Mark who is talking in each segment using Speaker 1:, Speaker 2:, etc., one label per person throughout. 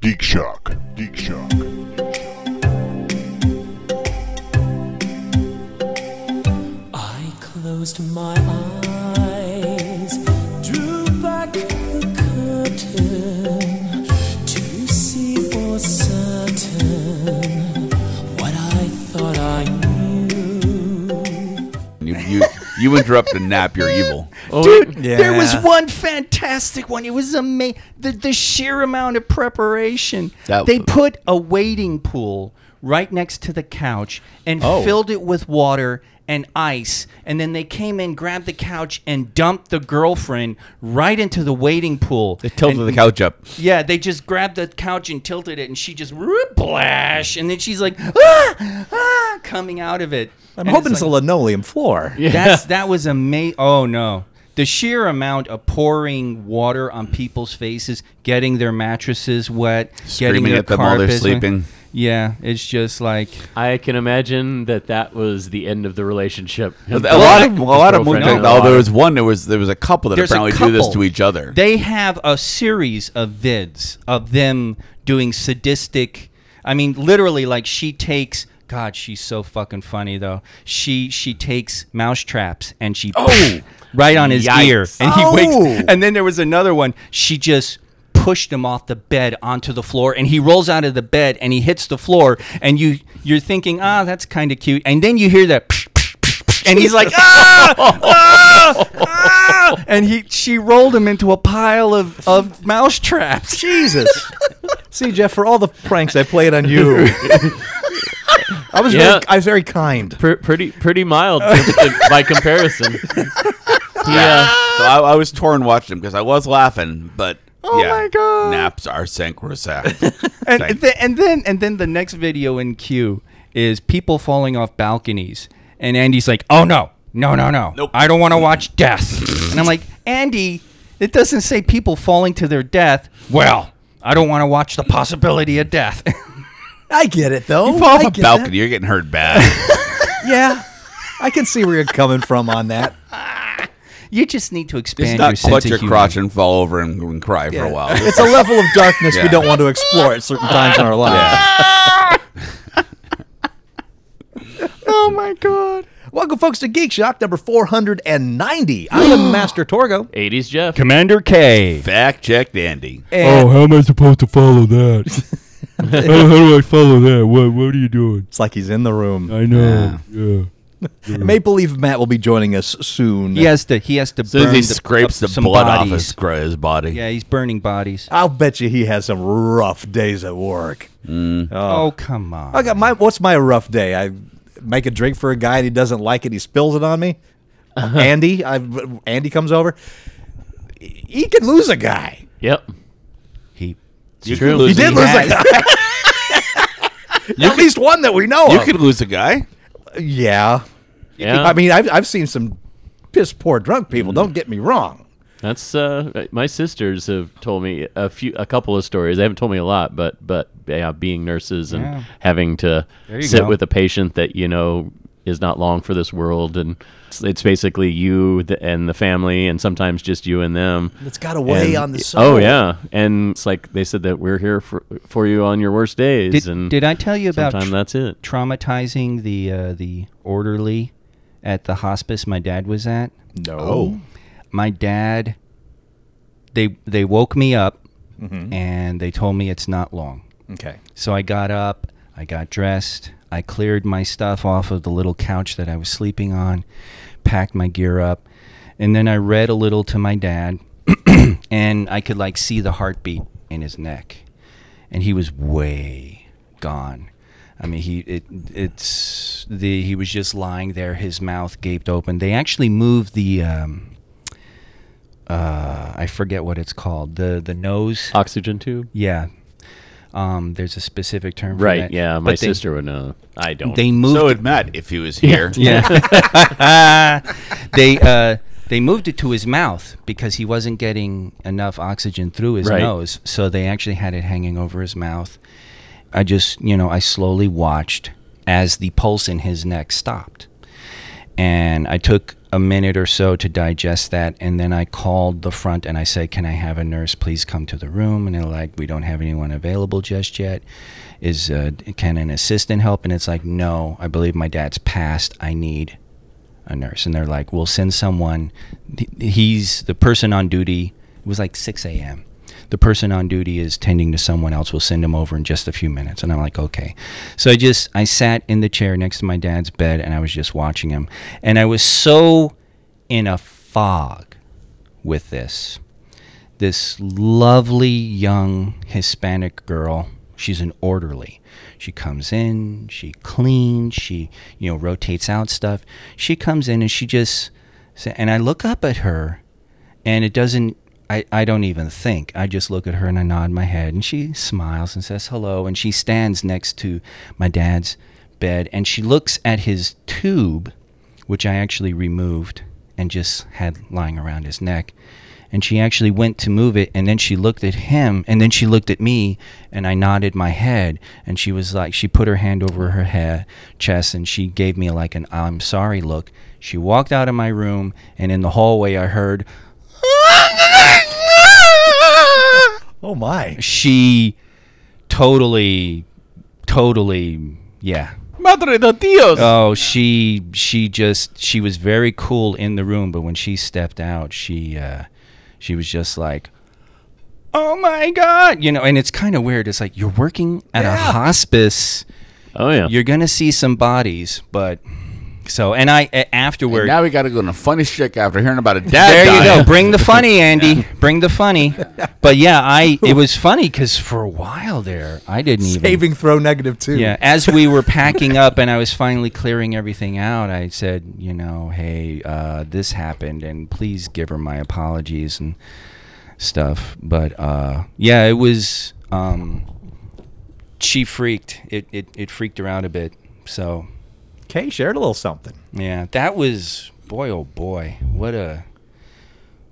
Speaker 1: Geek Shock. Geek Shock.
Speaker 2: I closed my eyes, drew back the curtain to see for certain what I thought I knew.
Speaker 3: You, you, you interrupt a nap, you're evil.
Speaker 4: Dude, there was
Speaker 5: yeah.
Speaker 4: one fantastic one. It was amazing. The, the sheer amount of preparation.
Speaker 3: That-
Speaker 4: they put a wading pool right next to the couch and
Speaker 3: Oh.
Speaker 4: filled it with water and ice. And then they came in, grabbed the couch, and dumped the girlfriend right into the wading pool.
Speaker 3: They tilted the couch up.
Speaker 4: Yeah, they just grabbed the couch and tilted it, and she just whiplash, and then she's like, ah, ah, coming out of it.
Speaker 5: I'm hoping it's a linoleum floor.
Speaker 4: That's that was amazing. Oh no, the sheer amount of pouring water on people's faces, getting their mattresses wet,
Speaker 3: Screaming
Speaker 4: getting their
Speaker 3: at them while they're
Speaker 4: carpets wet.
Speaker 3: sleeping.
Speaker 4: Yeah, it's just like
Speaker 6: I can imagine that that was the end of the relationship.
Speaker 3: A lot of a lot of movies.
Speaker 6: Girlfriend and
Speaker 3: Oh,
Speaker 6: the
Speaker 3: there was one. There was there was a couple that
Speaker 4: there's
Speaker 3: apparently
Speaker 4: a couple,
Speaker 3: do this to each other.
Speaker 4: They have a series of vids of them doing sadistic. I mean, literally, like she takes. God, she's so fucking funny though. She she takes mousetraps and she
Speaker 3: Oh.
Speaker 4: right on his
Speaker 6: Yikes.
Speaker 4: ear, and he
Speaker 5: Oh.
Speaker 4: wakes. And then there was another one. She just pushed him off the bed onto the floor and he rolls out of the bed and he hits the floor and you you're thinking ah that's kind of cute and then you hear that and he's like ah, ah, ah, and he she rolled him into a pile of of mouse traps
Speaker 5: Jesus. See, Jeff, for all the pranks I played on you, I was
Speaker 6: Yeah.
Speaker 5: very, I was very kind.
Speaker 6: Pre- pretty pretty mild by comparison. uh, Yeah,
Speaker 3: so I, I was torn watching them because I was laughing, but
Speaker 4: Oh
Speaker 3: yeah,
Speaker 4: my God.
Speaker 3: naps are sacrosanct.
Speaker 4: and,
Speaker 3: Thank-
Speaker 4: and, then, and then and then the next video in queue is people falling off balconies and andy's like oh no no no no
Speaker 3: Nope.
Speaker 4: i don't want to watch death and i'm like andy it doesn't say people falling to their death well i don't want to watch the possibility of death
Speaker 5: I get it though.
Speaker 3: Fall off
Speaker 5: I
Speaker 3: a
Speaker 5: get
Speaker 3: balcony, you're getting hurt bad.
Speaker 5: that. Yeah, I can see where you're coming from on that.
Speaker 4: you just need to
Speaker 3: Just
Speaker 4: expand your
Speaker 3: not
Speaker 4: sense
Speaker 3: clutch
Speaker 4: of
Speaker 3: your
Speaker 4: humor.
Speaker 3: crotch and fall over and, and cry for a while.
Speaker 5: It's a level of darkness
Speaker 3: Yeah.
Speaker 5: we don't want to explore at certain times in our life.
Speaker 3: yeah.
Speaker 4: oh my god
Speaker 5: Welcome, folks, to Geek Shock number 490. I am Master Torgo.
Speaker 6: eighties Jeff.
Speaker 4: commander k Oh,
Speaker 3: Fact checked, Andy.
Speaker 5: And
Speaker 7: Oh, how am I supposed to follow that? how, how do I follow that? What What are you doing?
Speaker 5: it's like he's in the room.
Speaker 7: I know. Yeah.
Speaker 5: Maple Leaf Matt will be joining us soon.
Speaker 4: he has to he has to
Speaker 3: So
Speaker 4: burn
Speaker 3: he
Speaker 4: the-
Speaker 3: scrapes
Speaker 4: up
Speaker 3: the
Speaker 4: some
Speaker 3: blood off
Speaker 4: bodies.
Speaker 3: his, gr- his body.
Speaker 4: yeah he's burning bodies
Speaker 5: I'll bet you he has some rough days at work.
Speaker 4: oh come on
Speaker 5: I got my. What's my rough day? I make a drink for a guy and he doesn't like it. He spills it on me. Andy, I Andy comes over. He could lose a guy.
Speaker 6: Yep.
Speaker 4: he
Speaker 3: You
Speaker 6: true.
Speaker 3: could
Speaker 5: He
Speaker 3: lose,
Speaker 5: did lose a
Speaker 4: has-
Speaker 5: guy. At least one that we know
Speaker 3: you
Speaker 5: of.
Speaker 3: could lose a guy.
Speaker 5: yeah.
Speaker 6: Yeah.
Speaker 5: I mean, I've I've seen some piss poor drunk people. Don't get me wrong.
Speaker 6: That's uh, my sisters have told me a few, a couple of stories. They haven't told me a lot, but but yeah, being nurses and
Speaker 4: Yeah.
Speaker 6: having to
Speaker 4: you
Speaker 6: sit
Speaker 4: go.
Speaker 6: with a patient that you know is not long for this world, and it's, it's basically you th- and the family, and sometimes just you and them.
Speaker 5: It's got a way
Speaker 6: And-
Speaker 5: on the soul.
Speaker 6: Oh yeah, and it's like they said that we're here for for you on your worst days,
Speaker 4: did,
Speaker 6: and
Speaker 4: did i tell you about
Speaker 6: sometimes
Speaker 4: tr-
Speaker 6: that's it.
Speaker 4: traumatizing the uh, the orderly at the hospice my dad was at.
Speaker 5: No.
Speaker 4: My dad, they they woke me up and they told me it's not long.
Speaker 5: Okay.
Speaker 4: So I got up, I got dressed, I cleared my stuff off of the little couch that I was sleeping on, packed my gear up, and then I read a little to my dad, and I could like see the heartbeat in his neck, and he was way gone. I mean, he it it's the he was just lying there, his mouth gaped open. They actually moved the um, uh, I forget what it's called the the nose
Speaker 6: Oxygen tube.
Speaker 4: yeah. Um, there's a specific term for
Speaker 6: Right.
Speaker 4: that.
Speaker 6: Yeah. My
Speaker 4: But they-
Speaker 6: sister would know. I don't.
Speaker 4: They moved.
Speaker 3: So would Matt if he was here.
Speaker 4: yeah. they uh, they moved it to his mouth because he wasn't getting enough oxygen through his
Speaker 6: Right.
Speaker 4: nose. So they actually had it hanging over his mouth. I just, you know, I slowly watched as the pulse in his neck stopped. And I took a minute or so to digest that, and then I called the front and I said, "Can I have a nurse? Please come to the room." And they're like, "We don't have anyone available just yet. Is uh, can an assistant help?" And it's like, "No, I believe my dad's passed. I need a nurse." And they're like, "We'll send someone. Th- He's the person on duty." It was like 6 a.m. The person on duty is tending to someone else. We'll send him over in just a few minutes. And I'm like, okay. So I just, I sat in the chair next to my dad's bed and I was just watching him. And I was so in a fog with this. This lovely young Hispanic girl. She's an orderly. She comes in, she cleans, she, you know, rotates out stuff. She comes in and she just, and I look up at her and it doesn't I, I don't even think i just look at her and i nod my head and she smiles and says hello and she stands next to my dad's bed and she looks at his tube which i actually removed and just had lying around his neck and she actually went to move it and then she looked at him and then she looked at me and i nodded my head and she was like she put her hand over her head chest and she gave me like an i'm sorry look she walked out of my room and in the hallway i heard
Speaker 5: Oh my!
Speaker 4: she totally totally yeah
Speaker 3: Madre de Dios.
Speaker 4: oh she she just she was very cool in the room but when she stepped out she uh she was just like oh my god you know and it's kind of weird it's like you're working at a hospice
Speaker 6: Oh yeah.
Speaker 4: you're gonna see some bodies but so and i a- afterward
Speaker 3: now we got to go to funny chick after hearing about a dad.
Speaker 4: there you
Speaker 3: dying.
Speaker 4: go. Bring the funny, Andy. Bring the funny. But yeah, I it was funny because for a while there, I didn't even.
Speaker 5: Saving throw negative two.
Speaker 4: Yeah, as we were packing up and I was finally clearing everything out, I said, you know, hey, uh, this happened, and please give her my apologies and stuff. But uh, yeah, it was. Um, she freaked. It, it it freaked her out a bit. So
Speaker 5: Kay shared a little something.
Speaker 4: yeah, that was boy oh boy, what a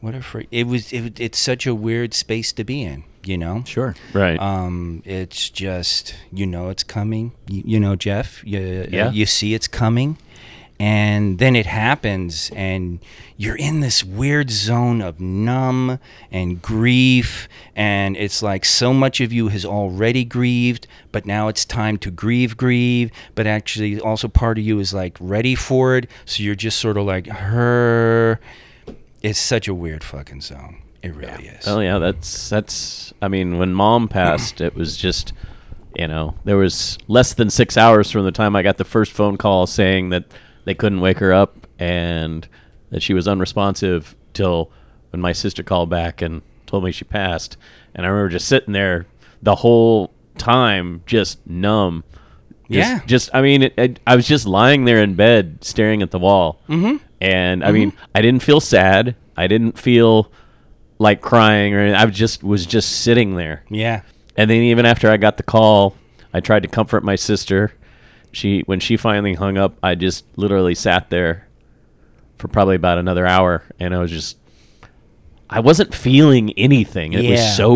Speaker 4: what a freak! It was it, was- it's such a weird space to be in, you know.
Speaker 5: Sure.
Speaker 6: Right.
Speaker 4: Um, it's just you know it's coming. You, you know, Jeff, you uh,
Speaker 6: Yeah.
Speaker 4: you see it's coming, and then it happens, and you're in this weird zone of numb and grief, and it's like so much of you has already grieved, but now it's time to grieve, grieve. But actually, also part of you is like ready for it, so you're just sort of like her. It's such a weird fucking zone. It really is.
Speaker 6: Oh yeah, that's that's. I mean, when mom passed, it was just, you know, there was less than six hours from the time I got the first phone call saying that they couldn't wake her up and that she was unresponsive till when my sister called back and told me she passed. And I remember just sitting there the whole time, just numb. Just-
Speaker 4: Yeah.
Speaker 6: Just, I mean, it, it, I was just lying there in bed, staring at the wall. Mm-hmm. And I mean, I didn't feel sad. I didn't feel like crying or anything. I was just was just sitting there.
Speaker 4: Yeah.
Speaker 6: And then even after I got the call, I tried to comfort my sister. She when she finally hung up, I just literally sat there for probably about another hour and I was just I wasn't feeling anything. It
Speaker 4: Yeah.
Speaker 6: was so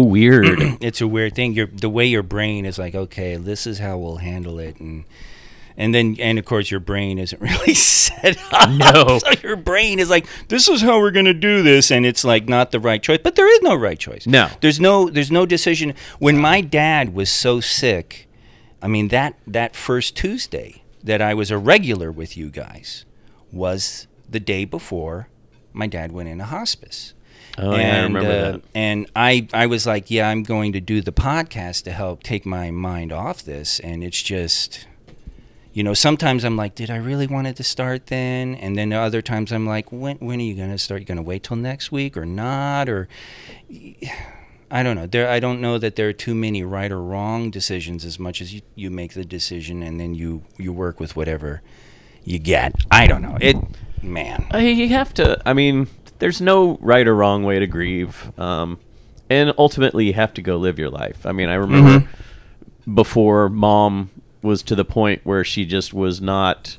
Speaker 6: weird.
Speaker 4: it's a weird thing. Your the way your brain is like, okay, this is how we'll handle it, and and then and of course your brain isn't really set up.
Speaker 6: No.
Speaker 4: so your brain is like, this is how we're gonna do this, and it's like not the right choice. But there is no right choice.
Speaker 6: No.
Speaker 4: there's no there's no decision. When my dad was so sick, I mean that that first Tuesday that I was a regular with you guys was the day before my dad went into hospice
Speaker 6: Oh, yeah, I remember that.
Speaker 4: and I, I was like, yeah, I'm going to do the podcast to help take my mind off this. And it's just, you know, sometimes I'm like, did I really want it to start then? And then other times I'm like, when, when are you going to start? You going to wait till next week or not? Or I don't know. There, I don't know that there are too many right or wrong decisions as much as you, you make the decision and then you, you work with whatever you get. I don't know. It, man.
Speaker 6: I, you have to. I mean, there's no right or wrong way to grieve, um, and ultimately you have to go live your life. I mean, I remember before mom was to the point where she just was not.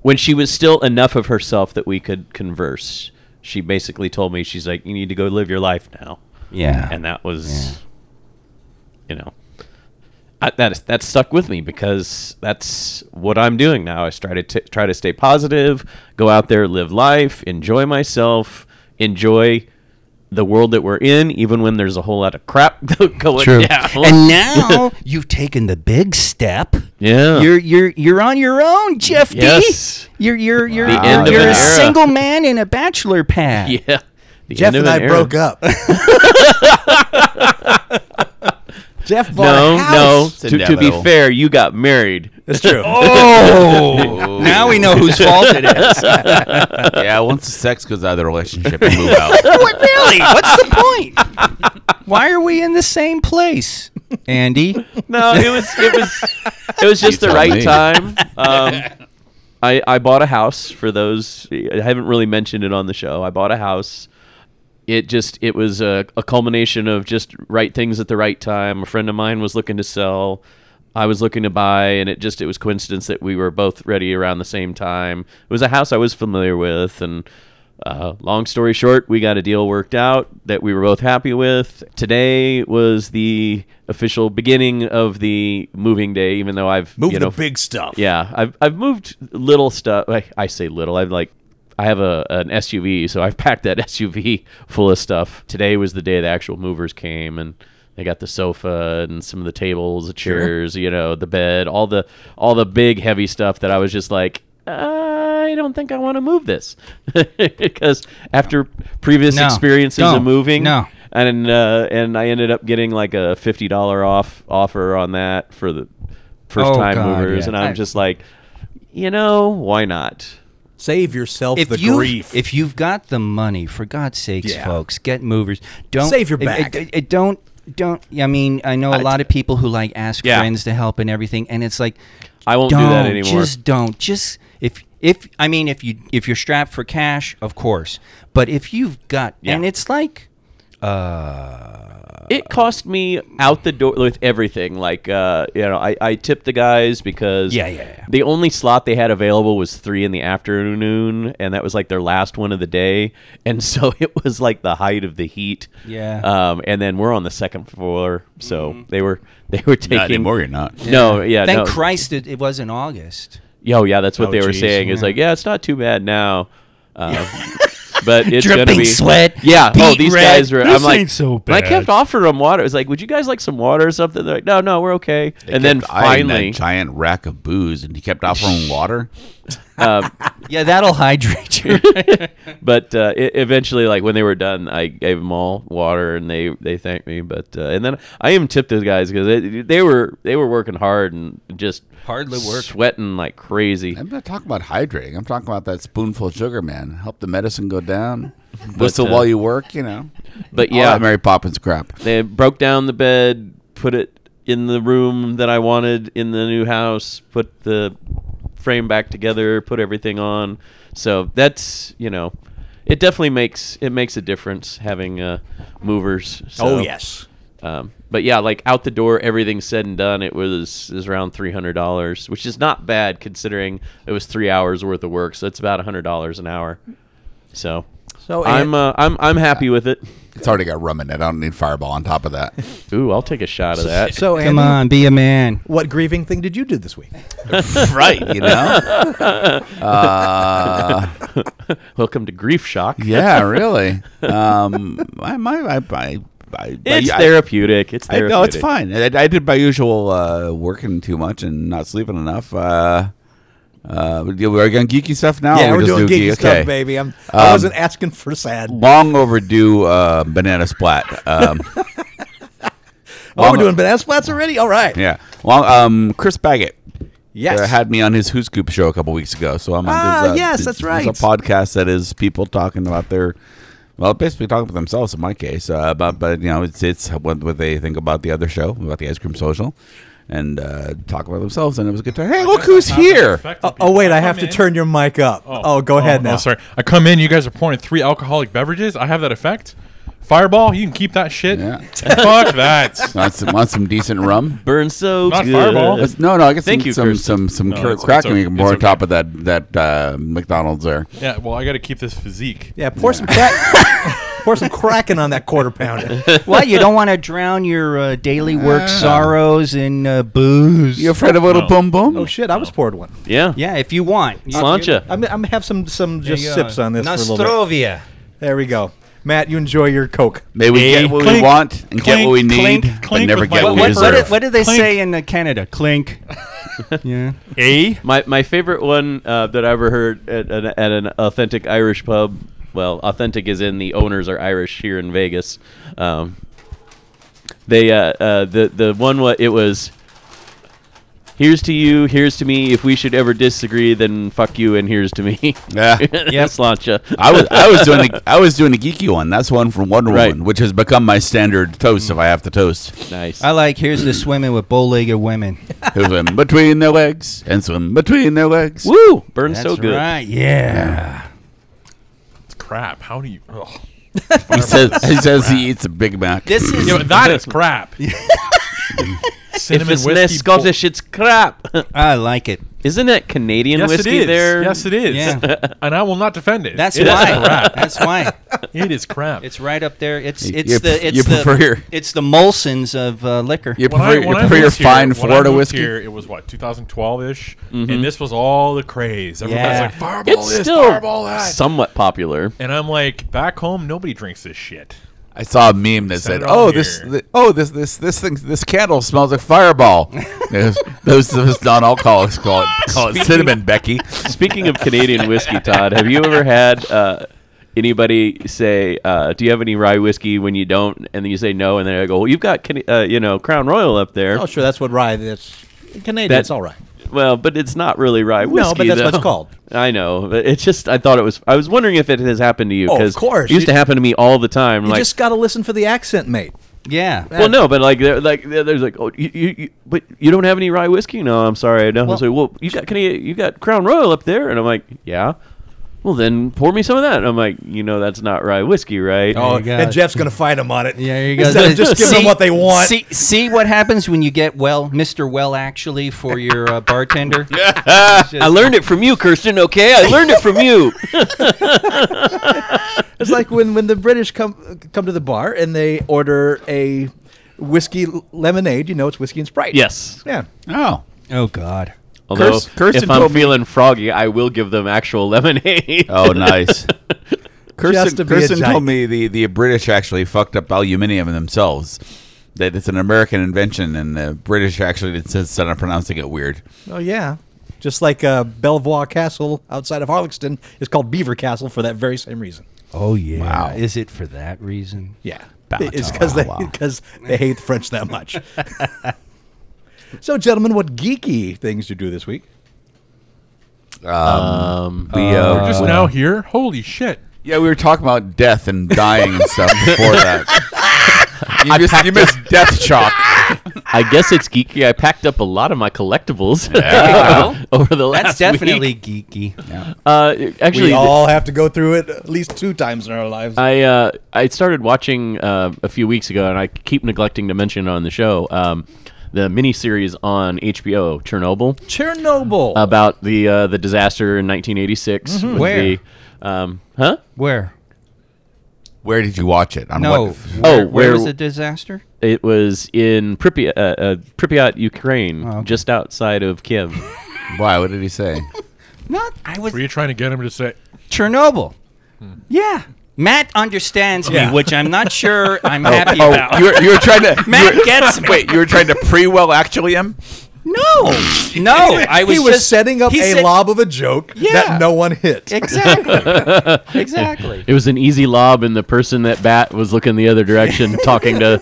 Speaker 6: When she was still enough of herself that we could converse, she basically told me, "She's like, you need to go live your life now,"
Speaker 4: Yeah.
Speaker 6: and that was, you know, I, that is, that stuck with me because that's what I'm doing now. I try to t- try to stay positive, go out there, live life, enjoy myself, enjoy the world that we're in, even when there's a whole lot of crap going down.
Speaker 4: And now you've taken the big step.
Speaker 6: Yeah.
Speaker 4: You're you're you're on your own, Jeff D.
Speaker 6: Yes.
Speaker 4: You're you're you're
Speaker 6: The end of
Speaker 4: you're
Speaker 6: an
Speaker 4: a
Speaker 6: era.
Speaker 4: single man in a bachelor pad.
Speaker 6: yeah, The
Speaker 5: Jeff
Speaker 6: end of
Speaker 5: and
Speaker 6: an
Speaker 5: I
Speaker 6: era.
Speaker 5: broke up. Jeff bought
Speaker 6: No,
Speaker 5: a
Speaker 6: no.
Speaker 5: house.
Speaker 3: It's
Speaker 6: To, to be
Speaker 3: inevitable.
Speaker 6: fair, you got married.
Speaker 5: That's true.
Speaker 4: Oh, now we know whose fault it is.
Speaker 3: yeah, once the sex goes out of the relationship, you move out.
Speaker 4: What really? What's the point? Why are we in the same place, Andy?
Speaker 6: No, it was it was it was just the
Speaker 3: tell
Speaker 6: right
Speaker 3: me.
Speaker 6: time. Um, I I bought a house for those. I haven't really mentioned it on the show. I bought a house. It just it was a, a culmination of just right things at the right time. A friend of mine was looking to sell. I was looking to buy, and it just it was coincidence that we were both ready around the same time. It was a house I was familiar with, and uh, long story short, we got a deal worked out that we were both happy with. Today was the official beginning of the moving day, even though I've
Speaker 5: Move
Speaker 6: you
Speaker 5: the
Speaker 6: know,
Speaker 5: big stuff.
Speaker 6: yeah, I've I've moved little stuff. I, I say little. I've like I have a an SUV, so I've packed that SUV full of stuff. Today was the day the actual movers came and they got the sofa and some of the tables, the chairs, you know, the bed, all the all the big heavy stuff that I was just like I don't think I want to move this because after previous
Speaker 4: No,
Speaker 6: experiences of
Speaker 4: don't.
Speaker 6: moving,
Speaker 4: No.
Speaker 6: and uh, and I ended up getting like a fifty dollar off offer on that for the first
Speaker 4: Oh,
Speaker 6: time
Speaker 4: God,
Speaker 6: movers,
Speaker 4: yeah.
Speaker 6: and I'm
Speaker 4: I-
Speaker 6: just like, you know, why not?
Speaker 5: Save yourself
Speaker 4: If
Speaker 5: the
Speaker 4: you
Speaker 5: grief.
Speaker 4: if you've got the money, for God's sakes,
Speaker 5: Yeah.
Speaker 4: folks, get movers. Don't
Speaker 5: Save your
Speaker 4: it- it-
Speaker 5: back.
Speaker 4: it- it don't don't. I mean, I know a lot of people who like ask
Speaker 6: Yeah.
Speaker 4: friends to help and everything, and it's like
Speaker 6: I won't do
Speaker 4: don't,
Speaker 6: that anymore.
Speaker 4: Just don't. Just if if I mean if you if you're strapped for cash, of course. But if you've got
Speaker 6: Yeah.
Speaker 4: and it's like Uh,
Speaker 6: It cost me out the door with everything. Like, uh, you know, I, I tipped the guys because
Speaker 4: Yeah, yeah, yeah.
Speaker 6: the only slot they had available was three in the afternoon, and that was like their last one of the day. And so it was like the height of the heat.
Speaker 4: Yeah.
Speaker 6: Um, and then we're on the second floor, so they were they were taking
Speaker 3: Not anymore, you're not.
Speaker 6: No, Oh, yeah,
Speaker 4: thank
Speaker 6: no.
Speaker 4: Christ it, it was in August.
Speaker 6: Yo, yeah, that's what
Speaker 5: Oh,
Speaker 6: they were
Speaker 5: geez.
Speaker 6: saying. It's
Speaker 4: Yeah.
Speaker 6: like, yeah, it's not too bad now, uh, but it's gonna
Speaker 4: Dripping
Speaker 6: be
Speaker 4: sweat,
Speaker 6: Yeah. Oh,
Speaker 4: beat
Speaker 6: these
Speaker 4: red.
Speaker 6: guys were.
Speaker 7: This
Speaker 6: I'm like,
Speaker 7: ain't so
Speaker 6: and I kept
Speaker 7: bad.
Speaker 6: offering them water. It was like, would you guys like some water or something? They're like, no, no, we're okay. and then
Speaker 3: Kept eyeing
Speaker 6: finally,
Speaker 3: that giant rack of booze, and he kept offering water.
Speaker 4: Yeah, that'll hydrate you.
Speaker 6: but uh, it, eventually, like when they were done, I gave them all water, and they they thanked me. But uh, and then I even tipped those guys because they, they were they were working hard and just
Speaker 4: Hardly work.
Speaker 6: sweating like crazy.
Speaker 3: I'm not talking about hydrating. I'm talking about that spoonful of sugar, man. Help the medicine go down.
Speaker 6: But,
Speaker 3: Whistle
Speaker 6: uh,
Speaker 3: while you work, you know.
Speaker 6: But
Speaker 3: All
Speaker 6: yeah,
Speaker 3: that Mary Poppins crap.
Speaker 6: They broke down the bed, put it in the room that I wanted in the new house, put the frame back together, put everything on. So that's you know, it definitely makes it makes a difference having uh, movers. So,
Speaker 5: oh yes.
Speaker 6: um, but yeah, like out the door, everything said and done, it was is around three hundred dollars, which is not bad considering it was three hours worth of work. So it's about hundred dollars an hour. So.
Speaker 5: So
Speaker 6: I'm uh, I'm I'm happy with it.
Speaker 3: It's already got rum in it. I don't need Fireball on top of that.
Speaker 6: Ooh, I'll take a shot of that.
Speaker 5: So
Speaker 4: Come
Speaker 5: Andy,
Speaker 4: on, be a man.
Speaker 5: what grieving thing did you do this week?
Speaker 3: Oh, right, you know. Uh,
Speaker 6: Welcome to Grief Shock.
Speaker 3: yeah, really. Um, I, my, I, I, I,
Speaker 6: It's
Speaker 3: I,
Speaker 6: therapeutic. It's
Speaker 3: I,
Speaker 6: therapeutic.
Speaker 3: no, it's fine. I, I did my usual uh, working too much and not sleeping enough. Uh, uh, we're going geeky stuff now.
Speaker 5: yeah,
Speaker 3: or
Speaker 5: we're
Speaker 3: just
Speaker 5: doing
Speaker 3: do
Speaker 5: geeky
Speaker 3: geek-
Speaker 5: stuff,
Speaker 3: okay. Um,
Speaker 5: baby. I'm, I wasn't asking for sad.
Speaker 3: Long overdue uh, banana splat. Um,
Speaker 5: Oh, we're doing banana splats already. All right.
Speaker 3: yeah, long. Um, Chris Baggett
Speaker 5: Yes.
Speaker 3: uh, had me on his Who's Scoop show a couple weeks ago. So I'm on
Speaker 5: Ah,
Speaker 3: there's a-
Speaker 5: yes, that's
Speaker 3: there's
Speaker 5: right.
Speaker 3: a podcast that is people talking about their. Well, basically talking about themselves in my case, uh, about but you know it's it's what, what they think about the other show about the ice cream social, and uh, talk about themselves, and it was a good time. Hey, look who's here!
Speaker 7: Affecting
Speaker 5: oh, oh, wait, I
Speaker 7: people.
Speaker 5: have
Speaker 7: Come
Speaker 5: to
Speaker 7: in.
Speaker 5: turn your mic up. Oh, go ahead now.
Speaker 7: sorry. I come in. You guys are pouring three alcoholic beverages. I have that effect.
Speaker 8: Fireball, you can keep that shit.
Speaker 3: Yeah.
Speaker 8: Fuck that.
Speaker 3: Want some, want some decent rum?
Speaker 6: Burn so
Speaker 8: Not
Speaker 6: good.
Speaker 8: Fireball.
Speaker 3: Let's- no, no, I guess
Speaker 6: Thank
Speaker 3: some,
Speaker 6: you,
Speaker 3: some, some
Speaker 6: Kirsten.
Speaker 3: some
Speaker 8: No,
Speaker 3: cra-
Speaker 8: it's-
Speaker 3: crack
Speaker 8: it's okay.
Speaker 3: we can pour
Speaker 8: It's
Speaker 3: on top of that that uh, McDonald's there.
Speaker 8: Yeah, well, I got to keep this physique.
Speaker 5: Yeah, pour some crack. pour some cracking on that quarter pounder.
Speaker 4: well, you don't want to drown your uh, daily work sorrows in uh, booze.
Speaker 3: You afraid of a little
Speaker 8: No.
Speaker 3: boom boom?
Speaker 5: Oh shit, I was poured one.
Speaker 6: Yeah.
Speaker 4: yeah, if you want. You-
Speaker 6: Slancha.
Speaker 5: I'm, I'm have some some just
Speaker 4: you-
Speaker 5: sips on this for a little bit.
Speaker 4: Nostrovia.
Speaker 5: There we go. Matt, you enjoy your Coke.
Speaker 3: May we
Speaker 8: Eh,
Speaker 3: get what we
Speaker 8: clink,
Speaker 3: want and get what we
Speaker 8: clink,
Speaker 3: need,
Speaker 8: clink,
Speaker 3: but
Speaker 8: clink
Speaker 3: never
Speaker 8: with
Speaker 3: get
Speaker 8: my
Speaker 3: what we
Speaker 4: What,
Speaker 8: white
Speaker 4: what,
Speaker 3: deserve.
Speaker 4: did- what did they
Speaker 8: Clink.
Speaker 4: say in uh, Canada? Clink. yeah.
Speaker 8: A?
Speaker 6: My my favorite one uh, that I ever heard at an, at an authentic Irish pub. Well, authentic is in the owners are Irish here in Vegas. Um, they uh, uh, the the one what it was. Here's to you. Here's to me. If we should ever disagree, then fuck you. And here's to me.
Speaker 3: Yeah.
Speaker 6: Slancha.
Speaker 3: I was I was doing a, I was doing a geeky one. That's one from Wonder
Speaker 6: Right.
Speaker 3: Woman, which has become my standard toast if I have to toast.
Speaker 6: Nice.
Speaker 4: I like here's the swimming with bow-legged women.
Speaker 3: Who swim between their legs and swim between their legs.
Speaker 6: Woo! Burns so
Speaker 4: That's
Speaker 6: good.
Speaker 4: right. Yeah.
Speaker 8: It's crap. How do you? Ugh.
Speaker 3: He says he says he eats a Big Mac.
Speaker 4: This is
Speaker 8: Yeah, but that is crap.
Speaker 6: If
Speaker 8: Cinnamon
Speaker 6: it's
Speaker 8: whiskey
Speaker 6: less Scottish, it's crap.
Speaker 4: I like it.
Speaker 6: Isn't that Canadian
Speaker 8: Yes,
Speaker 6: whiskey
Speaker 8: it is.
Speaker 6: there?
Speaker 8: Yes, it is.
Speaker 4: Yeah.
Speaker 8: and I will not defend it.
Speaker 4: That's
Speaker 8: it is
Speaker 4: why.
Speaker 8: crap.
Speaker 4: That's why.
Speaker 8: It is crap.
Speaker 4: It's right up there. It's
Speaker 3: You-
Speaker 4: it's
Speaker 3: you
Speaker 4: the
Speaker 3: pref-
Speaker 4: it's
Speaker 3: you
Speaker 4: the
Speaker 3: prefer your-
Speaker 4: it's the Molson's of uh, liquor.
Speaker 3: You
Speaker 8: When I-
Speaker 3: prefer, you
Speaker 8: when I
Speaker 3: prefer your
Speaker 8: moved here-
Speaker 3: fine
Speaker 8: when I
Speaker 3: Florida
Speaker 8: moved
Speaker 3: whiskey.
Speaker 8: Here, it was what 2012ish, and this was all the craze. Everybody's
Speaker 4: Yeah.
Speaker 8: like fireball
Speaker 6: It's
Speaker 8: this,
Speaker 6: still
Speaker 8: fireball that,
Speaker 6: somewhat popular.
Speaker 8: and I'm like, back home nobody drinks this shit.
Speaker 3: I saw a meme that said,
Speaker 8: Send it on
Speaker 3: "Oh, this,
Speaker 8: here.
Speaker 3: th- oh, this, this, this thing, this candle smells like fireball." Those- those, those non-alcoholics call it, call it cinnamon, Becky.
Speaker 6: Speaking of Canadian whiskey, Todd, have you ever had uh, anybody say, uh, "Do you have any rye whiskey?" When you don't, and then you say no, and then I go, "Well, you've got Can- uh, you know Crown Royal up there."
Speaker 5: Oh, sure, that's what rye. That's Canadian.
Speaker 6: That-
Speaker 5: it's all right.
Speaker 6: Well, but it's not really rye whiskey.
Speaker 5: but that's what it's
Speaker 6: though.
Speaker 5: called.
Speaker 6: I know. but It's just I thought it was. I was wondering if it has happened to you.
Speaker 5: Oh, of
Speaker 6: 'cause
Speaker 5: course.
Speaker 6: It used
Speaker 5: You-
Speaker 6: to happen to me all the time.
Speaker 5: You
Speaker 6: like,
Speaker 5: just got to listen for the accent, mate.
Speaker 4: Yeah.
Speaker 6: well, no, but like, they're, like they're- there's like, oh, you, you, you, but you don't have any rye whiskey? No, I'm sorry, I don't.
Speaker 4: Well-
Speaker 6: Well, so, well, you got Canadian, you got Crown Royal up there, and I'm like, yeah. Well, then pour me some of that. And I'm like, you know, that's not rye whiskey, right?
Speaker 4: Oh, you got
Speaker 5: and
Speaker 4: it.
Speaker 5: Jeff's gonna fight him on it.
Speaker 4: Yeah, you
Speaker 5: Instead of just giving them what they want.
Speaker 4: See, see what happens when you get well, Mister Well, actually, for your uh, bartender. yeah,
Speaker 6: I learned it from you, Kirsten. Okay, I learned it from you.
Speaker 5: It's like when, when the British come come to the bar and they order a whiskey l- lemonade. You know, it's whiskey and Sprite.
Speaker 6: yes.
Speaker 5: Yeah.
Speaker 3: Oh,
Speaker 4: Oh God.
Speaker 6: Although,
Speaker 3: Kirst- Kirsten
Speaker 6: if I'm
Speaker 3: told me-
Speaker 6: feeling froggy, I will give them actual lemonade.
Speaker 3: oh, nice.
Speaker 5: to
Speaker 3: Kirsten,
Speaker 5: be a
Speaker 3: Kirsten
Speaker 5: giant.
Speaker 3: told me the, the British actually fucked up aluminium themselves. That it's an American invention, and the British actually insist on pronouncing it weird.
Speaker 5: Oh yeah. Just like uh, Belvoir Castle outside of Harlexton is called Beaver Castle for that very same reason.
Speaker 4: Oh yeah.
Speaker 3: Wow.
Speaker 4: Is it for that reason?
Speaker 5: Yeah, it's because they because they hate the French that much. so, gentlemen, what geeky things did you do this week?
Speaker 3: We,
Speaker 8: We're
Speaker 3: uh,
Speaker 8: just now here. Holy shit!
Speaker 3: yeah, we were talking about death and dying and stuff before that. You missed, you missed death shock.
Speaker 6: I guess it's geeky. I packed up a lot of my collectibles over the
Speaker 4: That's
Speaker 6: last
Speaker 4: definitely geeky.
Speaker 6: week. Uh, actually,
Speaker 5: We
Speaker 6: th-
Speaker 5: all have to go through it at least two times in our lives.
Speaker 6: I uh, I started watching uh, a few weeks ago, and I keep neglecting to mention it on the show um, the miniseries on HBO Chernobyl
Speaker 5: Chernobyl.
Speaker 6: about the uh, the disaster in 1986. with
Speaker 4: Mm-hmm. Where?
Speaker 6: the, um, huh?
Speaker 4: Where?
Speaker 3: Where did you watch it? On
Speaker 4: No.
Speaker 3: What?
Speaker 4: Where,
Speaker 6: Oh,
Speaker 4: where
Speaker 6: where-
Speaker 4: was the disaster?
Speaker 6: It was in Pripyat, uh, uh, Pripyat, Ukraine,
Speaker 4: Oh, okay.
Speaker 6: just outside of Kiev.
Speaker 3: Why? What did he say?
Speaker 4: Not. I was
Speaker 8: Were you trying to get him to say?
Speaker 4: Chernobyl. Yeah. Matt understands me, which I'm not sure I'm happy
Speaker 3: oh,
Speaker 4: about.
Speaker 3: you were, you were trying to. you
Speaker 4: Matt
Speaker 3: were-
Speaker 4: gets me.
Speaker 3: Wait, you were trying to pre well actually him?
Speaker 4: No, no. I was
Speaker 5: he was
Speaker 4: just,
Speaker 5: setting up a
Speaker 4: he said-
Speaker 5: lob of a joke
Speaker 4: Yeah.
Speaker 5: that no one hit.
Speaker 4: Exactly. exactly.
Speaker 6: It was an easy lob, and the person that bat was looking the other direction, talking to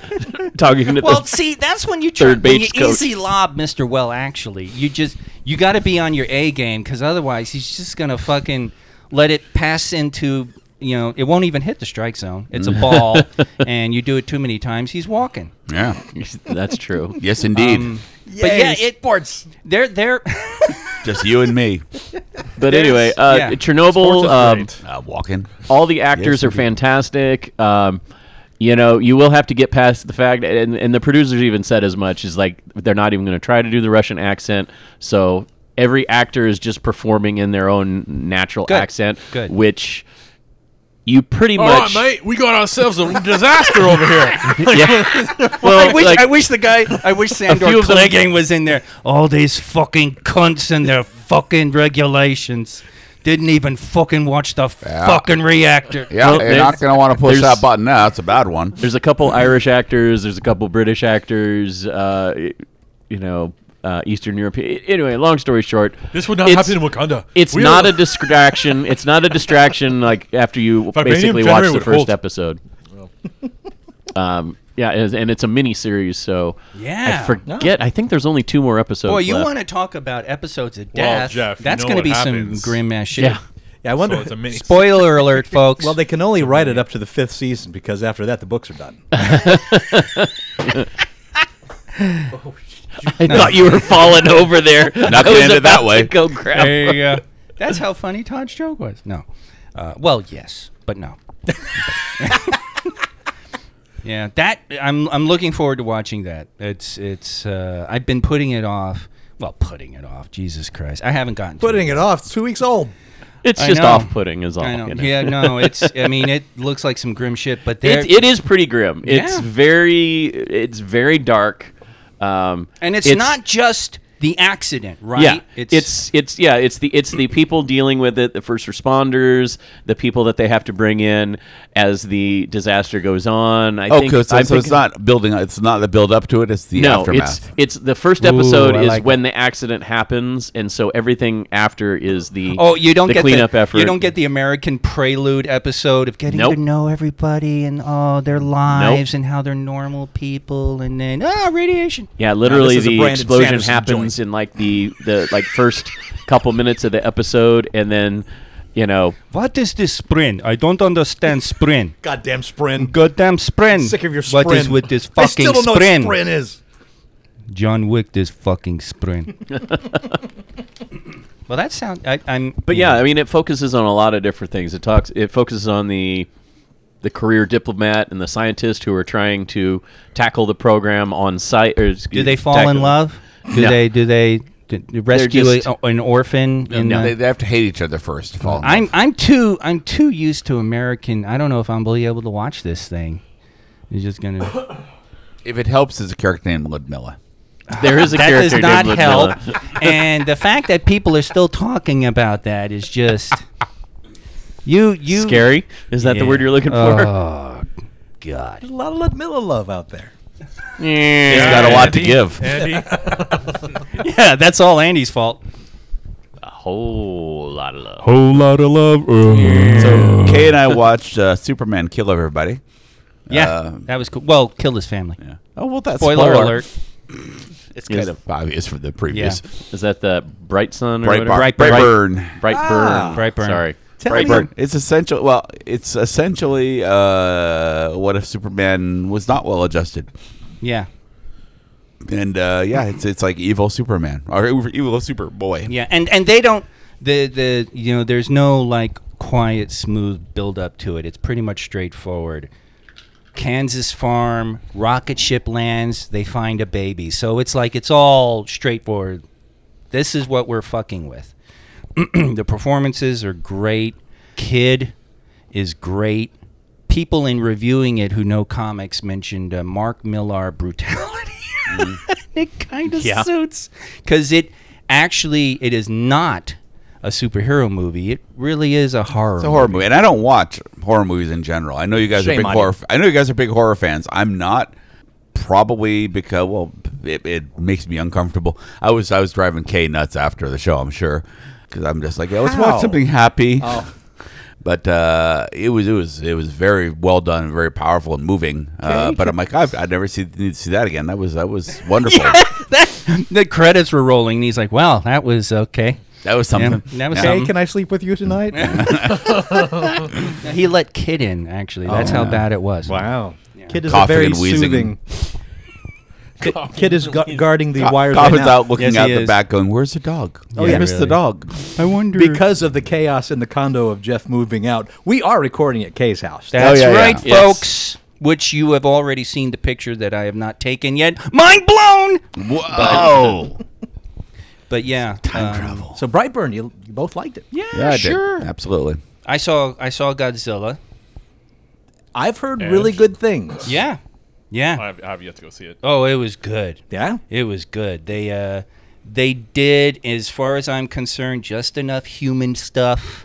Speaker 6: talking to
Speaker 4: Well,
Speaker 6: the
Speaker 4: see, that's when you try,
Speaker 6: Third
Speaker 4: when you
Speaker 6: base coach.
Speaker 4: easy lob, Mister Well. Actually, you just you got to be on your A game because otherwise he's just gonna fucking let it pass into you know it won't even hit the strike zone. It's a
Speaker 6: Mm.
Speaker 4: ball, and you do it too many times, he's walking.
Speaker 3: Yeah.
Speaker 6: That's true.
Speaker 3: Yes, indeed.
Speaker 4: but yeah, it sports. They're they're
Speaker 3: Just you and me.
Speaker 6: But anyway, uh,
Speaker 4: yeah.
Speaker 6: Chernobyl.
Speaker 8: is
Speaker 6: Um,
Speaker 8: great.
Speaker 3: Uh, walking.
Speaker 6: all the actors
Speaker 3: Yes,
Speaker 6: are
Speaker 3: indeed.
Speaker 6: fantastic. Um, you know, you will have to get past the fact, and, and the producers even said as much, is like they're not even going to try to do the Russian accent. So every actor is just performing in their own natural accent,
Speaker 4: Good.
Speaker 6: which you pretty
Speaker 8: All right,
Speaker 6: much.
Speaker 8: mate, we got ourselves a disaster over here.
Speaker 6: Well,
Speaker 4: I wish,
Speaker 6: like,
Speaker 4: I wish the guy, I wish Sandor
Speaker 6: few of them-
Speaker 4: Clegane was in there. All these fucking cunts and their fucking regulations. Didn't even fucking watch the fucking reactor.
Speaker 3: Yeah,
Speaker 6: Well,
Speaker 3: you're not
Speaker 6: there's-
Speaker 3: going to want to push
Speaker 6: there's-
Speaker 3: that button. Now that's a bad one.
Speaker 6: There's a couple Irish actors. There's a couple British actors. Uh, y- you know, uh, Eastern European. Anyway, long story short,
Speaker 8: This would not
Speaker 6: It's-
Speaker 8: happen in Wakanda.
Speaker 6: it's
Speaker 8: We
Speaker 6: not
Speaker 8: are-
Speaker 6: a distraction. it's not a distraction. Like after you
Speaker 8: Vibranium
Speaker 6: basically watch
Speaker 8: generator
Speaker 6: the
Speaker 8: would
Speaker 6: first
Speaker 8: hold.
Speaker 6: episode. um, yeah, and, and it's a mini series, so
Speaker 4: Yeah.
Speaker 6: I forget. I think there's only two more episodes.
Speaker 4: Boy, you
Speaker 6: left.
Speaker 4: want to talk about episodes of
Speaker 8: Well,
Speaker 4: death?
Speaker 8: Jeff, you
Speaker 4: that's
Speaker 8: know
Speaker 4: going to
Speaker 8: what
Speaker 4: be
Speaker 8: happens.
Speaker 4: some grim ass shit.
Speaker 6: Yeah,
Speaker 5: Yeah, I wonder.
Speaker 8: So it's a mini.
Speaker 4: Spoiler alert, folks.
Speaker 5: well, they can only write it up to the fifth season because after that the books are done.
Speaker 6: I thought you were falling over there.
Speaker 3: Not
Speaker 6: I
Speaker 3: gonna
Speaker 6: was
Speaker 3: end it
Speaker 6: about
Speaker 3: that way.
Speaker 6: to Go grab.
Speaker 4: there you go. That's how funny Todd's joke was. No. Uh, well, yes, but no. yeah, that I'm I'm looking forward to watching that. It's it's uh, I've been putting it off. Well, putting it off. Jesus Christ, I haven't gotten to
Speaker 5: Putting it off, it's two weeks old.
Speaker 6: It's
Speaker 4: I
Speaker 6: just
Speaker 4: know.
Speaker 6: off-putting, is all.
Speaker 4: I know.
Speaker 6: you know?
Speaker 4: Yeah, no, it's. I mean, it looks like some grim shit, but there
Speaker 6: It, it is pretty grim. It's
Speaker 4: Yeah.
Speaker 6: very it's very dark. Um,
Speaker 4: and it's, not just the accident, right?
Speaker 6: Yeah, it's, it's it's yeah, it's the it's the people dealing with it, the first responders, the people that they have to bring in as the disaster goes on. I
Speaker 3: Oh,
Speaker 6: think,
Speaker 3: cool. so,
Speaker 6: I
Speaker 3: so it's
Speaker 6: think-
Speaker 3: not building. It's not the build up to it. It's the
Speaker 6: no,
Speaker 3: aftermath.
Speaker 6: it's it's the first episode
Speaker 4: I
Speaker 6: is
Speaker 4: like
Speaker 6: when the accident happens, and so everything after is the
Speaker 4: Oh, you don't
Speaker 6: the
Speaker 4: get
Speaker 6: cleanup
Speaker 4: the,
Speaker 6: effort.
Speaker 4: You don't get the American prelude episode of getting
Speaker 6: Nope.
Speaker 4: to know everybody and oh their lives and how they're normal people and then ah radiation.
Speaker 6: Yeah, literally
Speaker 5: is a
Speaker 6: the
Speaker 5: Brandon
Speaker 6: explosion
Speaker 5: Sanderson
Speaker 6: happens
Speaker 5: joint.
Speaker 6: in like the the like first couple minutes of the episode, and then you know
Speaker 4: What is this sprint? I don't understand sprint.
Speaker 5: Goddamn Sprin.
Speaker 4: Goddamn sprint.
Speaker 5: Sick of your Sprin.
Speaker 4: What is with this
Speaker 5: I
Speaker 4: fucking
Speaker 5: still don't know
Speaker 4: sprint?
Speaker 5: what Sprin is.
Speaker 4: John Wick, this fucking sprint. well, that sound. I, I'm.
Speaker 6: But yeah, I mean, it focuses on a lot of different things. It talks. It focuses on the the career diplomat and the scientist who are trying to tackle the program on site. Or,
Speaker 4: do they fall in love? Do
Speaker 6: No.
Speaker 4: they? Do they? do- do rescue
Speaker 6: just-
Speaker 4: a- an orphan? in
Speaker 3: No,
Speaker 4: the-
Speaker 3: they, they have to hate each other first. to fall in
Speaker 4: I'm
Speaker 3: love.
Speaker 4: I'm too I'm too used to American. I don't know if I'm really able to watch this thing. It's just gonna.
Speaker 3: if it helps, it's a character named Ludmilla.
Speaker 6: There is a
Speaker 4: That does
Speaker 6: character
Speaker 4: not
Speaker 6: named
Speaker 4: help.
Speaker 6: Ludmilla.
Speaker 4: and the fact that people are still talking about that is just you you
Speaker 6: Scary? Is that the
Speaker 4: Yeah.
Speaker 6: word you're looking for?
Speaker 4: Oh God!
Speaker 5: There's a lot of Ludmilla love out there.
Speaker 6: Yeah.
Speaker 3: He's got a lot to give.
Speaker 8: Andy,
Speaker 4: Yeah, that's all Andy's fault.
Speaker 6: A whole lot of love.
Speaker 7: Whole lot of love. Uh,
Speaker 3: So Kay and I watched uh, Superman kill everybody.
Speaker 4: Yeah,
Speaker 3: Uh,
Speaker 4: that was cool. Well, killed his family.
Speaker 3: Oh well, that's
Speaker 4: Spoiler, alert!
Speaker 3: It's kind of obvious from the previous.
Speaker 6: Is that the Bright Sun or
Speaker 3: Brightburn.
Speaker 6: whatever?
Speaker 3: Brightburn.
Speaker 6: Bright
Speaker 4: Ah.
Speaker 6: Burn.
Speaker 4: Brightburn.
Speaker 6: Sorry.
Speaker 3: Brightburn. It's essential. Well, it's essentially uh, what if Superman was not well adjusted,
Speaker 4: Yeah,
Speaker 3: and uh, yeah, it's it's like evil Superman or evil Superboy.
Speaker 4: yeah, and and they don't the the you know there's no like quiet smooth build up to it. It's pretty much straightforward. Kansas farm, rocket ship lands, they find a baby. So it's like it's all straightforward. This is what we're fucking with. the performances are great. Kid is great. People in reviewing it who know comics mentioned uh, Mark Millar brutality. it kind of
Speaker 6: Yeah.
Speaker 4: suits because it actually it is not a superhero movie. It really is a horror.
Speaker 3: It's a horror movie, and I don't watch horror movies in general. I know you guys
Speaker 5: Shame
Speaker 3: are big
Speaker 5: on
Speaker 3: horror.
Speaker 5: you.
Speaker 3: f- I know you guys are big horror fans. I'm not, probably because well, it, it makes me uncomfortable. I was I was driving Kay nuts after the show. I'm sure because I'm just like, yeah, let's
Speaker 5: How? Oh.
Speaker 3: watch something happy. But uh, it was it was it was very well done, and very powerful and moving. Uh, but I'm like, I've, I'd never see, need to see that again. That was that was wonderful.
Speaker 4: the credits were rolling, and he's like, "Wow, that was okay."
Speaker 3: That was something.
Speaker 4: Yeah, that was
Speaker 5: Hey,
Speaker 4: Um,
Speaker 5: can I sleep with you tonight?
Speaker 4: He let Kid in.
Speaker 3: Oh,
Speaker 4: Actually, that's how bad it was.
Speaker 5: wow. Kid is
Speaker 3: Coughing
Speaker 5: a very
Speaker 3: and wheezing.
Speaker 5: soothing. Kid, Kid is gu- guarding the
Speaker 3: Co-
Speaker 5: wires right
Speaker 3: Coffin's
Speaker 5: now
Speaker 3: out looking
Speaker 4: Yes,
Speaker 3: out
Speaker 4: he
Speaker 3: the
Speaker 4: is.
Speaker 3: back, going, "Where's the dog? Oh,
Speaker 5: yeah,
Speaker 3: I missed the
Speaker 4: really.
Speaker 3: dog."
Speaker 4: I wonder
Speaker 5: because of the chaos in the condo of Jeff moving out. We are recording at Kay's house.
Speaker 4: That's
Speaker 3: Oh, yeah,
Speaker 4: right,
Speaker 3: yeah.
Speaker 4: folks. which you have already seen the picture that I have not taken yet. Mind blown!
Speaker 3: Whoa!
Speaker 4: But yeah, um, time travel.
Speaker 5: So Brightburn, you, you both liked it. Yeah.
Speaker 3: yeah, I did. Absolutely.
Speaker 4: I saw I saw Godzilla.
Speaker 5: I've heard really good things.
Speaker 4: Yeah, yeah.
Speaker 8: I've, I've yet to go see it.
Speaker 4: Oh, it was good.
Speaker 5: Yeah.
Speaker 4: It was good. They uh, they did, as far as I'm concerned, just enough human stuff.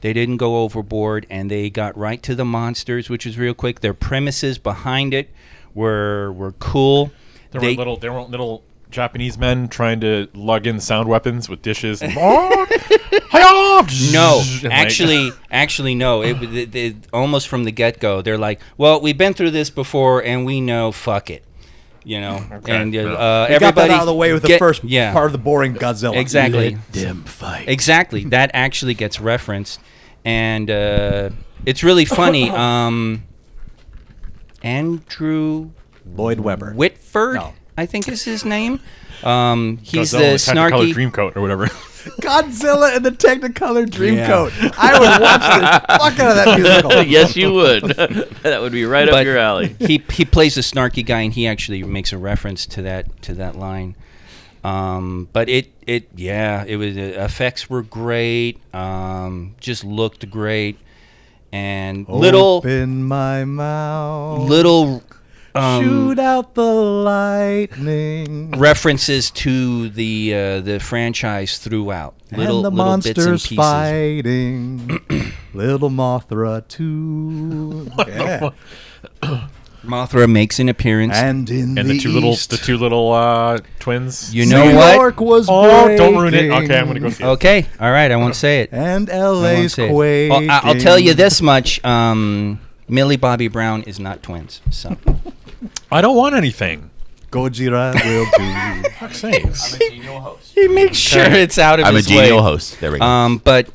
Speaker 4: They didn't go overboard, and they got right to the monsters, which was real quick. Their premises behind it were were cool.
Speaker 8: There
Speaker 4: They-
Speaker 8: were little, there were little Japanese men trying to lug in sound weapons with dishes. And, "Oh, hi-yah!"
Speaker 4: No,
Speaker 8: And, like,
Speaker 4: actually, actually, no. It, was- it, it almost from the get go, they're like, "Well, we've been through this before, and we know, fuck it." You know, and uh, uh,
Speaker 5: We got
Speaker 4: everybody
Speaker 5: that out of the way with
Speaker 4: get-
Speaker 5: the first
Speaker 4: yeah,
Speaker 5: part of the boring Godzilla.
Speaker 4: exactly.
Speaker 6: Dim fight.
Speaker 4: Exactly. That actually gets referenced, and uh, it's really funny. Um, Andrew
Speaker 5: Lloyd Webber.
Speaker 4: Whitford,
Speaker 5: No.
Speaker 4: I think is his name. Um, he's
Speaker 8: Godzilla
Speaker 4: the
Speaker 8: with Technicolor
Speaker 4: snarky.
Speaker 8: Dreamcoat or whatever.
Speaker 5: Godzilla and the Technicolor Dreamcoat. I would watch the fuck out of that musical.
Speaker 6: yes, you would. that would be right up
Speaker 4: But-
Speaker 6: your alley.
Speaker 4: he he plays a snarky guy, and he actually makes a reference to that to that line. Um, but it it yeah, it was the effects were great. Um, just looked great, and
Speaker 5: Oh,
Speaker 4: little
Speaker 5: Open my mouth.
Speaker 4: little um,
Speaker 5: shoot out the lightning.
Speaker 4: references to the uh, the franchise throughout. Little
Speaker 5: and the
Speaker 4: little bits and
Speaker 5: monsters
Speaker 4: pieces.
Speaker 5: fighting. little Mothra too. Yeah.
Speaker 4: Mothra makes an appearance.
Speaker 5: And in
Speaker 8: and the, two little, the two little uh, twins.
Speaker 4: you know what?
Speaker 5: York was
Speaker 8: oh, don't ruin it.
Speaker 5: breaking,
Speaker 8: Okay, I'm gonna go see it.
Speaker 4: Okay, all right, I won't say it.
Speaker 5: And
Speaker 4: I won't
Speaker 5: LA's
Speaker 4: say it.
Speaker 5: quaking.
Speaker 4: Well, I- I'll tell you this much: um, Millie Bobby Brown is not twins. So
Speaker 8: I don't want anything.
Speaker 5: Gojira will do.
Speaker 8: Fuck sakes.
Speaker 4: he makes sure it's out of
Speaker 3: I'm a
Speaker 4: his
Speaker 3: genial
Speaker 4: way.
Speaker 3: host. There we go.
Speaker 4: Um, but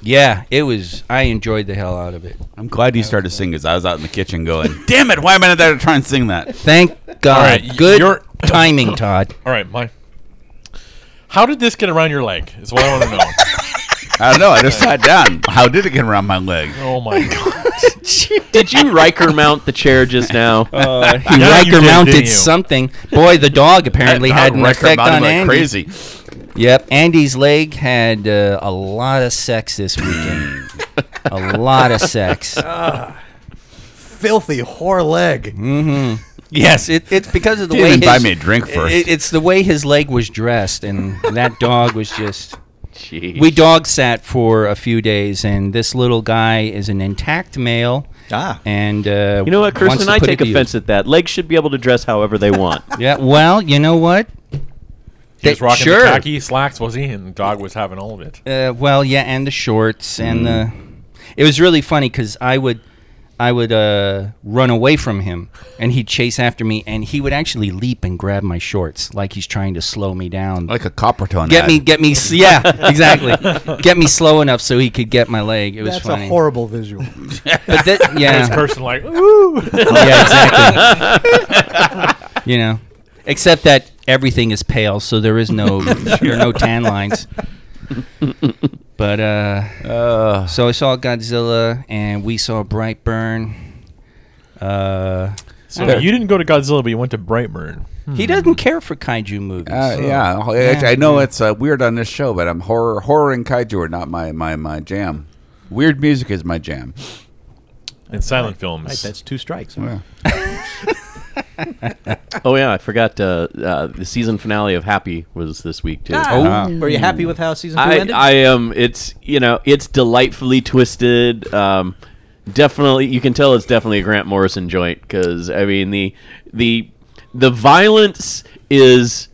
Speaker 4: yeah, it was. I enjoyed the hell out of it.
Speaker 3: I'm glad you started singing because I was out in the kitchen going, damn it, why am I not there to try and sing that?
Speaker 4: Thank God.
Speaker 8: right, y-
Speaker 4: Good
Speaker 8: you're-
Speaker 4: timing, Todd.
Speaker 8: All right, my. How did this get around your leg? Is what I want to know.
Speaker 3: I don't know. I just sat down. How did it get around my leg?
Speaker 8: oh my god!
Speaker 6: Did you Riker mount the chair just now?
Speaker 4: He
Speaker 8: Yeah, you
Speaker 4: Riker
Speaker 8: did, didn't
Speaker 4: mounted
Speaker 8: you?
Speaker 4: something. Boy, the dog apparently
Speaker 3: That
Speaker 4: had an
Speaker 3: record
Speaker 4: effect
Speaker 3: mounted
Speaker 4: on
Speaker 3: like
Speaker 4: Andy.
Speaker 3: crazy.
Speaker 4: Yep, Andy's leg had uh, a lot of sex this weekend. a lot of sex.
Speaker 5: Filthy whore leg.
Speaker 4: Yes, it, it's because of the
Speaker 3: Didn't
Speaker 4: way
Speaker 3: even buy
Speaker 4: his-
Speaker 3: me a drink first.
Speaker 4: it- it's the way his leg was dressed, and that dog was just.
Speaker 6: Jeez.
Speaker 4: We dog sat for a few days, and this little guy is an intact male.
Speaker 5: Ah.
Speaker 4: And uh,
Speaker 6: You know what,
Speaker 4: wants
Speaker 6: Kirsten?
Speaker 4: to
Speaker 6: I
Speaker 4: put it
Speaker 6: take
Speaker 4: to use.
Speaker 6: offense at that. Legs should be able to dress however they want.
Speaker 4: Yeah, well, you know what?
Speaker 8: He was
Speaker 4: They-
Speaker 8: rocking
Speaker 4: sure.
Speaker 8: the khaki slacks, was he? And the dog was having all of it.
Speaker 4: Uh, well, yeah, and the shorts and the. It was really funny because I would, I would uh, run away from him, and he'd chase after me, and he would actually leap and grab my shorts like he's trying to slow me down.
Speaker 3: Like a coppertone.
Speaker 4: get
Speaker 3: ad.
Speaker 4: me, get me, s- yeah, exactly. get me slow enough so he could get my leg. It was
Speaker 5: That's
Speaker 4: funny.
Speaker 5: a horrible visual.
Speaker 4: But that, yeah,
Speaker 8: This person like, ooh,
Speaker 4: yeah, exactly. you know, except that everything is pale, so there is no there are no tan lines. But uh, so I saw Godzilla, and we saw Brightburn. Uh,
Speaker 8: so you didn't go to Godzilla, but you went to Brightburn.
Speaker 4: He doesn't care for kaiju movies.
Speaker 3: Uh, yeah, I, I know it's uh, weird on this show, but I'm horror, horror and kaiju are not my, my, my jam. Weird music is my jam.
Speaker 8: And silent films.
Speaker 5: Right, that's two strikes.
Speaker 6: oh yeah, I forgot. Uh, uh, the season finale of Happy was this week too.
Speaker 3: Uh-huh.
Speaker 5: Ah, were you happy with how season two
Speaker 6: I,
Speaker 5: ended?
Speaker 6: I am. It's you know, it's delightfully twisted. Um, definitely, you can tell it's definitely a Grant Morrison joint because I mean the the the violence is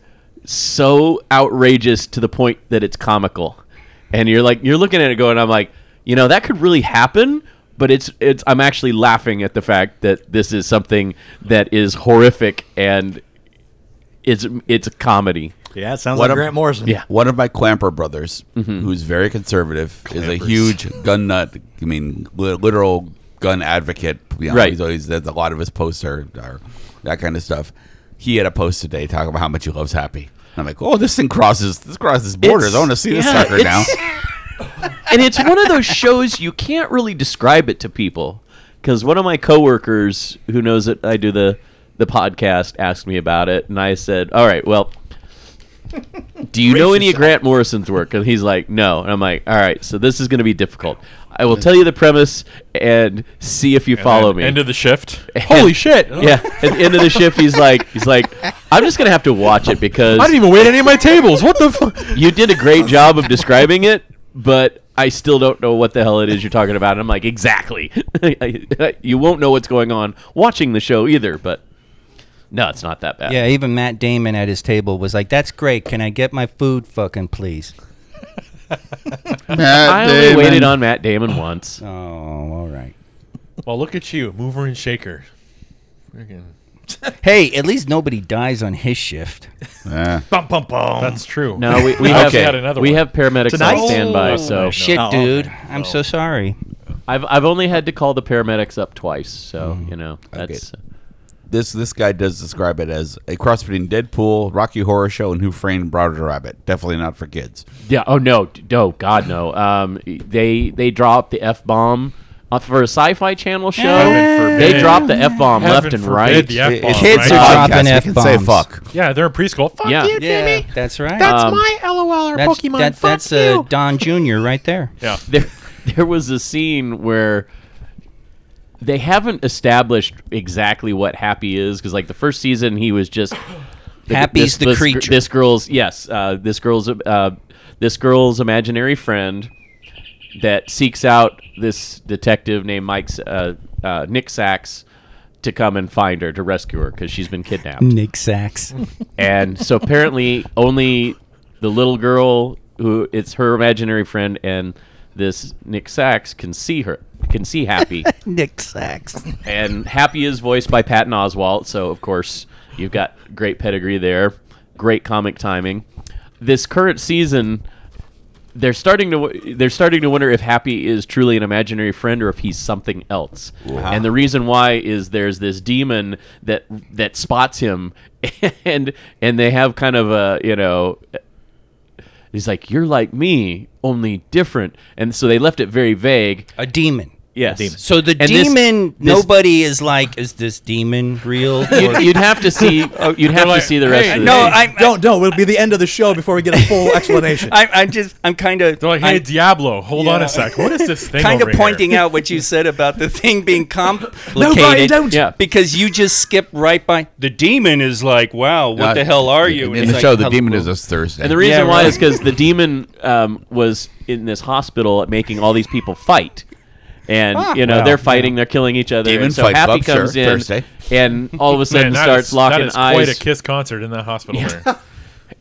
Speaker 6: so outrageous to the point that it's comical, and you're like you're looking at it going, I'm like, you know, that could really happen. But it's it's I'm actually laughing at the fact that this is something that is horrific and it's it's a comedy.
Speaker 5: yeah, it sounds
Speaker 3: What
Speaker 5: like
Speaker 3: a-
Speaker 5: Grant Morrison.
Speaker 6: Yeah. Mm-hmm.
Speaker 3: One of my Clamper brothers, who's very conservative, is a huge gun nut. I mean, li- literal gun advocate. You know,
Speaker 6: Right.
Speaker 3: He's always that's a lot of his posts are, are that kind of stuff. He had a post today talking about how much he loves Happy. And I'm like, oh, this thing crosses this crosses borders. I want to see this
Speaker 6: yeah,
Speaker 3: sucker now.
Speaker 6: it's- and it's one of those shows you can't really describe it to people because one of my coworkers who knows that I do the the podcast asked me about it, and I said, "All right, well." Do you know any of Grant Morrison's work? And he's like, no. And I'm like, all right, so this is going to be difficult. I will tell you the premise and see if you follow me.
Speaker 8: End of the shift. Holy shit!
Speaker 6: Yeah, at the end of the shift, he's like, he's like, I'm just gonna have to watch it because
Speaker 8: I didn't even wait at any of my tables. What the fuck?
Speaker 6: you did a great job of describing it, but I still don't know what the hell it is you're talking about. And I'm like, exactly. you won't know what's going on watching the show either, but no, it's not that bad.
Speaker 4: Yeah, even Matt Damon at his table was like, "That's great. Can I get my food, fucking please?"
Speaker 9: Matt
Speaker 6: I only
Speaker 9: Damon.
Speaker 6: waited on Matt Damon once.
Speaker 4: Oh, all right.
Speaker 8: Well, look at you, mover and shaker. Friggin-
Speaker 4: Hey, at least nobody dies on his shift.
Speaker 9: Yeah.
Speaker 5: Bum, bum, bum.
Speaker 8: That's true.
Speaker 6: No, we, we
Speaker 8: I
Speaker 6: have
Speaker 8: actually had another
Speaker 6: we
Speaker 8: one.
Speaker 6: have paramedics
Speaker 5: Tonight?
Speaker 6: on standby,
Speaker 8: Oh,
Speaker 6: so
Speaker 8: no.
Speaker 4: Shit,
Speaker 5: Oh, okay.
Speaker 4: dude. I'm so sorry.
Speaker 6: I've I've only had to call the paramedics up twice. So
Speaker 8: Mm.
Speaker 6: you know that's uh,
Speaker 3: This this guy does describe it as a cross between Deadpool, Rocky Horror Show, and Who Framed Roger Rabbit. Definitely not for kids.
Speaker 6: Yeah. Oh no. d- No. God no. Um. They they dropped the f bomb uh, for a sci-fi channel show.
Speaker 8: Heaven
Speaker 6: They
Speaker 8: forbid.
Speaker 6: dropped the f bomb
Speaker 8: Heaven
Speaker 6: left and
Speaker 8: forbid
Speaker 6: right.
Speaker 8: the F-bomb,
Speaker 3: It's-
Speaker 8: Kids
Speaker 3: it's
Speaker 8: are
Speaker 3: a podcast.
Speaker 4: dropping
Speaker 3: We can say
Speaker 4: F-bombs.
Speaker 3: fuck.
Speaker 8: Yeah, they're in preschool. Fuck
Speaker 6: Yeah.
Speaker 8: you, Jimmy.
Speaker 4: that's right.
Speaker 8: That's
Speaker 6: Um,
Speaker 8: my LOL or
Speaker 4: that's
Speaker 8: Pokemon.
Speaker 4: that-
Speaker 8: Fuck
Speaker 4: that's
Speaker 8: you.
Speaker 4: uh, Don Jr. right there.
Speaker 8: yeah.
Speaker 6: there there was a scene where they haven't established exactly what Happy is because like the first season he was just
Speaker 4: Happy's the
Speaker 6: this, gr-
Speaker 4: creature.
Speaker 6: This girl's yes, uh, this girl's uh, this girl's imaginary friend that seeks out this detective named Mike S- uh, uh, Nick Sachs to come and find her to rescue her because she's been kidnapped.
Speaker 4: Nick Sachs.
Speaker 6: And so apparently only the little girl who it's her imaginary friend and this Nick Sachs can see her can see Happy.
Speaker 4: Nick Sachs.
Speaker 6: and Happy is voiced by Patton Oswalt, so of course you've got great pedigree there. Great comic timing. This current season they're starting to w- they're starting to wonder if Happy is truly an imaginary friend or if he's something else. And the reason why is there's this demon that that spots him, and and they have kind of a you know. He's like, you're like me, only different, and so they left it very vague.
Speaker 4: A demon.
Speaker 6: Yes.
Speaker 4: So the
Speaker 6: And this-
Speaker 4: demon.
Speaker 6: this-
Speaker 4: nobody is like, is this demon real?
Speaker 6: you'd, you'd have to see. You'd have to see the rest.
Speaker 8: "Hey,
Speaker 6: of the
Speaker 4: no,
Speaker 5: Oh,
Speaker 6: thing.
Speaker 4: I'm.
Speaker 5: don't don't. It'll be the end of the show before we get a full explanation.
Speaker 4: I'm, I'm just. I'm kind of.
Speaker 8: They're like, hey,
Speaker 4: I'm
Speaker 8: Diablo, hold on a sec. What is this thing?
Speaker 4: kind of
Speaker 8: over here?"
Speaker 4: pointing out what you said about the thing being complicated.
Speaker 5: don't.
Speaker 6: Yeah.
Speaker 4: Because you just skip right by. The demon is like, wow, what the hell are you?
Speaker 3: In the show, the demon is this Thursday.
Speaker 6: And the reason
Speaker 4: Yeah,
Speaker 6: why
Speaker 4: right.
Speaker 6: is because the demon um, was in this hospital making all these people fight. And
Speaker 8: Ah,
Speaker 6: you know
Speaker 4: Wow.
Speaker 6: they're fighting, they're killing each other.
Speaker 3: Demon
Speaker 6: and so
Speaker 3: fight
Speaker 6: Happy
Speaker 3: club,
Speaker 6: comes
Speaker 3: sure,
Speaker 6: in,
Speaker 3: Thursday.
Speaker 6: and all of a sudden
Speaker 8: Man, that
Speaker 6: starts
Speaker 8: is-
Speaker 6: locking
Speaker 8: That is
Speaker 6: eyes,
Speaker 8: quite a kiss concert in that hospital there.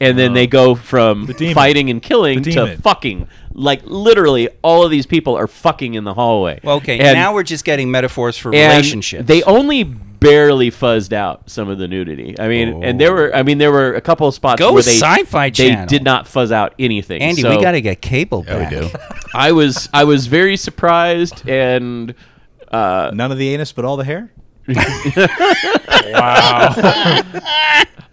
Speaker 6: and then they go from
Speaker 8: demon.
Speaker 6: fighting and killing
Speaker 8: The
Speaker 6: to
Speaker 8: demon.
Speaker 6: fucking. Like literally, all of these people are fucking in the hallway.
Speaker 4: Well, okay,
Speaker 6: and,
Speaker 4: now we're just getting metaphors for
Speaker 6: and
Speaker 4: relationships.
Speaker 6: They only barely fuzzed out some of the nudity. I mean, and there were, I mean, there were a couple of spots
Speaker 4: Oh. Go
Speaker 6: where they
Speaker 4: Sci-Fi
Speaker 6: they
Speaker 4: Channel.
Speaker 6: did not fuzz out anything.
Speaker 4: Andy,
Speaker 6: so-
Speaker 4: we got to get cable
Speaker 3: yeah,
Speaker 4: back.
Speaker 3: we do.
Speaker 6: I was I was very surprised and uh,
Speaker 5: None of the anus, but all the hair.
Speaker 8: Wow.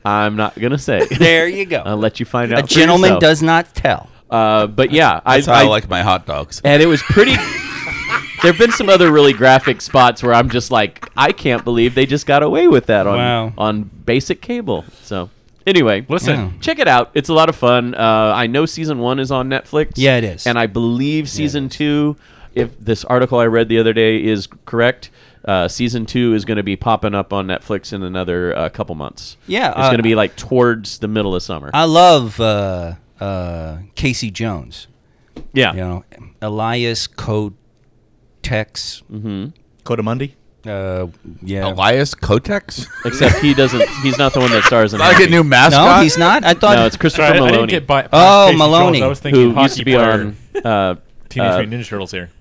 Speaker 6: I'm not gonna say.
Speaker 4: There you go.
Speaker 6: I'll let you find out.
Speaker 4: a gentleman does not tell.
Speaker 6: uh, but yeah, I,
Speaker 3: That's how I,
Speaker 6: I-
Speaker 3: like my hot dogs.
Speaker 6: and it was pretty. there have been some other really graphic spots where I'm just like, I can't believe they just got away with that on
Speaker 4: Wow.
Speaker 6: on basic cable. So anyway,
Speaker 8: Listen,
Speaker 4: Yeah.
Speaker 6: check it out. It's a lot of fun. Uh, I know season one is on Netflix.
Speaker 4: Yeah, it is.
Speaker 6: And I believe season two, if this article I read the other day is correct, uh, season two is going to be popping up on Netflix in another uh, couple months.
Speaker 4: Yeah,
Speaker 6: it's
Speaker 4: uh,
Speaker 6: going to be like towards the middle of summer.
Speaker 4: I love uh, uh, Casey Jones.
Speaker 6: yeah,
Speaker 4: You know, Elias Kotex.
Speaker 5: Codamundi.
Speaker 4: Uh, yeah.
Speaker 3: Elias Kotex?
Speaker 6: except he doesn't. He's not the one that stars in.
Speaker 3: I get
Speaker 6: Happy.
Speaker 3: new mascot.
Speaker 4: no, he's not. I thought.
Speaker 6: No, it's Christopher
Speaker 8: Sorry, I- I,
Speaker 6: Maloney.
Speaker 8: didn't get by,
Speaker 4: Oh,
Speaker 8: Casey Jones.
Speaker 4: Maloney,
Speaker 8: I was thinking
Speaker 6: who
Speaker 8: hockey
Speaker 6: used to be
Speaker 8: player,
Speaker 6: on uh,
Speaker 8: Teenage
Speaker 6: uh,
Speaker 8: Mutant Ninja Turtles here.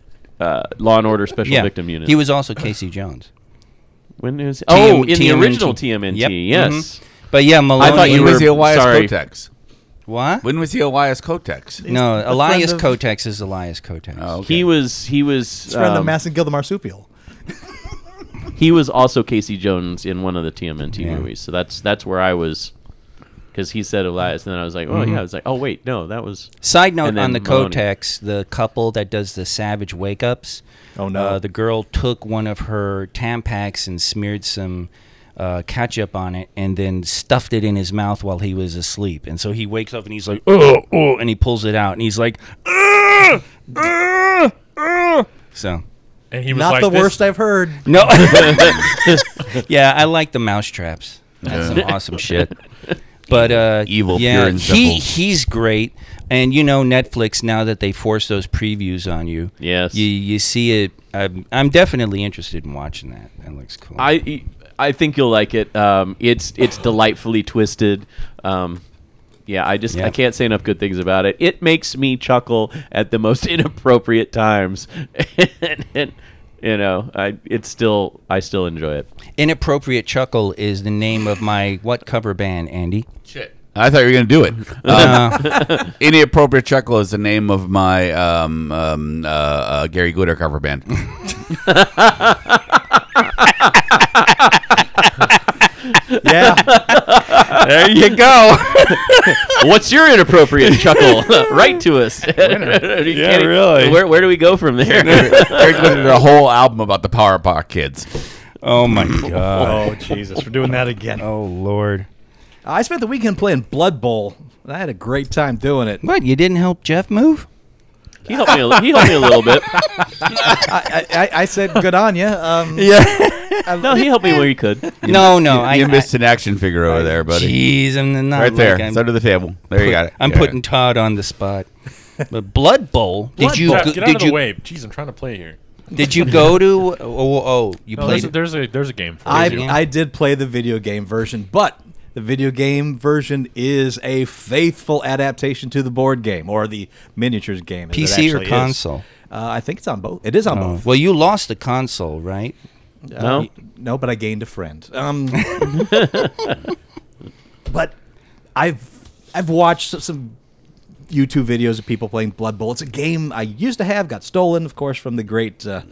Speaker 6: uh, Law and Order Special
Speaker 4: yeah.
Speaker 6: Victim Unit.
Speaker 4: He was also Casey Jones.
Speaker 6: when is oh in the
Speaker 4: TMNT.
Speaker 6: original TMNT.
Speaker 4: Yep. Mm-hmm.
Speaker 6: Yes,
Speaker 4: But yeah, Maloney.
Speaker 6: I thought you
Speaker 3: when was he
Speaker 6: were-
Speaker 3: Elias
Speaker 6: sorry.
Speaker 3: Kotex?
Speaker 4: What?
Speaker 3: When was he Elias Kotex?
Speaker 4: No, Elias
Speaker 5: of-
Speaker 4: Kotex is Elias Kotex.
Speaker 3: Oh, okay.
Speaker 6: he was. He was.
Speaker 5: Friend of
Speaker 6: um,
Speaker 5: Mass and Kill the Marsupial.
Speaker 6: he was also Casey Jones in one of the TMNT movies. So that's that's where I was because he said Elias, and then I was like, oh yeah, I was like, oh wait, no, that was
Speaker 4: Side note
Speaker 6: And
Speaker 4: on
Speaker 6: then
Speaker 4: the
Speaker 6: Maloney.
Speaker 4: Kotex, the couple that does the savage wake ups.
Speaker 5: Oh, no.
Speaker 4: Uh, the girl took one of her Tampax and smeared some uh, ketchup on it, and then stuffed it in his mouth while he was asleep. And so he wakes up and he's like, "Oh, oh!" and he pulls it out, and he's like, "Ah, ah, ah." So
Speaker 8: And he was
Speaker 5: Not
Speaker 8: like,
Speaker 5: the
Speaker 8: this-
Speaker 5: worst I've heard.
Speaker 4: no, yeah, I like the mousetraps. That's some awesome shit. But uh,
Speaker 3: Evil,
Speaker 4: yeah,
Speaker 3: pure and simple.
Speaker 4: he he's great. And you know Netflix now that they force those previews on you.
Speaker 6: Yes.
Speaker 4: you you see it. I'm, I'm definitely interested in watching that. That looks cool.
Speaker 6: I I think you'll like it. Um, it's it's delightfully twisted. Um, yeah, I just
Speaker 4: Yeah.
Speaker 6: I can't say enough good things about it. It makes me chuckle at the most inappropriate times, and, and, you know, I it's still I still enjoy it.
Speaker 4: Inappropriate chuckle is the name of my what cover band, Andy. Uh,
Speaker 3: I thought you were gonna do it. Um, Inappropriate chuckle is the name of my um, um, uh, uh, Gary Glitter cover band.
Speaker 5: Yeah.
Speaker 6: There you go. What's your inappropriate chuckle? Write to us. yeah,
Speaker 4: really.
Speaker 6: Where, where do we go from there?
Speaker 3: Gary Glitter did a whole album about the Power Paw Kids.
Speaker 4: Oh my god!
Speaker 5: oh Jesus, we're doing that again.
Speaker 4: Oh lord!
Speaker 5: I spent the weekend playing Blood Bowl. and I had a great time doing it.
Speaker 4: What you didn't help Jeff move?
Speaker 6: he helped me. A, li- he helped me a little bit.
Speaker 5: I, I, I said, "Good on you." Um,
Speaker 6: No, he helped me where he could.
Speaker 4: no, no, I,
Speaker 3: you
Speaker 4: I-
Speaker 3: missed an action figure over there, buddy.
Speaker 4: Jeez, I'm not
Speaker 3: Right
Speaker 4: like
Speaker 3: there,
Speaker 4: I'm-
Speaker 3: it's under the table. There you got it.
Speaker 4: I'm
Speaker 3: Yeah.
Speaker 4: putting Todd on the spot. But Blood Bowl, did you
Speaker 8: Jeff,
Speaker 4: go,
Speaker 8: get out of
Speaker 4: did
Speaker 8: the
Speaker 4: you
Speaker 8: way. Jeez, I'm trying to play here.
Speaker 4: did you go to oh, oh, oh you
Speaker 8: No,
Speaker 4: played
Speaker 8: there's, a,
Speaker 4: it?
Speaker 8: there's a there's a game for
Speaker 5: I
Speaker 8: you.
Speaker 4: Yeah.
Speaker 5: I did play the video game version, but the video game version is a faithful adaptation to the board game or the miniatures game. as it
Speaker 4: PC or
Speaker 5: actually is.
Speaker 4: console? Oh.
Speaker 5: Uh, I think it's on both. It is on both.
Speaker 4: Well, you lost the console, right?
Speaker 6: No,
Speaker 5: No, but I gained a friend. Um, but I've I've watched some- some YouTube videos of people playing Blood Bowl. It's a game I used to have, got stolen, of course, from the great uh,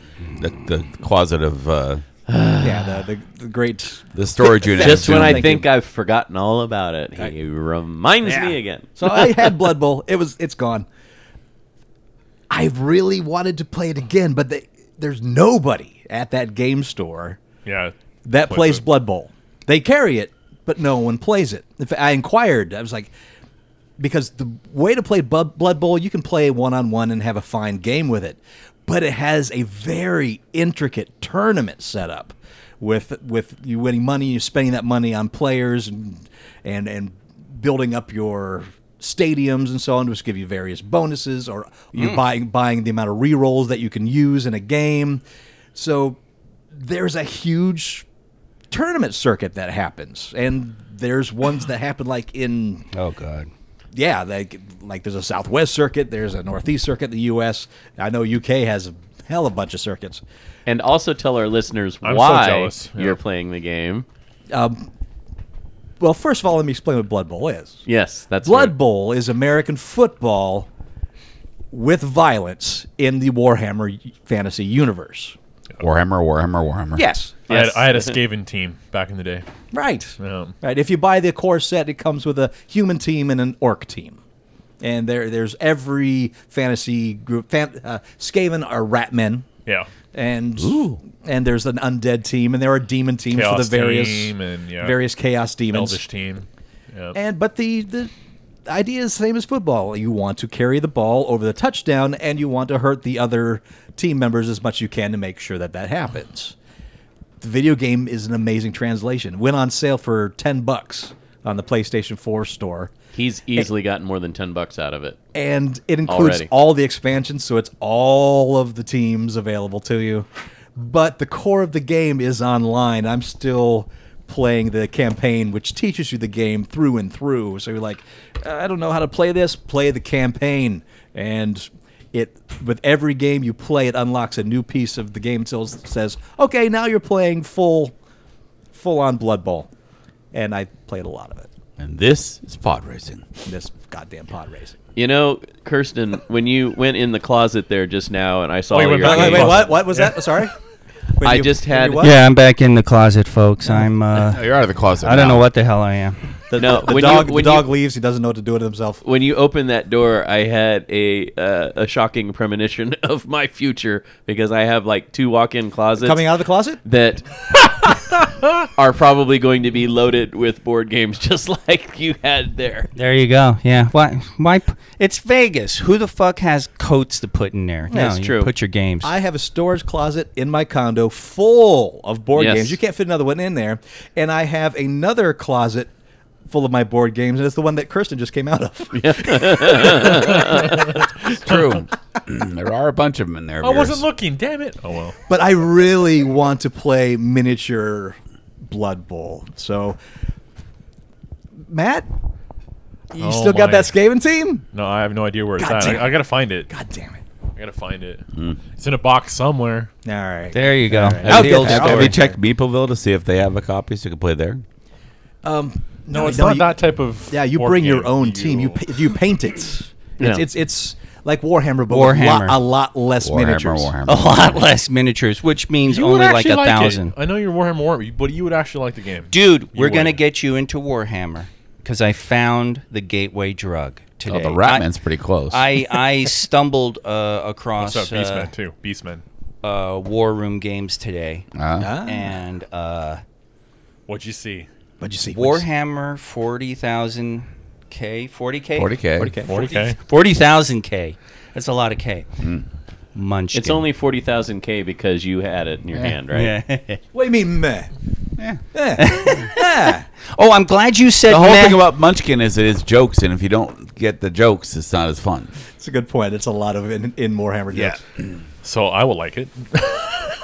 Speaker 3: the, the closet of uh,
Speaker 5: yeah the, the, the great
Speaker 3: the storage unit.
Speaker 6: just when I
Speaker 5: Thank
Speaker 6: think
Speaker 5: you.
Speaker 6: I've forgotten all about it, he reminds me again.
Speaker 5: So I had Blood Bowl. It was it's gone. I really wanted to play it again, but they, there's nobody at that game store
Speaker 8: Yeah.
Speaker 5: that
Speaker 8: Play
Speaker 5: plays
Speaker 8: Blood.
Speaker 5: Blood Bowl. They carry it, but no one plays it. If I inquired, I was like, because the way to play Bu- Blood Bowl, you can play one on one and have a fine game with it, but it has a very intricate tournament setup with with you winning money, you spending that money on players and and and building up your stadiums and so on, which give you various bonuses, or you buying buying the amount of re rolls that you can use in a game. So there's a huge tournament circuit that happens and there's ones that happen like in
Speaker 4: Oh God!
Speaker 5: yeah like like there's a southwest circuit there's a northeast circuit in the us i know uk has a hell of a bunch of circuits
Speaker 6: And also tell our listeners
Speaker 8: I'm so
Speaker 6: why
Speaker 8: jealous.
Speaker 6: you're playing the game.
Speaker 5: well first of all let me explain what blood bowl is
Speaker 6: Yes, that's
Speaker 5: blood
Speaker 6: right.
Speaker 5: bowl is american football with violence in the warhammer fantasy universe
Speaker 3: Warhammer, Warhammer, Warhammer.
Speaker 5: yes
Speaker 8: I had,
Speaker 6: Yes.
Speaker 8: I had a Skaven team back in the day. Um,
Speaker 5: Right.
Speaker 8: Yeah.
Speaker 5: Right. If you buy the core set, it comes with a human team and an orc team. And there, there's every fantasy group. Fan, uh, Skaven are rat men,
Speaker 8: Yeah.
Speaker 5: and and there's an undead team, and there are demon teams for
Speaker 8: Chaos
Speaker 5: the various
Speaker 8: team and, yeah.
Speaker 5: various chaos demons.
Speaker 8: Elvish team. Yeah.
Speaker 5: And but the the idea is the same as football. You want to carry the ball over the touchdown, and you want to hurt the other team members as much as you can to make sure that that happens. The video game is an amazing translation. Went on sale for ten bucks on the PlayStation Four store,
Speaker 6: He's easily gotten more than ten bucks out of it.
Speaker 5: and it includes
Speaker 6: Already.
Speaker 5: all the expansions, so it's all of the teams available to you. But the core of the game is online. I'm still playing the campaign, which teaches you the game through and through. So you're like, I don't know how to play this. Play the campaign, and it with every game you play, it unlocks a new piece of the game until it says, okay, now you're playing full, full on Blood Bowl, and I played a lot of it.
Speaker 3: And this is pod racing.
Speaker 5: in This goddamn pod racing.
Speaker 6: You know, Kirsten, when you went in the closet there just now, and I saw
Speaker 8: you
Speaker 6: your
Speaker 8: went back
Speaker 5: Wait,
Speaker 8: in
Speaker 6: game-
Speaker 8: the
Speaker 5: wait, what?
Speaker 8: Awesome.
Speaker 5: What was that? Sorry. Wait,
Speaker 6: I just
Speaker 5: wait,
Speaker 6: had-
Speaker 5: what?
Speaker 4: Yeah, I'm back in the closet, folks. I'm. Uh,
Speaker 3: you're out of the closet.
Speaker 4: I don't know what the hell I am.
Speaker 6: The, no,
Speaker 5: The
Speaker 6: when
Speaker 5: dog,
Speaker 6: you, when
Speaker 5: the dog
Speaker 6: you,
Speaker 5: leaves. He doesn't know what to do with himself.
Speaker 6: when you opened that door, I had a uh, a shocking premonition of my future because I have like two walk-in closets
Speaker 5: Coming out of the closet?
Speaker 6: that are probably going to be loaded with board games, just like you had there.
Speaker 4: There you go. Yeah. Why? Why? p- It's Vegas. Who the fuck has coats to put in there?
Speaker 6: That's
Speaker 4: no, you
Speaker 6: true.
Speaker 4: Put your games.
Speaker 5: I have a storage closet in my condo full of board
Speaker 6: Yes.
Speaker 5: games. You can't fit another one in there. And I have another closet full of my board games, and it's the one that Kirsten just came out of.
Speaker 3: True. there are a bunch of them in there.
Speaker 8: I wasn't
Speaker 3: Beers.
Speaker 8: looking. Damn it. Oh well.
Speaker 5: But I really want to play miniature Blood Bowl. So, Matt, you
Speaker 8: Oh
Speaker 5: still got
Speaker 8: my.
Speaker 5: that Skaven team?
Speaker 8: No, I have no idea where it's
Speaker 5: God
Speaker 8: at.
Speaker 5: damn it.
Speaker 8: I, I gotta find it.
Speaker 5: God damn it.
Speaker 8: I gotta find it. It's in a box somewhere.
Speaker 5: All right.
Speaker 4: there you go.
Speaker 5: I'll
Speaker 4: The
Speaker 5: get
Speaker 4: old
Speaker 5: that.
Speaker 3: Have,
Speaker 5: I'll
Speaker 3: have
Speaker 4: story.
Speaker 3: you checked Meepleville to see if they have a copy so you can play there?
Speaker 5: Um,
Speaker 8: No, it's
Speaker 5: no,
Speaker 8: not
Speaker 5: you-
Speaker 8: that type of.
Speaker 5: yeah, you
Speaker 8: board
Speaker 5: bring your
Speaker 8: game.
Speaker 5: own team. You pa- you paint it. It's,
Speaker 6: Yeah.
Speaker 5: it's it's like Warhammer, but with
Speaker 4: Warhammer.
Speaker 5: A, lot, a lot less miniatures.
Speaker 3: Warhammer.
Speaker 4: a lot less miniatures, which means
Speaker 8: You would
Speaker 4: only like
Speaker 8: actually
Speaker 4: a
Speaker 8: like it.
Speaker 4: thousand.
Speaker 8: I know you're Warhammer, Warhammer, but you would actually like the game,
Speaker 4: Dude, we're
Speaker 8: would.
Speaker 4: gonna get you into Warhammer because I found the gateway drug today.
Speaker 3: Oh, the
Speaker 4: I-
Speaker 3: Ratman's pretty close.
Speaker 4: I, I stumbled uh, across
Speaker 8: What's up,
Speaker 4: uh,
Speaker 8: Beastmen too? Beastmen.
Speaker 4: uh, War Room Games today,
Speaker 3: uh,
Speaker 5: Ah.
Speaker 4: and uh,
Speaker 8: What'd you see?
Speaker 5: What'd you see?
Speaker 4: Warhammer forty thousand k, forty k,
Speaker 3: 40K.
Speaker 8: 40k.
Speaker 4: forty thousand k. That's a lot of k.
Speaker 3: Hmm.
Speaker 4: Munchkin.
Speaker 6: It's only forty thousand K because you had it in your hand, right?
Speaker 4: Yeah.
Speaker 5: What do you mean, meh?
Speaker 3: Yeah.
Speaker 5: Eh. Eh.
Speaker 4: oh, I'm glad you said
Speaker 3: The whole
Speaker 4: meh.
Speaker 3: thing about Munchkin is it is jokes, and if you don't get the jokes, it's not as fun.
Speaker 5: It's a good point. It's a lot of in, in Warhammer jokes.
Speaker 8: So I will like it.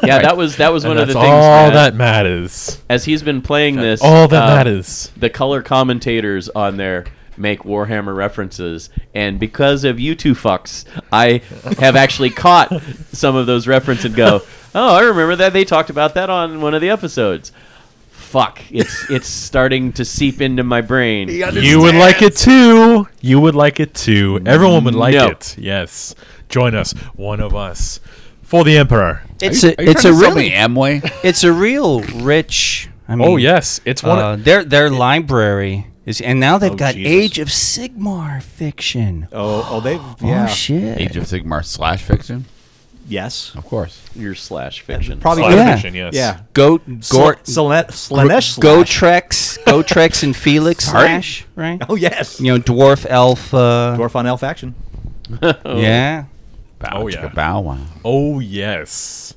Speaker 6: Yeah, that was that was one of
Speaker 8: That's
Speaker 6: the things.
Speaker 8: all
Speaker 6: Matt.
Speaker 8: that matters.
Speaker 6: as he's been playing this,
Speaker 8: All that
Speaker 6: um,
Speaker 8: matters.
Speaker 6: the color commentators on there make Warhammer references, and because of you two fucks, I have actually caught some of those references and go, "Oh, I remember that. They talked about that on one of the episodes." Fuck, it's it's starting to seep into my brain.
Speaker 8: You would like it too. You would like it too. Everyone would like
Speaker 6: No.
Speaker 8: it. Yes. Join us, one of us, for the Emperor.
Speaker 4: it's
Speaker 3: Are you
Speaker 4: a it's a
Speaker 3: trying to sell
Speaker 4: really
Speaker 3: me Amway.
Speaker 4: it's a real rich. I mean,
Speaker 8: Oh yes, it's one.
Speaker 4: Uh,
Speaker 8: of
Speaker 4: their their library is, and now they've got
Speaker 8: Jesus.
Speaker 4: Age of Sigmar fiction.
Speaker 5: Oh, oh, they've yeah,
Speaker 4: Oh shit!
Speaker 3: Age of Sigmar slash fiction,
Speaker 5: yes,
Speaker 3: of course.
Speaker 6: your slash fiction.
Speaker 5: probably
Speaker 8: Science
Speaker 4: yeah.
Speaker 8: fiction, yes. Oh,
Speaker 5: yeah.
Speaker 4: Goat
Speaker 5: Gor-
Speaker 4: Gort
Speaker 5: Slanesh,
Speaker 4: Go
Speaker 5: Slash.
Speaker 4: Trex, Go Trex and Felix Slash, right?
Speaker 5: Oh yes,
Speaker 4: You know, dwarf elf. Uh,
Speaker 5: dwarf on elf action.
Speaker 4: Yeah.
Speaker 8: Oh yeah.
Speaker 3: Bow wow.
Speaker 8: Oh yes.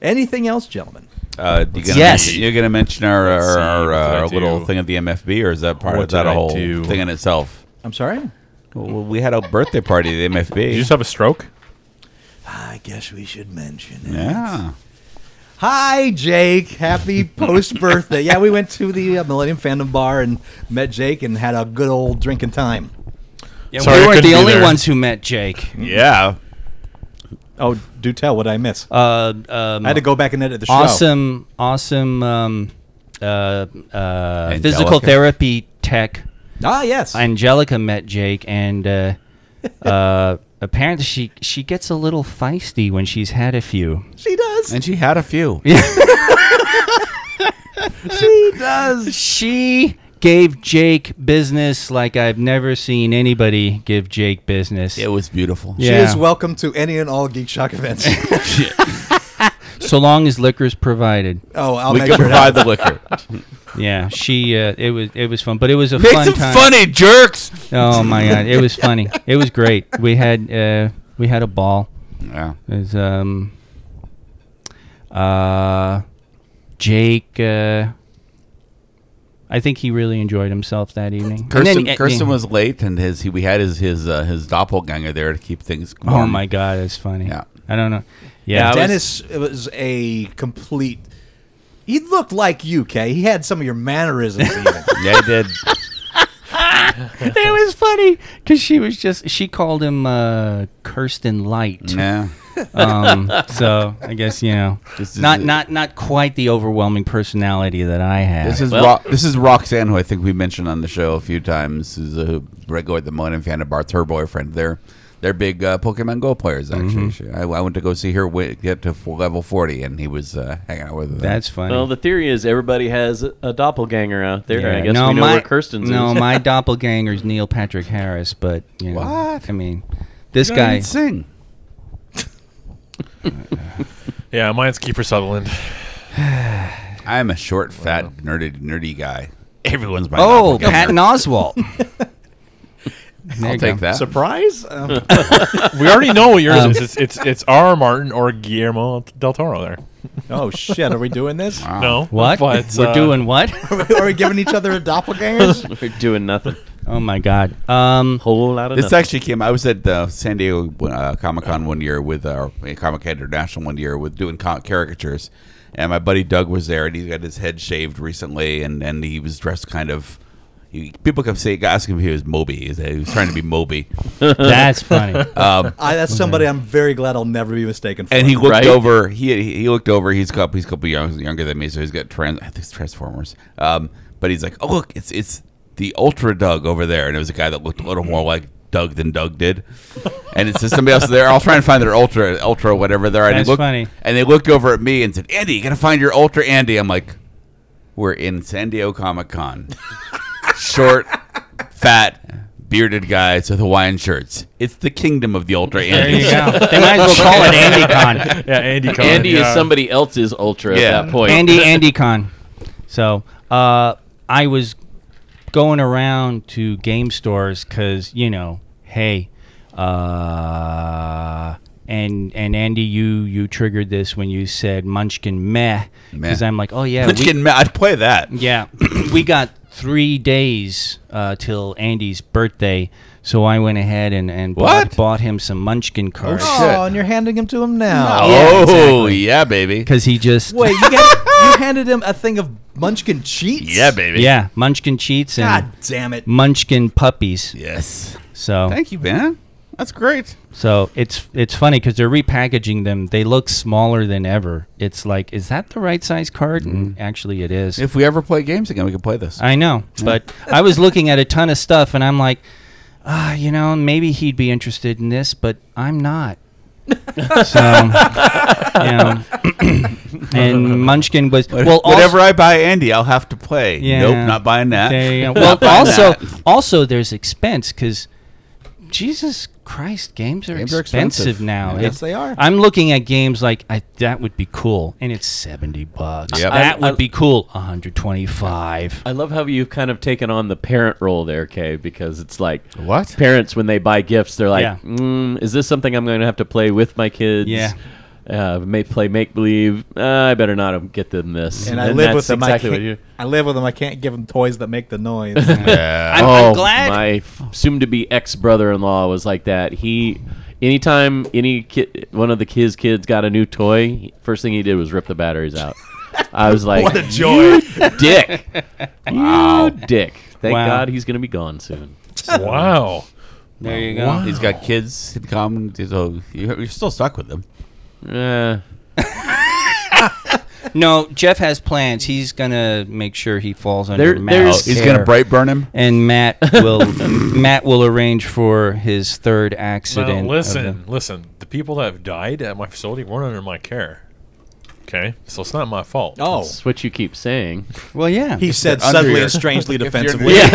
Speaker 5: Anything else, gentlemen?
Speaker 3: Uh, you gonna
Speaker 4: Yes.
Speaker 3: mention- you're going to mention our
Speaker 8: Let's see,
Speaker 3: our, our,
Speaker 8: what did
Speaker 3: uh,
Speaker 8: I
Speaker 3: our little
Speaker 8: do?
Speaker 3: thing at the MFB, or is that part
Speaker 8: What
Speaker 3: of that
Speaker 8: did
Speaker 3: a
Speaker 8: I
Speaker 3: whole
Speaker 8: do?
Speaker 3: thing in itself?
Speaker 5: I'm sorry.
Speaker 3: Well, we had a birthday party at the MFB.
Speaker 8: Did you just have a stroke?
Speaker 5: I guess we should mention. It.
Speaker 3: yeah.
Speaker 5: Hi, Jake. Happy post birthday. yeah, we went to the uh, Millennium Fandom Bar and met Jake and had a good old drinking time.
Speaker 4: yeah
Speaker 8: Sorry, I
Speaker 4: we weren't
Speaker 8: couldn't
Speaker 4: the
Speaker 8: be
Speaker 4: only
Speaker 8: there. Hmm.
Speaker 4: ones who met Jake.
Speaker 3: Yeah.
Speaker 5: Oh, do tell what I miss.
Speaker 4: Uh, um,
Speaker 5: I had to go back and edit the show.
Speaker 4: awesome, awesome um, uh, uh, physical
Speaker 3: Angelica.
Speaker 4: therapy tech.
Speaker 5: Ah, yes.
Speaker 4: Angelica met Jake, and uh, uh, apparently she she gets a little feisty when she's had a few.
Speaker 5: she does.
Speaker 3: And she had a few.
Speaker 5: She does.
Speaker 4: She gave Jake business like I've never seen anybody give Jake business.
Speaker 3: It was beautiful.
Speaker 4: Yeah.
Speaker 5: She is welcome to any and all Geek Shock events.
Speaker 4: so long as liquor's provided.
Speaker 5: oh, I'll
Speaker 3: We
Speaker 5: make
Speaker 3: can
Speaker 5: sure.
Speaker 3: provide the liquor.
Speaker 4: Yeah, she. Uh, it was it was fun, but it was a
Speaker 3: Make
Speaker 4: fun
Speaker 3: some
Speaker 4: time.
Speaker 3: funny jerks.
Speaker 4: Oh my god, it was funny. It was great. We had uh, we had a ball.
Speaker 3: Yeah.
Speaker 4: There's um uh Jake uh I think he really enjoyed himself that evening. And then-
Speaker 3: Kirsten,
Speaker 4: uh,
Speaker 3: Kirsten
Speaker 4: yeah.
Speaker 3: was late, and his he, we had his his uh, his doppelganger there to keep things.
Speaker 4: Oh
Speaker 3: warm.
Speaker 4: my god, it's funny.
Speaker 3: Yeah.
Speaker 4: I don't know. Yeah.
Speaker 6: I was-
Speaker 5: Dennis was, a complete. He looked like you, Kay. He had some of your mannerisms. Even.
Speaker 3: Yeah, he did.
Speaker 4: it was funny cuz she was just she called him uh Kirsten Light.
Speaker 3: yeah.
Speaker 4: Um so I guess you know
Speaker 3: This is
Speaker 4: not
Speaker 3: a-
Speaker 4: not not quite the overwhelming personality that I have.
Speaker 3: This is
Speaker 6: Well-
Speaker 3: Ro- this is Roxanne, who I think we mentioned on the show a few times. Is a regular at the Millennium Fan Bar. It's her boyfriend there. They're big uh, Pokemon Go players,
Speaker 4: Mm-hmm.
Speaker 3: actually. She- I, I went to go see her wi- get to full level 40, and he was uh, hanging out with her.
Speaker 4: That's funny.
Speaker 6: Well, the theory is everybody has a doppelganger out there.
Speaker 4: Yeah.
Speaker 6: I guess we know where Kirsten's
Speaker 4: no,
Speaker 6: is.
Speaker 4: my doppelganger's Neil Patrick Harris, but you know,
Speaker 3: What?
Speaker 4: I mean, this
Speaker 3: You don't even
Speaker 4: guy.
Speaker 3: sing.
Speaker 8: Yeah, mine's Kiefer Sutherland.
Speaker 3: I'm a short, fat, nerdy, nerdy guy. Everyone's my
Speaker 4: Oh,
Speaker 3: doppelganger.
Speaker 4: Patton Oswalt. There
Speaker 3: I'll
Speaker 4: you
Speaker 3: take
Speaker 4: go.
Speaker 3: that.
Speaker 5: Surprise? Um,
Speaker 8: We already know what yours
Speaker 4: Um,
Speaker 8: is. It's, it's it's R. Martin or Guillermo del Toro. There.
Speaker 5: oh shit! Are we doing this?
Speaker 3: Wow.
Speaker 8: No.
Speaker 4: Uh, What?
Speaker 8: But,
Speaker 4: We're
Speaker 8: uh,
Speaker 4: doing what?
Speaker 5: Are we giving each other doppelgangers?
Speaker 6: We're doing nothing.
Speaker 4: oh my God. Um,
Speaker 6: Whole lot of
Speaker 3: This
Speaker 6: nothing.
Speaker 3: actually came. I was at uh, San Diego uh, Comic Con one year with uh, Comic Con International one year with doing co- caricatures, and my buddy Doug was there, and he got his head shaved recently, and and he was dressed kind of. He, people kept saying, asking if he was Moby. He said He was trying to be Moby,
Speaker 6: Uh,
Speaker 4: that's funny.
Speaker 5: I, that's somebody I'm very glad I'll never be mistaken for.
Speaker 3: and he looked
Speaker 6: Right.
Speaker 3: over. He he looked over. He's a couple. He's a couple young, younger than me, so he's got trans. I think it's Transformers. Um, but he's like, oh look, it's it's the Ultra Doug over there, and it was a guy that looked a little more like Doug than Doug did. And it's just somebody else there. I'll try and find their Ultra Ultra whatever there. And
Speaker 4: That's
Speaker 3: they looked,
Speaker 4: funny.
Speaker 3: And they looked over at me and said, Andy, you gotta find your Ultra Andy. I'm like, we're in San Diego Comic Con. Short, fat. Bearded guys with Hawaiian shirts. It's the kingdom of the Ultra
Speaker 4: there you
Speaker 3: Andes.
Speaker 4: go. They might as well call it AndyCon.
Speaker 8: Yeah, Andy. Cohen,
Speaker 6: Andy
Speaker 8: yeah.
Speaker 6: is somebody else's ultra
Speaker 3: Yeah.
Speaker 6: at that point.
Speaker 4: Andy AndyCon. So uh, I was going around to game stores because you know, hey, uh, and and Andy, you you triggered this when you said Munchkin meh
Speaker 3: Meh.
Speaker 4: because I'm like, oh yeah,
Speaker 3: Let's
Speaker 4: we-
Speaker 3: get ma- I'd play that.
Speaker 4: yeah, we got three days uh, till Andy's birthday, so I went ahead and and bought,
Speaker 3: What?
Speaker 4: bought him some Munchkin cards
Speaker 5: oh, and you're handing him to him now.
Speaker 3: Oh yeah, baby.
Speaker 4: because he just
Speaker 5: Wait, you, got, you handed him a thing of Munchkin cheats?
Speaker 3: Yeah, baby.
Speaker 4: yeah Munchkin cheats and
Speaker 5: God damn it!
Speaker 4: Munchkin puppies.
Speaker 3: Yes.
Speaker 4: So
Speaker 3: Thank you, man. That's great.
Speaker 4: So it's it's funny because they're repackaging them. They look smaller than ever. It's like, is that the right size card? And actually, it is.
Speaker 3: If we ever play games again, we can play
Speaker 8: Uh,
Speaker 3: this.
Speaker 4: I know, but I was looking at a ton of stuff, and I'm like, ah, you know, maybe he'd be interested in this, but I'm not. so, you know, and Munchkin was well. also-
Speaker 3: Whatever I buy, Andy, I'll have to play. Nope, not buying that.
Speaker 4: there you go.
Speaker 3: Not
Speaker 4: Well,
Speaker 3: buying
Speaker 4: also,
Speaker 3: that.
Speaker 4: also there's expense because Jesus Christ, games are,
Speaker 3: Games are
Speaker 4: expensive,
Speaker 3: expensive.
Speaker 4: now.
Speaker 3: Yeah.
Speaker 5: Yes, they are.
Speaker 4: I'm looking at games like I, that would be cool, and it's seventy bucks.
Speaker 3: Yep.
Speaker 4: That
Speaker 6: I-
Speaker 4: would
Speaker 6: I-
Speaker 4: be cool. One hundred twenty-five.
Speaker 6: I love how you've kind of taken on the parent role there, Kay, because it's like
Speaker 3: What?
Speaker 6: parents when they buy gifts, they're like,
Speaker 4: Yeah.
Speaker 6: mm, "Is this something I'm going to have to play with my kids?
Speaker 4: Yeah.
Speaker 6: uh, may play make believe. Uh, I better not um, get them this."
Speaker 5: And I live with
Speaker 6: that's
Speaker 5: them.
Speaker 6: Exactly
Speaker 5: I,
Speaker 6: what
Speaker 5: can't,
Speaker 6: you.
Speaker 5: I live with them. I can't give them toys that make the noise.
Speaker 4: I'm,
Speaker 6: oh,
Speaker 4: I'm glad.
Speaker 6: my f- soon-to-be ex-brother-in-law was like that. He, anytime any kid, one of the his kids got a new toy, he- first thing he did was rip the batteries out. I was like,
Speaker 5: what a joy!
Speaker 6: dick, you dick. Thank
Speaker 4: Wow.
Speaker 6: God he's going to be gone soon.
Speaker 8: Wow.
Speaker 4: there you go.
Speaker 3: He's got kids in common, so you- you're still stuck with them.
Speaker 6: Uh,
Speaker 4: No, Jeff has plans. He's gonna make sure he falls under
Speaker 6: There-
Speaker 4: Matt's
Speaker 6: there's-
Speaker 3: Oh, He's
Speaker 4: care.
Speaker 3: gonna bright burn him.
Speaker 4: and Matt will Matt will arrange for his third accident.
Speaker 8: Now,
Speaker 4: of
Speaker 8: listen,
Speaker 4: the-
Speaker 8: listen. The people that have died at my facility weren't under my care. Okay, so it's not my fault.
Speaker 5: Oh,
Speaker 6: That's what you keep saying.
Speaker 4: Well, yeah.
Speaker 5: he said
Speaker 3: under
Speaker 5: suddenly
Speaker 3: your-
Speaker 5: and strangely defensively.
Speaker 3: Yeah.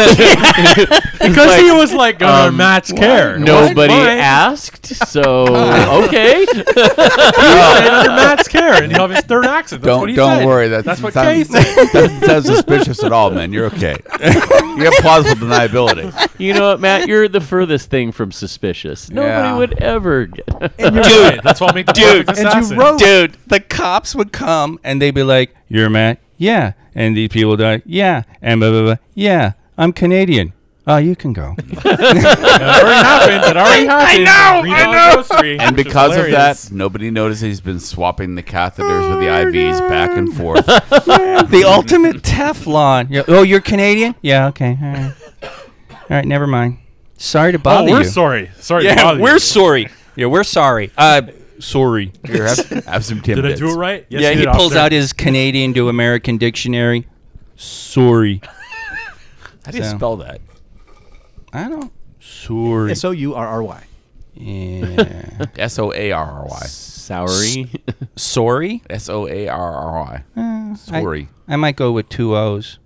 Speaker 8: because he was like under
Speaker 4: um,
Speaker 8: Matt's care.
Speaker 6: Nobody
Speaker 8: It wasn't mine.
Speaker 6: asked, so okay.
Speaker 8: He was under Matt's care, and he'll have his third accident. That's what
Speaker 3: Don't
Speaker 8: he
Speaker 3: don't
Speaker 8: said.
Speaker 3: worry. That's,
Speaker 8: That's what
Speaker 3: sound-
Speaker 8: Kay said.
Speaker 3: Doesn't sound suspicious at all, man. You're okay. you have plausible deniability.
Speaker 6: you know what, Matt? You're the furthest thing from suspicious.
Speaker 3: Yeah.
Speaker 6: Nobody would ever get.
Speaker 8: Dude, that's why I make the
Speaker 4: Dude,
Speaker 8: perfect assassin.
Speaker 4: dude, the cops would come and they'd be like, "You're Matt, yeah," and these people would be like, "Yeah," and blah blah blah, "Yeah, I'm Canadian." Oh, you can go.
Speaker 8: That already happened. It already happened. I know. I know. Grocery,
Speaker 3: And
Speaker 8: which is
Speaker 3: because of
Speaker 8: hilarious.
Speaker 3: that, nobody noticed he's been swapping the catheters with the IVs back and forth. the
Speaker 4: Ultimate Teflon. Yeah, oh, you're Canadian? Yeah. Okay. All right. All right. Never mind. Sorry to
Speaker 8: Oh,
Speaker 4: bother
Speaker 8: we're
Speaker 4: you.
Speaker 8: sorry. Sorry. to
Speaker 4: Yeah,
Speaker 8: bother
Speaker 4: we're
Speaker 8: you.
Speaker 4: sorry. Yeah, we're sorry. Uh, sorry.
Speaker 3: Here, have, have some Timbits.
Speaker 8: Did I do it right? Yes,
Speaker 4: yeah,
Speaker 8: you
Speaker 4: he
Speaker 8: did,
Speaker 4: pulls
Speaker 8: officer.
Speaker 4: out his Canadian to American dictionary. Sorry.
Speaker 3: How do you
Speaker 4: So-
Speaker 3: spell that?
Speaker 4: I don't. Sorry.
Speaker 5: S O U R R Y.
Speaker 4: Yeah.
Speaker 3: S O A R R Y.
Speaker 6: Soury.
Speaker 4: Sorry.
Speaker 3: S O A R R Y.
Speaker 4: I-
Speaker 3: Sorry.
Speaker 4: I, might go with two O's.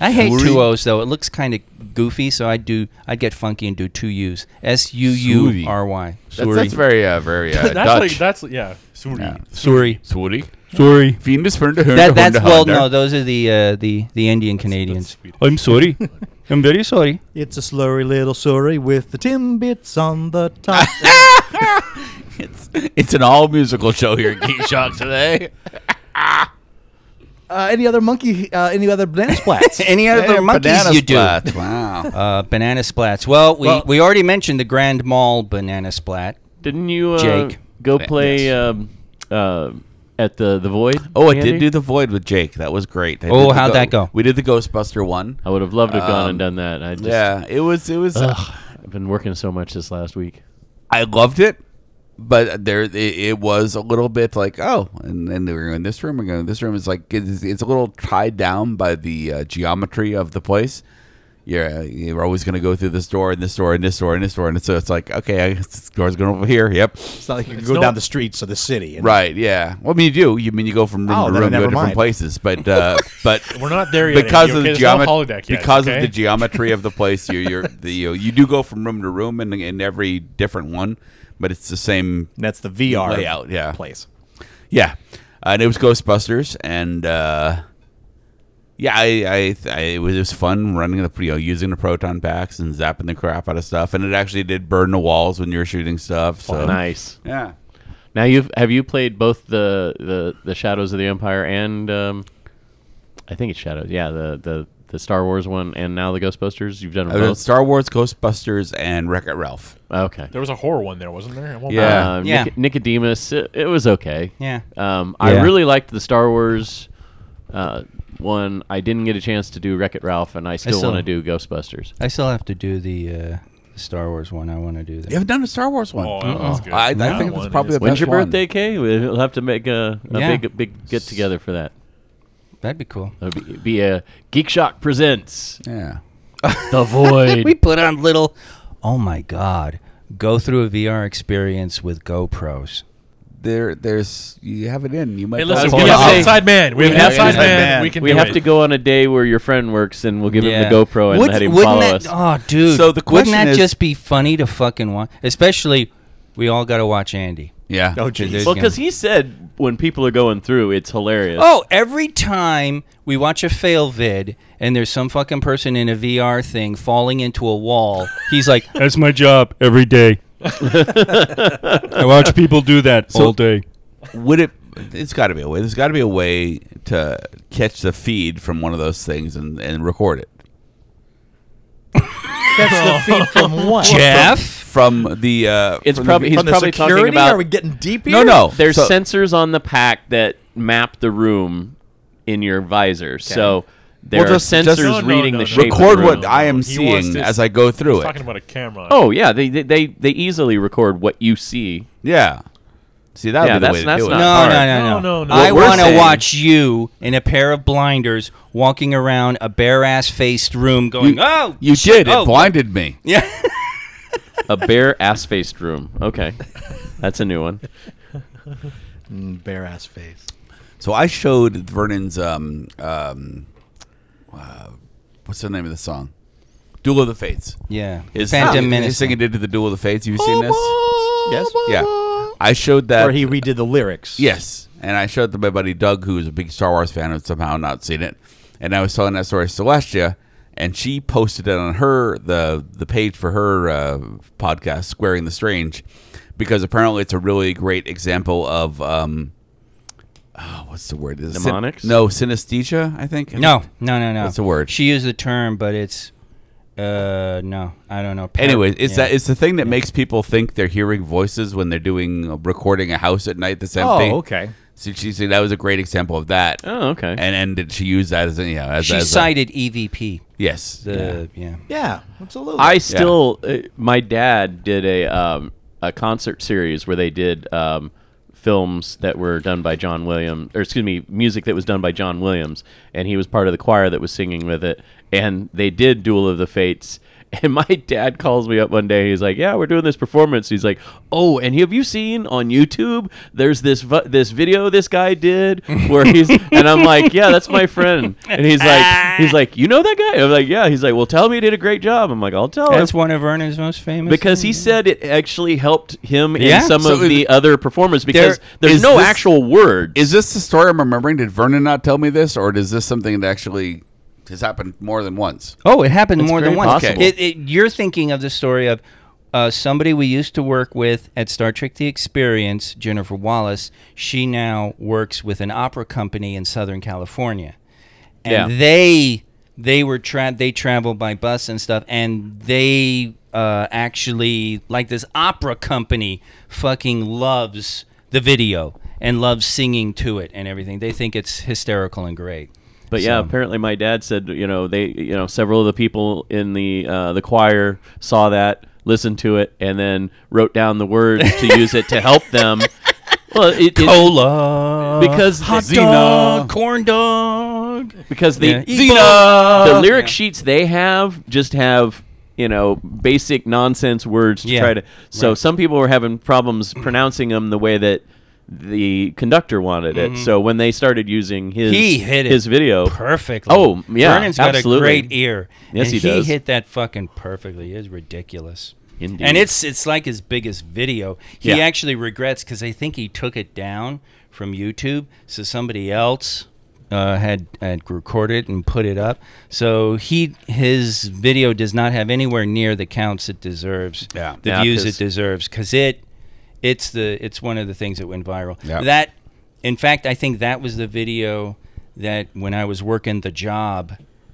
Speaker 4: I hate two O's though. It looks kind of goofy, so I do. I'd get funky and do two U's. S U U R Y.
Speaker 3: That's, that's very, uh, very uh,
Speaker 8: that's
Speaker 3: Dutch.
Speaker 8: like that's yeah. Sorry.
Speaker 3: Yeah.
Speaker 4: Sorry.
Speaker 3: Sorry.
Speaker 7: Sorry.
Speaker 3: Fiendus for
Speaker 4: That, that's well, no, those are the uh, the the Indian Canadians. I'm sorry. I'm very sorry.
Speaker 5: It's a slurry little slurry with the timbits on the top.
Speaker 3: It's, it's an all musical show here at Geek Shock today.
Speaker 5: uh, any other monkey? Uh, any other banana splats?
Speaker 4: Any other monkeys
Speaker 3: Banana
Speaker 4: you do?
Speaker 3: splats. Wow.
Speaker 4: Uh, banana splats. Well, we,
Speaker 3: Well-
Speaker 4: we already mentioned the Grand Mall banana splat.
Speaker 6: Didn't you uh,
Speaker 4: Jake.
Speaker 6: go
Speaker 3: Yeah,
Speaker 6: play
Speaker 3: yes.
Speaker 6: um, uh, at the the void?
Speaker 3: Oh, I did
Speaker 6: Andy?
Speaker 3: do the void with Jake. That was great. I
Speaker 4: Oh,
Speaker 3: did the
Speaker 4: how'd that go?
Speaker 3: We did the Ghostbuster one.
Speaker 6: I would have loved to have gone
Speaker 3: Um,
Speaker 6: and done that. I just,
Speaker 3: Yeah, it was. It was.
Speaker 6: Ugh, I've been working so much this last week.
Speaker 3: I loved it, but there it, it was a little bit like oh, and then we're in this room. We're going to this room. It's like it's, it's a little tied down by the uh, geometry of the place. You're you're always going to go through this door and this door and this door and this door, and so it's like okay, I guess this door's going over here. Yep.
Speaker 5: it's not like you can go
Speaker 8: not-
Speaker 5: down the streets of the city. And
Speaker 3: Right. Yeah. Well, I mean, you do. You mean you go from room
Speaker 5: Oh,
Speaker 3: to
Speaker 5: then
Speaker 3: room, you
Speaker 5: never
Speaker 3: go different
Speaker 5: mind.
Speaker 3: places, but uh, but
Speaker 8: We're not there yet.
Speaker 3: because of
Speaker 8: Andy, okay?
Speaker 3: the
Speaker 8: There's no
Speaker 3: geometry
Speaker 8: holodeck yet,
Speaker 3: because
Speaker 8: okay?
Speaker 3: of the geometry of the place you're, you're the, you, know, you do go from room to room in, in every different one but it's the same
Speaker 5: And that's the VR
Speaker 3: Layout, yeah.
Speaker 5: place.
Speaker 3: yeah Uh, and it was ghostbusters and uh yeah, I, I, I it was just fun running the you know using the proton packs and zapping the crap out of stuff, and it actually did burn the walls when you were shooting stuff. So
Speaker 6: Oh, Nice.
Speaker 3: yeah,
Speaker 6: Now you've have you played both the the, the Shadows of the Empire and um, I think it's Shadows. Yeah, the, the the Star Wars one and now the Ghostbusters. You've done them
Speaker 3: Uh,
Speaker 6: both.
Speaker 3: Star Wars, Ghostbusters, and Wreck It Ralph.
Speaker 6: okay.
Speaker 8: There was a horror one there, wasn't there? At one
Speaker 3: Yeah.
Speaker 6: Um,
Speaker 4: Yeah.
Speaker 6: Nic- Nicodemus. It, it was okay.
Speaker 4: Yeah.
Speaker 3: Uh,
Speaker 6: Um,
Speaker 4: Yeah.
Speaker 6: I really liked the Star Wars uh, one. I didn't get a chance to do Wreck It Ralph, and I still
Speaker 4: still-
Speaker 6: want to do Ghostbusters.
Speaker 4: I still have to do the uh, the Star Wars one. I want to do that.
Speaker 3: You haven't done a Star Wars one.
Speaker 8: Oh, that
Speaker 6: Uh-uh.
Speaker 8: was good.
Speaker 3: I, I
Speaker 8: That
Speaker 3: think
Speaker 8: one
Speaker 3: that's probably
Speaker 8: is-
Speaker 3: the
Speaker 6: When's
Speaker 3: best
Speaker 6: your
Speaker 3: one.
Speaker 6: birthday, Kay? We'll have to make a, a
Speaker 4: Yeah.
Speaker 6: big big get together for that.
Speaker 4: That'd be cool.
Speaker 6: It'll be, be a Geek Shock presents
Speaker 3: Yeah.
Speaker 6: the Void.
Speaker 4: we put on little. Oh my God! Go through a VR experience with GoPros.
Speaker 3: there there's you have it in you might
Speaker 8: Hey, listen,
Speaker 6: That's
Speaker 8: we
Speaker 6: what
Speaker 8: have
Speaker 6: I'm
Speaker 8: an
Speaker 6: saying.
Speaker 8: outside man. We have an
Speaker 6: have
Speaker 8: outside
Speaker 6: an outside
Speaker 8: man.
Speaker 3: man.
Speaker 8: We can
Speaker 6: we
Speaker 8: do
Speaker 6: have
Speaker 8: it.
Speaker 6: to go on a day where your friend works, and we'll give him the GoPro and
Speaker 4: Would-
Speaker 6: let him
Speaker 4: wouldn't
Speaker 6: follow
Speaker 4: that-
Speaker 6: us.
Speaker 4: Oh, dude!
Speaker 3: So the question
Speaker 4: wouldn't that
Speaker 3: is-
Speaker 4: just be funny to fucking watch? Especially, we all got to watch Andy.
Speaker 3: yeah
Speaker 5: Oh, jeez.
Speaker 4: There's
Speaker 6: Well,
Speaker 4: gonna-
Speaker 6: because he said when people are going through, it's hilarious.
Speaker 4: Oh, every time we watch a fail vid and there's some fucking person in a VR thing falling into a wall, he's like,
Speaker 7: That's my job every day. I watch people do that all day.
Speaker 3: would it it's got to be a way there's got to be a way to catch the feed from one of those things and, and record it
Speaker 5: That's the feed from what?
Speaker 4: Jeff?
Speaker 3: from the uh
Speaker 6: It's
Speaker 3: from
Speaker 6: probably-
Speaker 3: the,
Speaker 6: he's
Speaker 5: From the
Speaker 6: probably talking
Speaker 5: security?
Speaker 6: about-
Speaker 5: Are we getting deep
Speaker 3: no
Speaker 5: here?
Speaker 3: no
Speaker 6: There's
Speaker 3: Oh, So-
Speaker 6: sensors on the pack that map the room in your visor, so there
Speaker 3: Well, just-
Speaker 6: are sensors
Speaker 3: just- No,
Speaker 8: no,
Speaker 6: reading
Speaker 8: no,
Speaker 6: the
Speaker 8: no.
Speaker 6: shape. of
Speaker 3: record
Speaker 6: the
Speaker 3: what
Speaker 6: room.
Speaker 3: i am
Speaker 8: He wants
Speaker 3: seeing
Speaker 8: to-
Speaker 3: as i go through
Speaker 8: He's
Speaker 3: it
Speaker 8: talking about a camera.
Speaker 6: Oh yeah, they they they, they easily record what you see.
Speaker 3: yeah see that
Speaker 6: Yeah,
Speaker 3: would be the
Speaker 6: that's-
Speaker 3: way to
Speaker 6: that's
Speaker 3: do it
Speaker 6: not-
Speaker 4: No,
Speaker 6: hard.
Speaker 4: no, no, no,
Speaker 8: No, no, no.
Speaker 4: I
Speaker 8: What we're
Speaker 4: want to
Speaker 3: saying-
Speaker 4: watch you in a pair of blinders walking around a bare ass faced room going,
Speaker 3: you,
Speaker 4: oh,
Speaker 3: you
Speaker 4: shit,
Speaker 3: did it
Speaker 4: oh,
Speaker 3: blinded me
Speaker 4: Yeah.
Speaker 6: A bare ass faced room. Okay, that's a new one.
Speaker 5: Bare ass face.
Speaker 3: so i showed vernon's um um uh, what's the name of the song duel of the fates
Speaker 4: yeah.
Speaker 3: His-
Speaker 4: Phantom
Speaker 3: his,
Speaker 4: Menace.
Speaker 3: his thing he did to the duel of the fates have you seen this
Speaker 5: Yes.
Speaker 3: Yeah. I showed that.
Speaker 5: Where he redid the lyrics.
Speaker 3: yes. And I showed it to my buddy Doug, who is a big Star Wars fan and somehow not seen it. And I was telling that story to Celestia, and she posted it on her, the, the page for her uh, podcast, Squaring the Strange, because apparently it's a really great example of. Um, oh, what's the word? Is it syn-
Speaker 6: Mnemonics?
Speaker 3: no, synesthesia, I think.
Speaker 4: No, no, no, no.
Speaker 3: That's a word.
Speaker 4: She used the term, but it's, uh, no, I don't know. Par-
Speaker 3: Anyway, it's
Speaker 4: yeah.
Speaker 3: that it's the thing that makes people think they're hearing voices when they're doing recording a house at night. The same
Speaker 5: Oh,
Speaker 3: thing.
Speaker 5: okay.
Speaker 3: So she said that was a great example of that.
Speaker 6: Oh, okay.
Speaker 3: And and did she use that as you know as,
Speaker 4: She
Speaker 3: as a-
Speaker 4: cited EVP.
Speaker 3: yes
Speaker 4: The yeah.
Speaker 5: Yeah, absolutely.
Speaker 6: I still, uh, my dad did a um, a concert series where they did um, films that were done by John Williams, or excuse me, music that was done by John Williams, and he was part of the choir that was singing with it, and they did Duel of the Fates. And my dad calls me up one day. He's like, "Yeah, we're doing this performance." He's like, "Oh, and have you seen on YouTube? There's this vi- this video this guy did where he's." and I'm like, "Yeah, that's my friend." And he's like, "He's like, you know that guy?" I'm like, "Yeah." He's like, "Well, tell me he did a great job." I'm like, "I'll tell
Speaker 3: Oh,
Speaker 6: him."
Speaker 4: That's one of Werner's most famous.
Speaker 6: because he said it actually helped him
Speaker 4: Yeah.
Speaker 6: in some
Speaker 3: So
Speaker 6: of
Speaker 3: is-
Speaker 6: the other performance because
Speaker 3: There-
Speaker 6: there's
Speaker 3: is
Speaker 6: no
Speaker 3: this-
Speaker 6: actual words.
Speaker 3: Is this the story I'm remembering? Did Vernon not tell me this, or is this something that actually has happened more than once?
Speaker 4: Oh, it happened more than
Speaker 6: very
Speaker 4: once.
Speaker 6: possible.
Speaker 4: It, it, you're thinking of the story of uh, somebody we used to work with at Star Trek The Experience, Jennifer Wallace. She now works with an opera company in Southern California, and
Speaker 6: Yeah.
Speaker 4: they they were tra- they travel by bus and stuff, and they uh, actually like this opera company fucking loves the video and loves singing to it and everything. They think it's hysterical and great.
Speaker 6: But yeah,
Speaker 4: So-
Speaker 6: apparently my dad said you know they you know several of the people in the uh, the choir saw that, listened to it, and then wrote down the words to use it to help them. Well, it, it-
Speaker 4: Cola.
Speaker 6: because
Speaker 4: hot
Speaker 6: Xena.
Speaker 3: Uh,
Speaker 4: dog, Uh, corn dog.
Speaker 6: because the
Speaker 4: Yeah.
Speaker 6: the, the lyric
Speaker 4: Yeah.
Speaker 6: sheets they have just have you know basic nonsense words to
Speaker 4: Yeah.
Speaker 6: try to. So
Speaker 4: Right.
Speaker 6: some people were having problems pronouncing them the way that the conductor wanted it. So when they started using his
Speaker 4: Mm-hmm. He hit it
Speaker 6: his video
Speaker 4: Perfectly.
Speaker 6: Oh, yeah,
Speaker 4: Vernon's got
Speaker 6: absolutely.
Speaker 4: a great e- ear.
Speaker 6: Yes,
Speaker 4: and
Speaker 6: he does.
Speaker 4: He hit that fucking perfectly. It is ridiculous.
Speaker 6: Indeed.
Speaker 4: And it's it's like his biggest video. He
Speaker 6: Yeah.
Speaker 4: actually regrets because I think he took it down from YouTube, so somebody else uh, had had recorded it and put it up. So he his video does not have anywhere near the counts it deserves.
Speaker 3: Yeah.
Speaker 4: the
Speaker 6: Yeah,
Speaker 4: views
Speaker 6: 'cause-
Speaker 4: it deserves because it it's the it's one of the things that went viral.
Speaker 3: Yeah.
Speaker 4: That, in fact, I think that was the video that when I was working the job,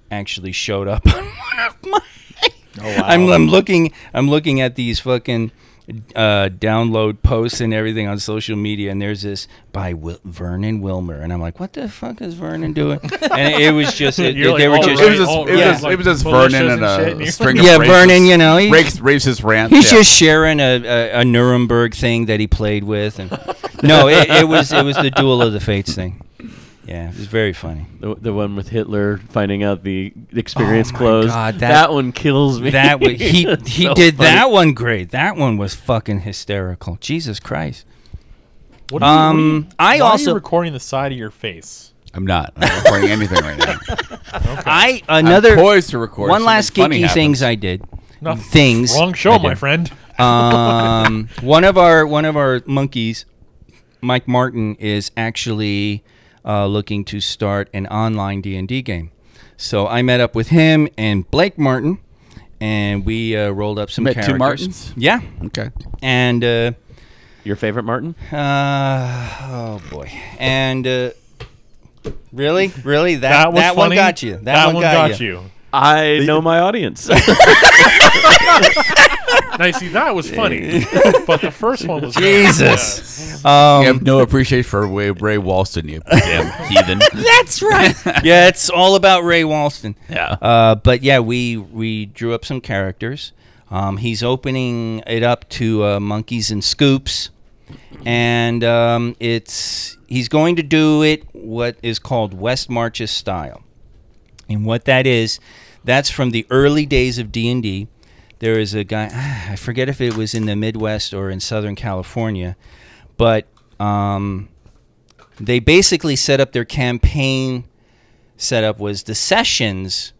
Speaker 4: actually showed up on one of my.
Speaker 3: Oh,
Speaker 4: I'm, I'm looking I'm looking at these fucking uh, download posts and everything on social media, and there's this by Wil- Vernon Wilmer, and I'm like, what the fuck is Vernon doing? and it was just it,
Speaker 8: You're
Speaker 4: they
Speaker 8: like,
Speaker 4: were
Speaker 8: "All
Speaker 4: just
Speaker 3: It was
Speaker 8: right,
Speaker 3: just,
Speaker 8: all
Speaker 3: it was
Speaker 4: right."
Speaker 3: just,
Speaker 8: Like
Speaker 3: it was just
Speaker 8: militias
Speaker 3: Vernon and
Speaker 8: and shit, and
Speaker 3: a
Speaker 8: you're-
Speaker 3: string of
Speaker 4: yeah,
Speaker 3: racist,
Speaker 4: Vernon, you know, he-
Speaker 3: racist, racist rants.
Speaker 4: He's
Speaker 3: yeah.
Speaker 4: just sharing a, a, a Nuremberg thing that he played with, and no, it, it was it was the duel of the fates thing. Yeah, it was very funny.
Speaker 6: The, the one with Hitler finding out the experience
Speaker 4: Oh my
Speaker 6: closed.
Speaker 4: God,
Speaker 6: that,
Speaker 4: that-
Speaker 6: one kills me.
Speaker 4: That was, he
Speaker 6: It's
Speaker 4: he
Speaker 6: so
Speaker 4: did
Speaker 6: funny.
Speaker 4: that one great. That one was fucking hysterical. Jesus Christ.
Speaker 8: What are you- what are
Speaker 4: Um,
Speaker 8: you-
Speaker 4: I
Speaker 8: why are you
Speaker 4: also-
Speaker 8: recording the side of your face.
Speaker 3: I'm not. I'm not recording anything right now.
Speaker 4: I another
Speaker 3: I'm poised to record.
Speaker 4: one last
Speaker 3: something funny
Speaker 4: geeky
Speaker 3: happens.
Speaker 4: things I did.
Speaker 8: Nothing
Speaker 4: Things
Speaker 8: Wrong
Speaker 4: I
Speaker 8: show,
Speaker 4: did.
Speaker 8: my friend.
Speaker 4: um, one of our one of our monkeys, Mike Martin, is actually uh, looking to start an online D and D game. So I met up with him and Blake Martin, and we uh, rolled up some
Speaker 3: Met two
Speaker 4: characters.
Speaker 3: Martins?
Speaker 4: Yeah,
Speaker 3: Okay.
Speaker 4: and uh,
Speaker 6: Your favorite Martin?
Speaker 4: uh, oh boy, and uh, really, really that
Speaker 8: That
Speaker 4: that,
Speaker 8: was
Speaker 4: one
Speaker 8: funny.
Speaker 4: got you. That, one, got, you.
Speaker 6: I know my audience.
Speaker 8: Now you see that was funny, but the first one was
Speaker 4: Jesus.
Speaker 3: you
Speaker 4: Um,
Speaker 3: have no appreciation for Ray, Ray Walston, you damn heathen.
Speaker 4: That's right. yeah, it's all about Ray Walston.
Speaker 3: Yeah.
Speaker 4: Uh, but yeah, we we drew up some characters. Um, he's opening it up to uh, monkeys and scoops, and um, it's he's going to do it what is called West Marches style, and what that is, that's from the early days of D and D. There is a guy I forget if it was in the Midwest or in Southern California, but um, they basically set up their campaign setup was the sessions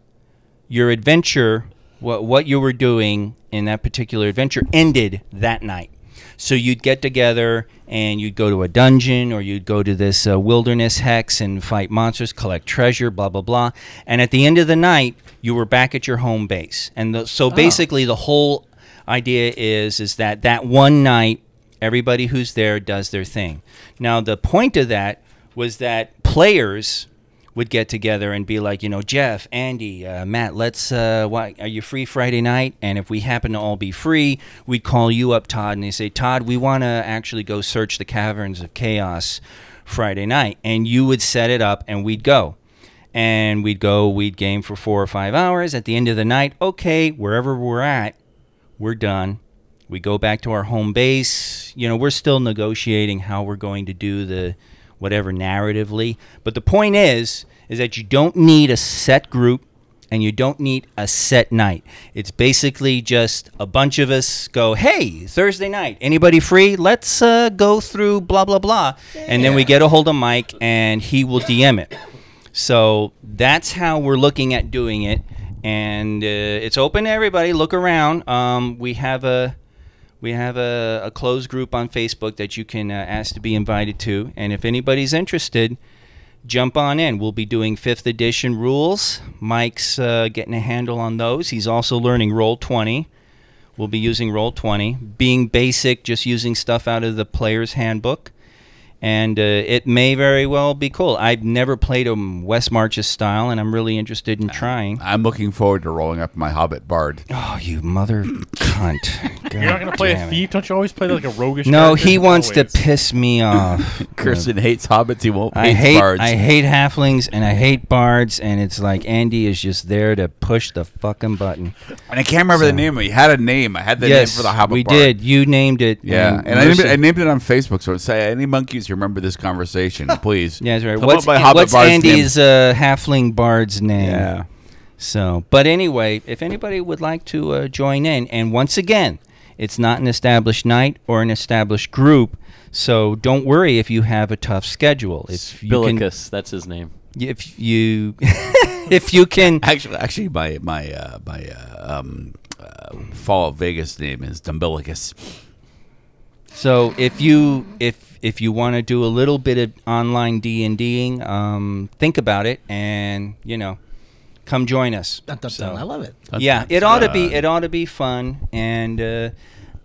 Speaker 4: your adventure what, what you were doing in that particular adventure ended that night so you'd get together and you'd go to a dungeon or you'd go to this uh, wilderness hex and fight monsters collect treasure blah blah blah and at the end of the night you were back at your home base and the, so basically the whole idea is is that that one night Everybody who's there does their thing. Now, the point of that was that players would get together and be like, you know, Jeff, Andy, uh, Matt, let's, uh, why, are you free Friday night? And if we happen to all be free, we'd call you up, Todd, and they say, Todd, we want to actually go search the caverns of chaos Friday night. And you would set it up and we'd go and we'd go, we'd game for four or five hours. At the end of the night, okay, wherever we're at, we're done. We go back to our home base. You know, we're still negotiating how we're going to do the whatever narratively. But the point is, is that you don't need a set group and you don't need a set night. It's basically just a bunch of us go, hey, Thursday night, anybody free? Let's uh, go through blah, blah, blah. And then we get a hold of Mike and he will DM it. So that's how we're looking at doing it. And uh, it's open to everybody. Look around. Um, we have a we have a, a closed group on Facebook that you can uh, ask to be invited to. And if anybody's interested, jump on in. We'll be doing fifth edition rules. Mike's uh, getting a handle on those. He's also learning Roll 20. We'll be using Roll 20, being basic, just using stuff out of the player's handbook. And uh, it may very well be cool. I've never played a West March's style, and I'm really interested in trying.
Speaker 3: I'm looking forward to rolling up my Hobbit Bard.
Speaker 4: Oh, you mother cunt.
Speaker 8: You're not gonna play a
Speaker 4: thief.
Speaker 8: thief, don't you? Always play like a roguish.
Speaker 4: No,
Speaker 8: character?
Speaker 4: he wants
Speaker 8: Always.
Speaker 4: to piss me off.
Speaker 3: Kirsten hates hobbits. He won't.
Speaker 4: I
Speaker 3: hates
Speaker 4: hate
Speaker 3: bards.
Speaker 4: I hate halflings and I hate bards and it's like Andy is just there to push the fucking button.
Speaker 3: and I can't remember the name. of it. He had a name. I had the
Speaker 4: yes,
Speaker 3: name for the Hobbit.
Speaker 4: we
Speaker 3: Bard.
Speaker 4: did. You named it.
Speaker 3: Yeah, and, I, named
Speaker 4: Mercy-
Speaker 3: it, I named it on Facebook. So say, any monkeys who remember this conversation, please.
Speaker 4: yeah, that's right.
Speaker 3: Come
Speaker 4: What's,
Speaker 3: up with Hobbit
Speaker 4: what's
Speaker 3: Bard's
Speaker 4: Andy's uh, halfling bard's name?
Speaker 3: name. Yeah.
Speaker 4: So, but anyway, if anybody would like to uh, join in, and once again, it's not an established night or an established group, so don't worry if you have a tough schedule. If you can,
Speaker 6: Spilicus, that's his name.
Speaker 4: if you if you can
Speaker 3: Actually, actually, my my uh, my uh, um, uh, Fall of Vegas name is Dumbilicus.
Speaker 4: So if you if if you want to do a little bit of online D and Ding, um, think about it, and you know, come join us.
Speaker 5: Dun, dun,
Speaker 4: So-
Speaker 5: dun. I love it.
Speaker 4: yeah, it ought to
Speaker 6: Uh,
Speaker 4: be it ought to be fun, and uh,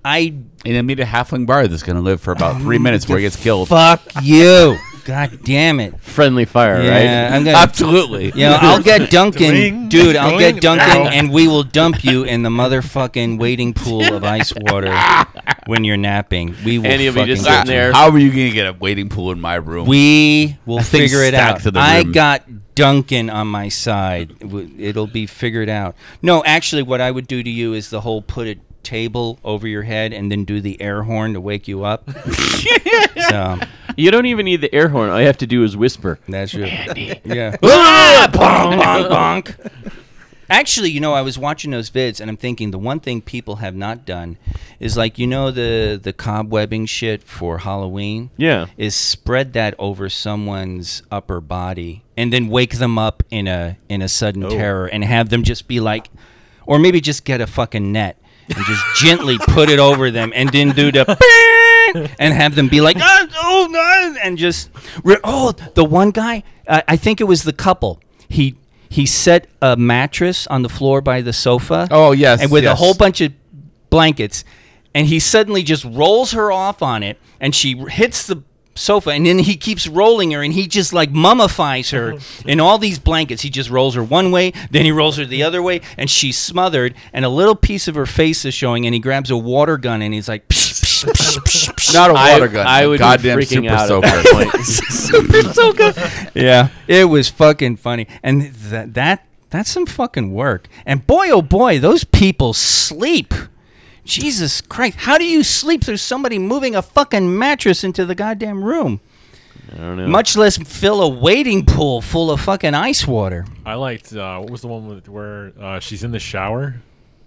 Speaker 4: I
Speaker 3: And then meet a halfling bard that's going to live for about three minutes before he gets killed.
Speaker 4: fuck you. God damn it!
Speaker 6: Friendly fire,
Speaker 4: Yeah,
Speaker 6: right?
Speaker 4: I'm gonna.
Speaker 3: Absolutely.
Speaker 4: You know, I'll get Duncan,
Speaker 8: Ding,
Speaker 4: dude. I'll get
Speaker 8: dong.
Speaker 4: Duncan, and we will dump you in the motherfucking waiting pool of ice water when you're napping. We will.
Speaker 6: And you'll be
Speaker 4: fucking
Speaker 6: just
Speaker 4: get
Speaker 6: sitting
Speaker 4: you.
Speaker 6: there
Speaker 3: How are you going to get a waiting pool in my room?
Speaker 4: We will
Speaker 3: That thing's
Speaker 4: figure it
Speaker 3: stacked
Speaker 4: out.
Speaker 3: to the
Speaker 4: I
Speaker 3: rim.
Speaker 4: got Duncan on my side. W- It'll be figured out. No, actually, what I would do to you is the whole put a table over your head and then do the air horn to wake you up. so
Speaker 6: You don't even need the air horn. All you have to do is whisper.
Speaker 4: that's your yeah. Ah, bonk, bonk, bonk. Actually, you know, I was watching those vids and I'm thinking the one thing people have not done is like you know the the cobwebbing shit for Halloween
Speaker 6: Yeah.
Speaker 4: is spread that over someone's upper body and then wake them up in a in a sudden
Speaker 3: Oh.
Speaker 4: terror and have them just be like or maybe just get a fucking net and just gently put it over them and then do the "Beep," and have them be like "Ah, oh no and just re- oh the one guy uh, I think it was the couple he he set a mattress on the floor by the sofa
Speaker 3: Oh, yes,
Speaker 4: and with a
Speaker 3: yes.
Speaker 4: whole bunch of blankets and he suddenly just rolls her off on it and she hits the sofa and then he keeps rolling her and he just like mummifies her in all these blankets he just rolls her one way then he rolls her the other way and she's smothered and a little piece of her face is showing and he grabs a water gun and he's like psh, psh, psh, psh, psh.
Speaker 3: Not a water
Speaker 6: I-
Speaker 3: gun.
Speaker 6: I would be
Speaker 3: goddamn
Speaker 6: freaking
Speaker 3: super
Speaker 6: out at
Speaker 3: soaker.
Speaker 6: that point.
Speaker 4: super so good yeah it was fucking funny and that that that's some fucking work and boy oh boy those people sleep jesus christ how do you sleep through somebody moving a fucking mattress into the goddamn room
Speaker 6: I don't know.
Speaker 4: much less fill a wading pool full of fucking ice water
Speaker 8: I liked uh, what was the one with where uh, she's in the shower,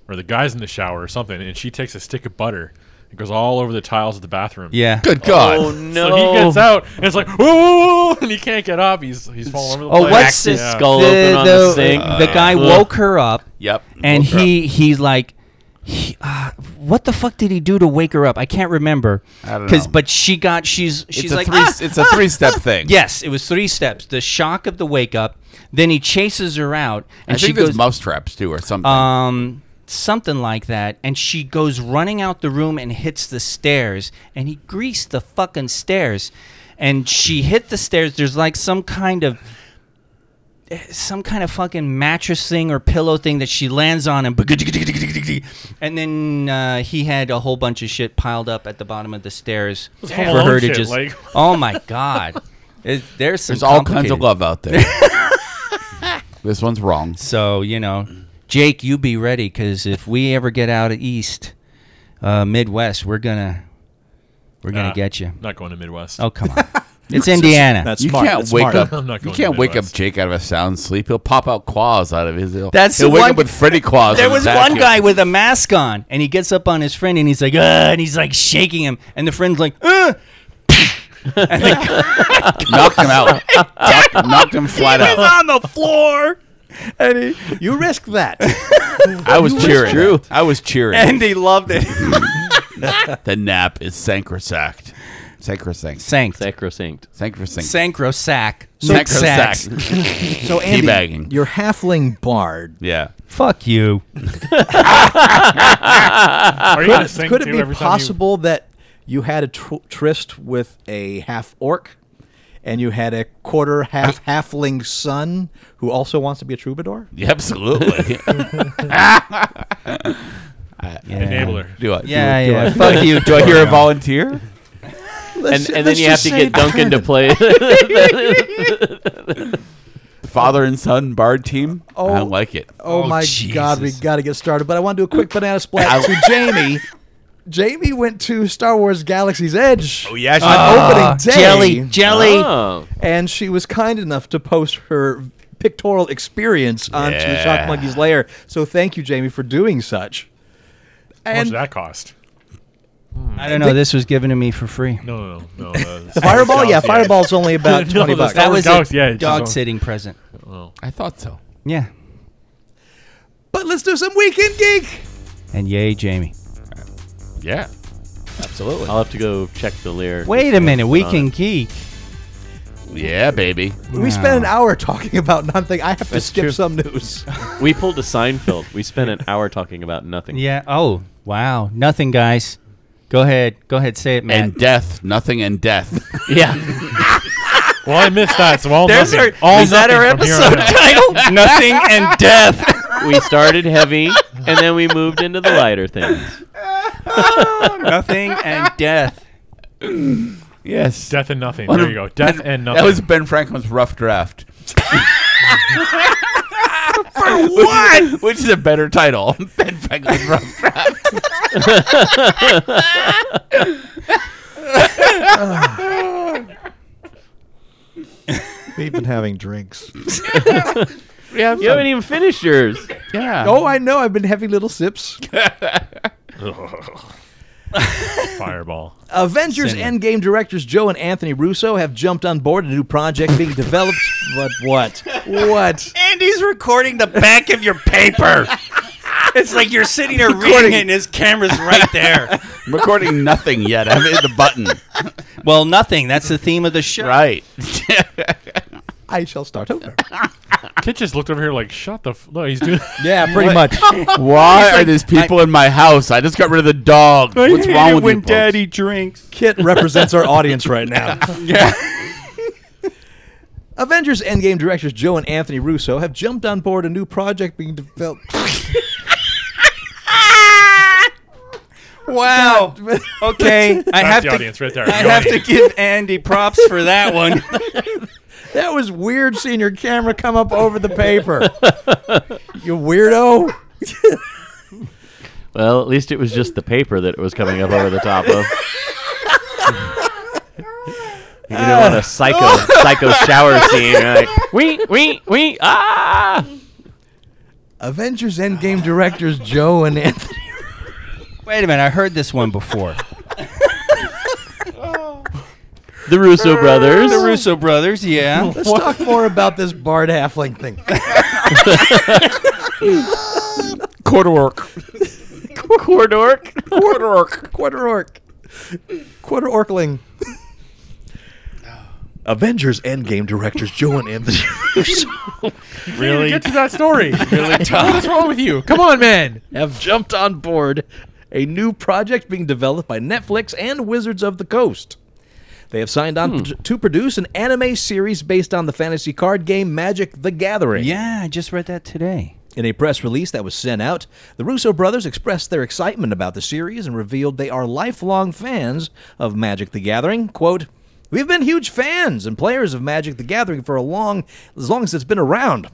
Speaker 8: or the guy's in the shower or something, and she takes a stick of butter. It goes all over the tiles of the bathroom.
Speaker 4: yeah
Speaker 3: Good God.
Speaker 6: Oh no!
Speaker 8: So he gets out, and it's like, "Ooh," and he can't get up. He's he's falling over the
Speaker 4: Oh,
Speaker 8: place.
Speaker 4: what's
Speaker 6: his
Speaker 8: Yeah.
Speaker 6: skull open on the sink?
Speaker 4: the guy woke her up
Speaker 3: Yep.
Speaker 4: and
Speaker 3: Woke her
Speaker 4: he he's like he, uh, what the fuck did he do to wake her up? I can't remember.
Speaker 3: I don't know.
Speaker 4: but she got she's she's
Speaker 3: It's a
Speaker 4: like
Speaker 3: three.
Speaker 4: "Ah,
Speaker 3: It's a three-step thing.
Speaker 4: Yes, it was three steps. The shock of the wake up, then he chases her out, and
Speaker 3: I
Speaker 4: she
Speaker 3: think there's
Speaker 4: goes
Speaker 3: mousetraps too, or something.
Speaker 4: um something like that, and she goes running out the room and hits the stairs, and he greased the fucking stairs, and she hit the stairs. There's like some kind of some kind of fucking mattress thing or pillow thing that she lands on and and then uh, he had a whole bunch of shit piled up at the bottom of the stairs for
Speaker 8: Home Alone
Speaker 4: her to
Speaker 8: shit,
Speaker 4: just
Speaker 8: like-
Speaker 4: oh my god It- there's some
Speaker 3: There's all kinds of
Speaker 4: complicated-
Speaker 3: love out there. this one's wrong.
Speaker 4: so you know, Jake, you be ready because if we ever get out of East uh, Midwest, we're gonna we're gonna
Speaker 8: Nah.
Speaker 4: get you.
Speaker 8: Not going to Midwest.
Speaker 4: Oh come on, It's Indiana.
Speaker 5: That's
Speaker 3: you
Speaker 5: smart.
Speaker 3: can't
Speaker 5: that's
Speaker 3: wake
Speaker 5: smart.
Speaker 3: up.
Speaker 8: I'm not
Speaker 3: You
Speaker 8: going
Speaker 3: can't
Speaker 8: to
Speaker 3: wake up
Speaker 8: Midwest.
Speaker 3: Jake out of a sound sleep. He'll pop out claws out of his. He'll,
Speaker 4: That's
Speaker 3: he'll
Speaker 4: the
Speaker 3: wake
Speaker 4: one-
Speaker 3: up with Freddy claws.
Speaker 4: There
Speaker 3: and
Speaker 4: was
Speaker 3: attack
Speaker 4: one
Speaker 3: you.
Speaker 4: guy with a mask on, and he gets up on his friend, and he's like, "Ugh," and he's like shaking him, and the friend's like, "Ugh." and like,
Speaker 3: knocked him out. knocked, knocked him
Speaker 4: he
Speaker 3: flat
Speaker 4: was
Speaker 3: out.
Speaker 4: on the floor, and he,
Speaker 5: You risk that.
Speaker 3: I was cheering.
Speaker 6: true.
Speaker 3: I was cheering.
Speaker 4: and he loved it.
Speaker 3: the nap is sacrosanct. Sacrosanct.
Speaker 4: Sank,
Speaker 6: Sacrosanct.
Speaker 3: Sacrosanct.
Speaker 4: Sancro sack,
Speaker 3: Sacrosanct.
Speaker 5: So Andy,
Speaker 3: Teabagging.
Speaker 5: your halfling bard.
Speaker 3: Yeah.
Speaker 4: Fuck you.
Speaker 8: Are you gonna sing
Speaker 5: Could it
Speaker 8: too
Speaker 5: be
Speaker 8: every time you-
Speaker 5: possible that you had a tr- tryst with a half orc, and you had a quarter half halfling son who also wants to be a troubadour?
Speaker 3: Yeah, Absolutely.
Speaker 4: Yeah.
Speaker 8: enabler?
Speaker 3: do I?
Speaker 4: Yeah,
Speaker 3: do,
Speaker 4: yeah.
Speaker 3: Do I,
Speaker 4: Fuck you.
Speaker 3: do I hear a volunteer?
Speaker 6: And, and then you have to get Duncan to play.
Speaker 3: Father and son bard team. I
Speaker 5: Oh.
Speaker 3: don't like it.
Speaker 5: Oh,
Speaker 4: Oh,
Speaker 5: my God, we
Speaker 4: Jesus.
Speaker 5: got to get started. But I want to do a quick banana splat to Jamie. Jamie went to Star Wars Galaxy's Edge
Speaker 3: Oh yeah. She,
Speaker 8: Uh,
Speaker 5: on opening day,
Speaker 4: Jelly, jelly.
Speaker 6: oh.
Speaker 5: and she was kind enough to post her pictorial experience onto
Speaker 3: Yeah.
Speaker 5: Shock Monkey's lair. So thank you, Jamie, for doing such.
Speaker 8: How much
Speaker 5: And
Speaker 8: did that cost?
Speaker 4: I don't know. This was given to me for free.
Speaker 8: No, no, no. no
Speaker 5: Fireball, yeah, Fireball's only about
Speaker 8: No,
Speaker 5: twenty
Speaker 8: that's
Speaker 5: bucks.
Speaker 8: not-
Speaker 4: That was
Speaker 8: Dogs,
Speaker 4: a
Speaker 8: yeah, it's
Speaker 4: dog
Speaker 8: just-
Speaker 4: sitting present.
Speaker 3: I thought so.
Speaker 4: Yeah,
Speaker 5: But let's do some weekend geek.
Speaker 4: and yay, Jamie.
Speaker 3: Yeah. Absolutely.
Speaker 6: I'll have to go check the lyric.
Speaker 4: Wait a minute, we can geek.
Speaker 3: Yeah, baby.
Speaker 5: We spent an hour talking about nothing. I have to
Speaker 6: That's
Speaker 5: skip
Speaker 6: true.
Speaker 5: some news.
Speaker 6: We pulled a Seinfeld. We spent an hour talking about nothing.
Speaker 4: Yeah. Oh, wow. Nothing, guys. Go ahead. Go ahead. Say it, man.
Speaker 3: And death, nothing, and death.
Speaker 6: Yeah.
Speaker 8: Well, I missed that. So all
Speaker 4: There's
Speaker 8: nothing.
Speaker 4: our-
Speaker 8: all
Speaker 4: is that our
Speaker 8: nothing from here on
Speaker 4: episode
Speaker 8: out.
Speaker 4: title? Nothing and death.
Speaker 6: we started heavy and then we moved into the lighter things.
Speaker 4: Nothing and death.
Speaker 3: yes.
Speaker 8: Death and nothing. There you go. Death and nothing.
Speaker 3: That was Ben Franklin's rough draft. For what? Which is a better title? Ben Franklin's rough draft.
Speaker 5: We've been having drinks.
Speaker 3: Yeah.
Speaker 6: You haven't even finished yours.
Speaker 3: yeah.
Speaker 5: Oh, I know. I've been having little sips.
Speaker 8: Fireball.
Speaker 5: Avengers Endgame directors Joe and Anthony Russo have jumped on board a new project being developed. But what? What?
Speaker 4: Andy's recording the back of your paper. It's like you're sitting there reading it, and his camera's right there.
Speaker 3: I'm recording nothing yet. I've hit the button.
Speaker 4: well, nothing. That's the theme of the show.
Speaker 3: Right.
Speaker 5: I shall start over.
Speaker 8: Kit just looked over here like, shut the. F-. No, he's doing.
Speaker 5: Yeah, pretty much.
Speaker 3: Why are these people in my house? I just got rid of the dog. What's wrong with you folks?
Speaker 4: drinks.
Speaker 5: Kit represents our audience right now.
Speaker 4: Yeah.
Speaker 5: Avengers Endgame directors Joe and Anthony Russo have jumped on board a new project being developed.
Speaker 4: Wow. Okay. I
Speaker 8: That's
Speaker 4: have
Speaker 8: the
Speaker 4: to.
Speaker 8: audience right there.
Speaker 4: I have to give Andy props for that one.
Speaker 5: That was weird seeing your camera come up over the paper. you weirdo.
Speaker 6: Well, at least it was just the paper that it was coming up over the top of. You know, on a psycho psycho shower scene, you're like, wee, wee, wee, ah!
Speaker 5: Avengers Endgame directors Joe and Anthony.
Speaker 4: Wait a minute. I heard this one before.
Speaker 6: The Russo brothers.
Speaker 4: The Russo brothers. Yeah.
Speaker 5: Let's talk more about this Bard Halfling thing.
Speaker 3: Quarter orc.
Speaker 6: Cord orc.
Speaker 5: Quarter orc. Quarter orc. Quarter orcling. Avengers Endgame directors Joe and Anthony.
Speaker 8: really get to that story. really What's wrong with you? Come on, man.
Speaker 5: have jumped on board a new project being developed by Netflix and Wizards of the Coast. They have signed on p- to produce an anime series based on the fantasy card game Magic the Gathering.
Speaker 4: Yeah. I just read that today.
Speaker 5: In a press release that was sent out, the Russo brothers expressed their excitement about the series and revealed they are lifelong fans of Magic the Gathering. Quote, We've been huge fans and players of Magic the Gathering for a long as long as it's been around.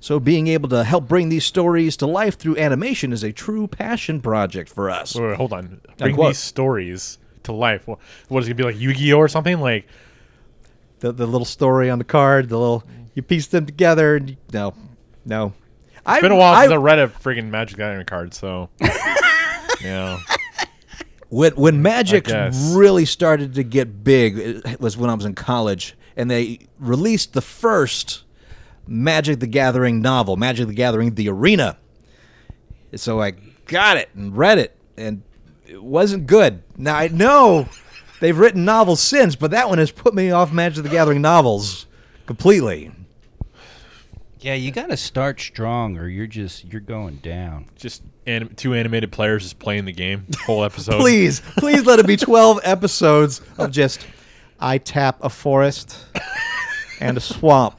Speaker 5: So being able to help bring these stories to life through animation is a true passion project for us.
Speaker 8: Wait, wait, hold on. Bring
Speaker 5: what?
Speaker 8: these stories to life. Wha- What is it gonna be like Yu-Gi-Oh or something? Like
Speaker 5: the, the little story on the card, the little you piece them together. And you, no, no. I've
Speaker 8: It's been a while since I read a friggin' Magic the Gathering card, so yeah.
Speaker 5: when when magic
Speaker 8: guess.
Speaker 5: really started to get big it was when I was in college and they released the first Magic the Gathering novel, Magic the Gathering the Arena. So I got it and read it and it wasn't good. Now I know they've written novels since, but that one has put me off Magic the Gathering novels completely.
Speaker 4: Yeah, you got to start strong, or you're just you're going down.
Speaker 8: Just anim- two animated players just playing the game whole episode.
Speaker 5: Please, please let it be 12 episodes of just I tap a forest and a swamp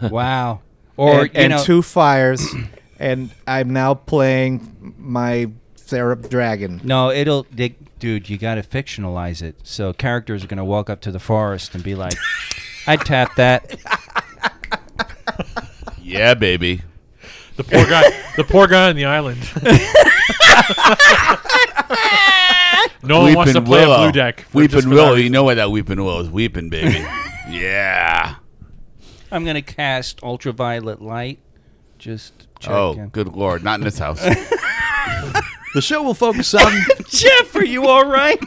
Speaker 4: Wow. Or
Speaker 5: and,
Speaker 4: you
Speaker 5: and
Speaker 4: know,
Speaker 5: two fires, and I'm now playing my Seraph Dragon.
Speaker 4: no, it'll, they, dude. You got to fictionalize it. So characters are gonna walk up to the forest and be like, "I tap that."
Speaker 3: Yeah, baby.
Speaker 8: The poor guy, the poor guy on the island. no one Oh, wants to play a blue deck. for- just
Speaker 3: Weeping
Speaker 8: for
Speaker 3: willow.
Speaker 8: that.
Speaker 3: You know why that weeping willow is weeping, baby. yeah.
Speaker 4: I'm gonna cast ultraviolet light. Just check
Speaker 3: oh,
Speaker 4: in.
Speaker 3: good lord! Not in this house.
Speaker 5: The show will focus on
Speaker 4: Jeff, are you all right?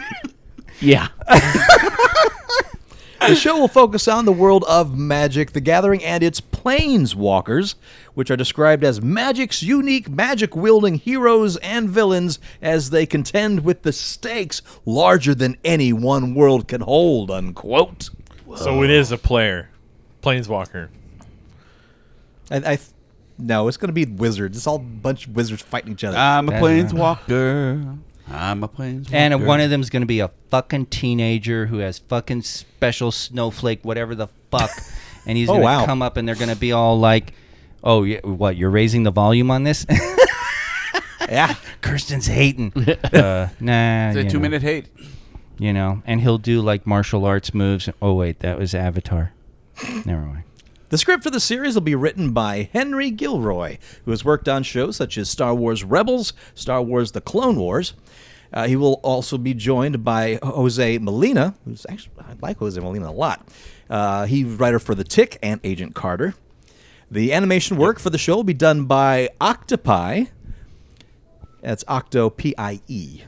Speaker 6: Yeah.
Speaker 5: the show will focus on the world of Magic: The Gathering and its planeswalkers, which are described as Magic's unique magic-wielding heroes and villains as they contend with the stakes larger than any one world can hold. Unquote.
Speaker 8: So it is a player, planeswalker.
Speaker 5: And I. Th- no, it's going to be wizards. It's all a bunch of wizards fighting each other.
Speaker 3: I'm a
Speaker 4: That's right.
Speaker 3: planeswalker. I'm a planeswalker.
Speaker 4: And one of them's gonna be a fucking teenager who has fucking special snowflake, whatever the fuck, and he's
Speaker 5: Oh,
Speaker 4: gonna
Speaker 5: wow.
Speaker 4: come up and they're gonna be all like, "Oh, yeah, what? You're raising the volume on this?"
Speaker 5: yeah.
Speaker 4: Kirsten's hating. uh, nah,
Speaker 3: It's a
Speaker 4: you know,
Speaker 3: two-minute hate.
Speaker 4: You know, and he'll do like martial arts moves. Oh wait, that was Avatar. Never mind.
Speaker 5: The script for the series will be written by Henry Gilroy, who has worked on shows such as Star Wars Rebels, Star Wars The Clone Wars. Uh, he will also be joined by Jose Molina, who's actually, I like Jose Molina a lot. Uh, he's writer for The Tick and Agent Carter. The animation work for the show will be done by Octopi. That's Octo P I E.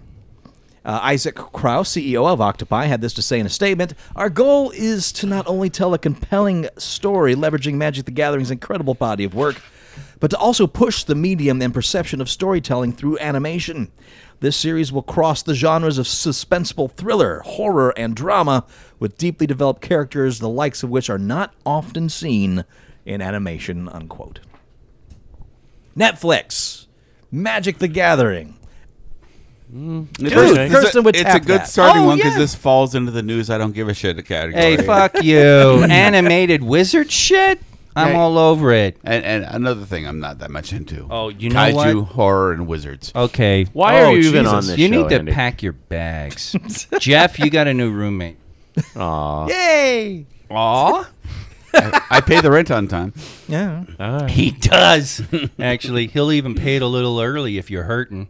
Speaker 5: Uh, Isaac Krause, CEO of Octopi, had this to say in a statement Our goal is to not only tell a compelling story leveraging Magic the Gathering's incredible body of work, but to also push the medium and perception of storytelling through animation. This series will cross the genres of suspenseful thriller, horror, and drama with deeply developed characters, the likes of which are not often seen in animation. Unquote. Netflix, Magic the Gathering.
Speaker 3: Dude,
Speaker 5: Kirsten would
Speaker 3: Mm. it's
Speaker 5: tap
Speaker 3: a good
Speaker 5: that.
Speaker 3: starting
Speaker 4: Oh,
Speaker 3: one because
Speaker 4: yeah.
Speaker 3: this falls into the news. I don't give a shit category.
Speaker 4: Hey, fuck you, animated wizard shit. I'm
Speaker 3: Hey.
Speaker 4: all over it.
Speaker 3: And, and another thing, I'm not that much into.
Speaker 4: Oh, you know
Speaker 3: Kaiju,
Speaker 4: what?
Speaker 3: horror, and wizards.
Speaker 4: Okay.
Speaker 6: Why
Speaker 8: Oh,
Speaker 6: are you even
Speaker 8: Jesus.
Speaker 6: on this
Speaker 4: you
Speaker 6: show,
Speaker 4: need to
Speaker 6: Andy?
Speaker 4: pack your bags. Jeff, you got a new roommate.
Speaker 6: Aw.
Speaker 5: Yay!
Speaker 4: Aw.
Speaker 3: I, I pay the rent on time.
Speaker 5: Yeah.
Speaker 4: He does. Actually, he'll even pay it a little early if you're hurting.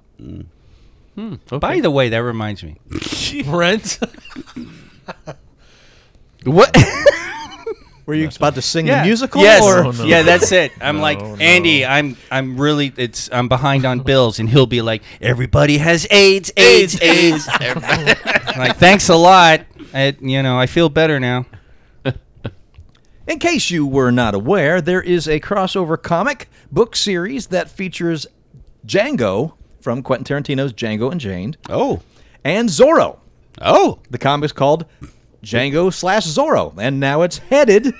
Speaker 6: Mm.
Speaker 4: By the way, that reminds me.
Speaker 8: Brent.
Speaker 4: What?
Speaker 5: Were you about to sing
Speaker 4: yeah.
Speaker 5: the musical?
Speaker 4: Yes.
Speaker 5: Or?
Speaker 8: Oh, no.
Speaker 4: Yeah, that's it. I'm
Speaker 8: No,
Speaker 4: like,
Speaker 8: no.
Speaker 4: Andy, I'm I'm really it's I'm behind on bills and he'll be like, Everybody has AIDS, AIDS, AIDS. I'm like, thanks a lot. I, you know, I feel better now.
Speaker 5: In case you were not aware, there is a crossover comic book series that features Django from Quentin Tarantino's Django Unchained
Speaker 3: Oh,
Speaker 5: and Zorro.
Speaker 3: oh,
Speaker 5: The comic's called Django slash Zorro, and now it's headed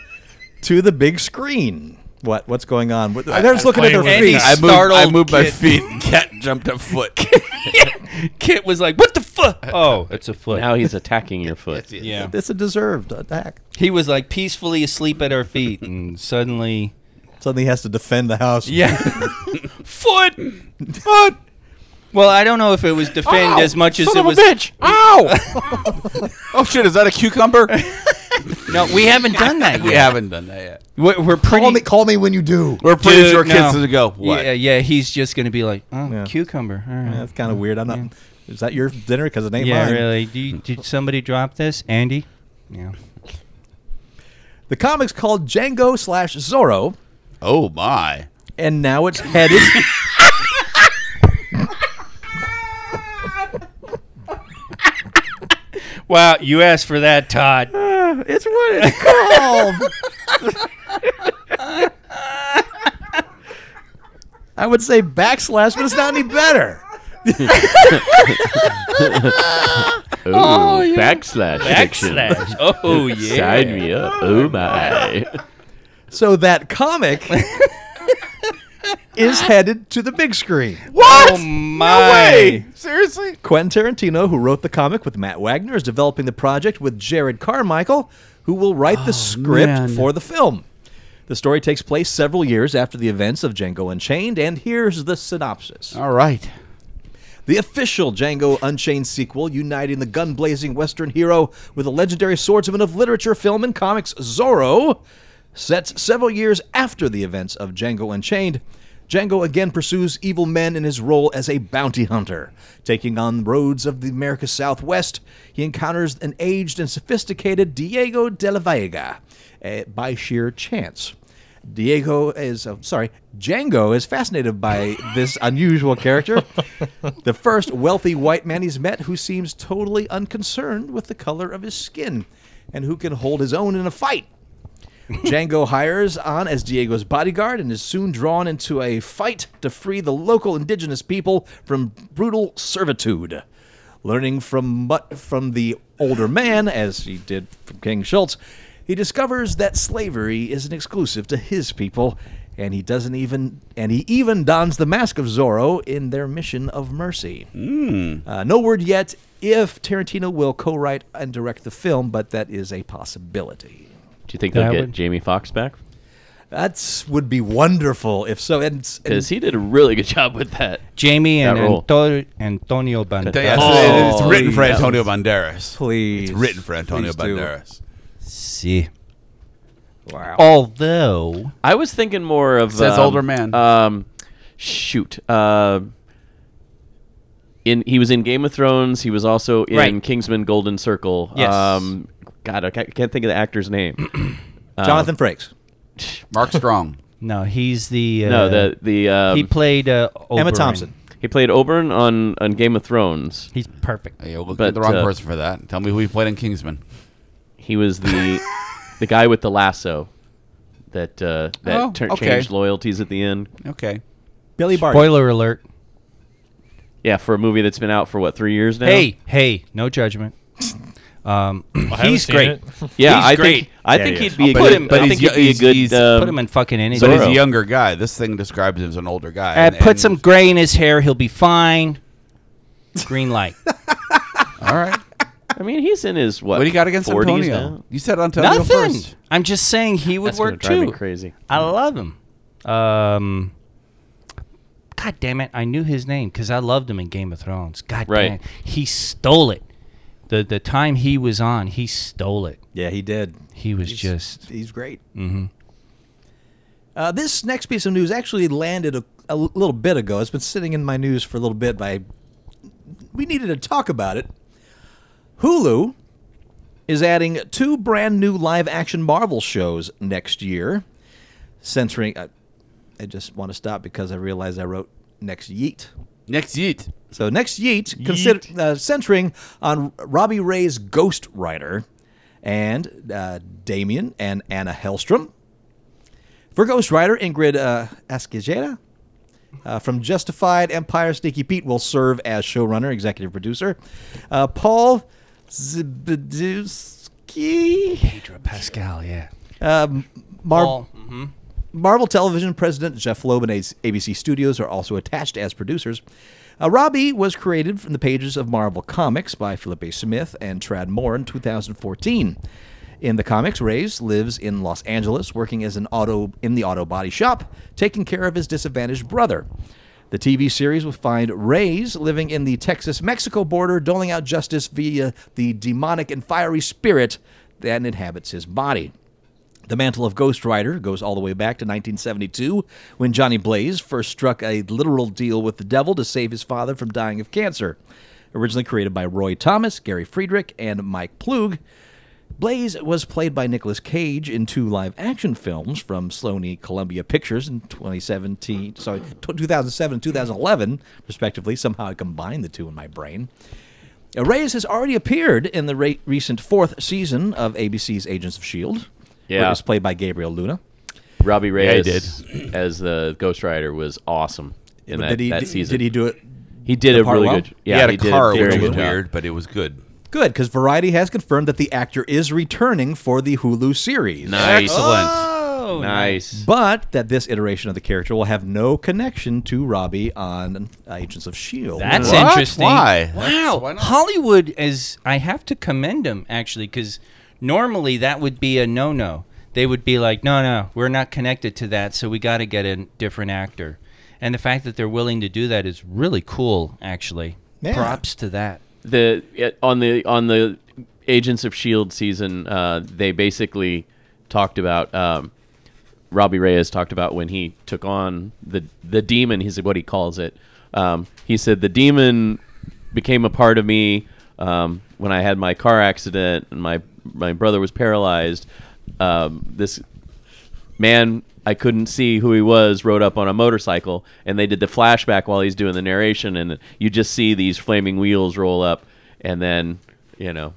Speaker 5: to the big screen. What? What's going on? What, they're just looking at their
Speaker 8: playing
Speaker 5: feet.
Speaker 8: with
Speaker 4: Andy's-
Speaker 3: I moved. I
Speaker 4: startled
Speaker 3: moved my
Speaker 4: kid.
Speaker 3: feet. and Cat jumped a foot.
Speaker 4: Kit was like, What the fuck? Oh, it's a foot.
Speaker 6: Now he's attacking your foot.
Speaker 4: yeah.
Speaker 5: It's a deserved attack.
Speaker 4: He was like peacefully asleep at our feet and suddenly
Speaker 5: Suddenly he has to defend the house.
Speaker 4: Yeah. Foot. Foot. Well, I don't know if it was defend as much as it was.
Speaker 3: Ow! oh shit! Is that a cucumber?
Speaker 4: No, we haven't done that
Speaker 3: we
Speaker 4: yet.
Speaker 3: haven't done that yet.
Speaker 4: We're, we're pretty.
Speaker 5: Call me, call me when you do.
Speaker 3: We're pretty
Speaker 4: Dude,
Speaker 3: sure
Speaker 4: no.
Speaker 3: kids to go. What?
Speaker 4: Yeah, yeah. He's just gonna be like, oh,
Speaker 5: Yeah.
Speaker 4: cucumber. All right.
Speaker 5: Yeah, that's kind of weird. I'm not. Is that your dinner? Because it ain't
Speaker 4: Yeah,
Speaker 5: mine.
Speaker 4: really. Do you, did somebody drop this, Andy? Yeah.
Speaker 5: The comic's called Django slash Zorro,
Speaker 3: Oh my!
Speaker 5: and now it's headed.
Speaker 4: Wow, you asked for that, Todd.
Speaker 3: It's what it's called.
Speaker 5: I would say backslash, but it's not any better.
Speaker 6: Ooh, Oh, backslash, fiction.
Speaker 4: Backslash. Oh yeah.
Speaker 6: Sign me up. Oh my.
Speaker 5: So that comic is headed to the big screen.
Speaker 3: what?
Speaker 4: Oh my.
Speaker 3: Seriously?
Speaker 5: Quentin Tarantino, who wrote the comic with Matt Wagner, is developing the project with Jared Carmichael, who will write the script
Speaker 3: Oh, man.
Speaker 5: for the film. The story takes place several years after the events of Django Unchained, and here's the synopsis.
Speaker 3: All right.
Speaker 5: The official Django Unchained sequel, uniting the gun blazing Western hero with the legendary swordsman of literature, film, and comics, Zorro, sets several years after the events of Django Unchained. Django again pursues evil men in his role as a bounty hunter. Taking on roads of the America's Southwest, he encounters an aged and sophisticated Diego de la Vega eh, by sheer chance. Diego is uh, sorry, Django is fascinated by this unusual character, the first wealthy white man he's met who seems totally unconcerned with the color of his skin and who can hold his own in a fight. Django hires on as Diego's bodyguard and is soon drawn into a fight to free the local indigenous people from brutal servitude. Learning from mu- from the older man, as he did from King Schultz, he discovers that slavery isn't exclusive to his people, and he doesn't even and he even dons the mask of Zorro in their mission of mercy. Uh, no word yet if Tarantino will co-write and direct the film, but that is a possibility.
Speaker 6: Do you think they'll
Speaker 4: That
Speaker 6: get
Speaker 4: would-
Speaker 6: Jamie Foxx back?
Speaker 5: That would be wonderful if so. And, and
Speaker 6: Because he did a really good job with that.
Speaker 4: Jamie and
Speaker 6: That rule.
Speaker 4: Anto- Antonio Banderas.
Speaker 3: Yes, it's
Speaker 6: Oh,
Speaker 3: written for
Speaker 6: yeah.
Speaker 3: Antonio Banderas.
Speaker 5: please,
Speaker 3: It's written for Antonio
Speaker 5: Please do.
Speaker 3: Banderas.
Speaker 4: See. Wow. Although
Speaker 6: I was thinking more of
Speaker 3: Says
Speaker 6: um,
Speaker 3: older man.
Speaker 6: Um, shoot. Uh, in he was in Game of Thrones. He was also in
Speaker 4: Right.
Speaker 6: Kingsman: Golden Circle.
Speaker 4: Yes.
Speaker 6: Um, God, I ca- can't think of the actor's name.
Speaker 5: Jonathan Frakes,
Speaker 3: Mark Strong.
Speaker 4: no, he's the uh,
Speaker 6: no, the the um,
Speaker 4: he played uh,
Speaker 5: Emma
Speaker 4: Oberyn.
Speaker 5: Thompson.
Speaker 6: he played Oberon on on Game of Thrones.
Speaker 4: He's perfect.
Speaker 3: Hey, you're looking
Speaker 6: But,
Speaker 3: at the wrong
Speaker 6: uh,
Speaker 3: person for that. Tell me who he played in Kingsman.
Speaker 6: He was the the guy with the lasso that uh, that
Speaker 3: Oh,
Speaker 6: tur-
Speaker 3: okay.
Speaker 6: changed loyalties at the end.
Speaker 3: Okay.
Speaker 5: Billy Barton.
Speaker 4: Spoiler alert.
Speaker 6: Yeah, for a movie that's been out for what three years now.
Speaker 4: Hey, hey, no judgment. Um,
Speaker 8: haven't
Speaker 4: he's
Speaker 8: seen
Speaker 4: great.
Speaker 8: it.
Speaker 6: yeah,
Speaker 4: he's
Speaker 6: I think
Speaker 4: great.
Speaker 6: I
Speaker 5: Yeah,
Speaker 6: think
Speaker 5: he
Speaker 6: he'd
Speaker 5: is.
Speaker 6: be a
Speaker 3: But
Speaker 6: good.
Speaker 3: he- but
Speaker 6: I
Speaker 3: he's
Speaker 6: think he'd
Speaker 3: yo-
Speaker 6: be a
Speaker 3: he's-
Speaker 6: good.
Speaker 3: he's-
Speaker 6: um,
Speaker 4: Put him in fucking anything.
Speaker 3: But he's a
Speaker 6: Zorro.
Speaker 3: younger guy. This thing describes him as an older guy.
Speaker 4: Uh,
Speaker 3: and-
Speaker 4: put
Speaker 3: and-
Speaker 4: some gray in his hair. He'll be fine. Green light.
Speaker 3: All right.
Speaker 6: I mean, he's in his what?
Speaker 3: What do you got against
Speaker 6: 40s
Speaker 3: Antonio?
Speaker 6: now?
Speaker 3: You said Antonio
Speaker 4: Nothing.
Speaker 3: first.
Speaker 4: I'm just saying he would
Speaker 6: That's gonna
Speaker 4: work
Speaker 6: drive
Speaker 4: too.
Speaker 6: me crazy.
Speaker 4: I love him. Um, God damn it! I knew his name because I loved him in Game of Thrones. God
Speaker 6: Right.
Speaker 4: damn, he stole it. The the time he was on, he stole it.
Speaker 5: Yeah, he did.
Speaker 4: He was
Speaker 5: He's-
Speaker 4: just
Speaker 5: he's great. Mm-hmm. Uh, this next piece of news actually landed a, a little bit ago. It's been sitting in my news for a little bit, but I, we needed to talk about it. Hulu is adding two brand new live action Marvel shows next year. Censoring. I, I just want to stop because I realized I wrote next yeet.
Speaker 3: Next yeet.
Speaker 5: So next Yeet, consider uh, centering on Robbie Ray's Ghost Rider and uh, Damien and Anna Hellstrom. For Ghost Rider, Ingrid uh, Escageda, uh, from Justified, Empire, Sneaky Pete will serve as showrunner, executive producer. Uh, Paul Zbidowski,
Speaker 4: Pedro Pascal. Yeah.
Speaker 5: um, Mar-
Speaker 4: Paul. hmm
Speaker 5: Marvel Television president Jeff Loeb and ABC Studios are also attached as producers. Uh, Robbie was created from the pages of Marvel Comics by Philip Smith and Trad Moore in 2014. In the comics, Reyes lives in Los Angeles, working as an auto in the auto body shop, taking care of his disadvantaged brother. The TV series will find Reyes living in the Texas-Mexico border, doling out justice via the demonic and fiery spirit that inhabits his body. The mantle of Ghost Rider goes all the way back to 1972 when Johnny Blaze first struck a literal deal with the devil to save his father from dying of cancer. Originally created by Roy Thomas, Gary Friedrich, and Mike Plug, Blaze was played by Nicolas Cage in two live action films from Sony Columbia Pictures in 2017, sorry, tw- 2007 and 2011, respectively. Somehow I combined the two in my brain. Uh, Reyes has already appeared in the re- recent fourth season of ABC's Agents of S.H.I.E.L.D., E where
Speaker 6: Yeah.
Speaker 5: he was played by Gabriel Luna.
Speaker 6: Robbie
Speaker 3: he
Speaker 6: Reyes as the Ghost Rider was awesome in that,
Speaker 5: did he
Speaker 6: that
Speaker 5: did,
Speaker 6: season.
Speaker 5: did he do it
Speaker 6: He did
Speaker 5: the
Speaker 6: a
Speaker 5: part
Speaker 6: really
Speaker 5: well?
Speaker 6: good.
Speaker 3: He
Speaker 6: Yeah,
Speaker 3: had a
Speaker 6: did
Speaker 3: car,
Speaker 6: very
Speaker 3: which was
Speaker 6: good job.
Speaker 3: weird, but it was good.
Speaker 5: good? Because Variety has confirmed that the actor is returning for the Hulu series.
Speaker 6: Nice,
Speaker 3: Excellent.
Speaker 6: nice.
Speaker 5: But that this iteration of the character will have no connection to Robbie on Agents of S.H.I.E.L.D.
Speaker 4: That's
Speaker 3: What?
Speaker 4: interesting.
Speaker 3: Why?
Speaker 4: Wow.
Speaker 3: That's- why not?
Speaker 4: Hollywood is. I have to commend them actually, because normally that would be a no-no. They would be like, no, no, we're not connected to that, so we got to get a different actor. And the fact that they're willing to do that is really cool, actually.
Speaker 5: Yeah.
Speaker 4: Props to that.
Speaker 6: the it- on the on the Agents of Shield E season, uh, they basically talked about um, Robbie Reyes talked about when he took on the the demon. He's what he calls it. Um, he said the demon became a part of me um, when I had my car accident and my my brother was paralyzed. Um, this man I couldn't see who he was rode up on a motorcycle and they did the flashback while he's doing the narration and you just see these flaming wheels roll up and then you know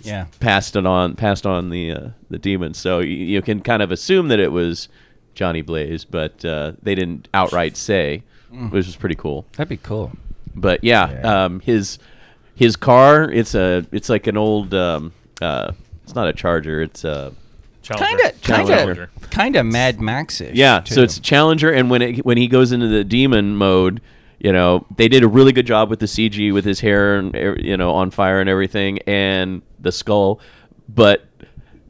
Speaker 4: Yeah.
Speaker 6: passed it on passed on the uh, the demon so you, you can kind of assume that it was Johnny Blaze but uh, they didn't outright say which was pretty cool
Speaker 4: That'd be cool.
Speaker 6: but yeah, Um, his his car it's a it's like an old um, uh, it's not a charger it's a
Speaker 8: Challenger.
Speaker 4: Kind of, kind
Speaker 8: Challenger.
Speaker 4: of, kind of Mad Maxish.
Speaker 6: Yeah,
Speaker 4: too.
Speaker 6: so it's Challenger, and when it when he goes into the demon mode, you know they did a really good job with the CG with his hair and er, you know on fire and everything, and the skull, but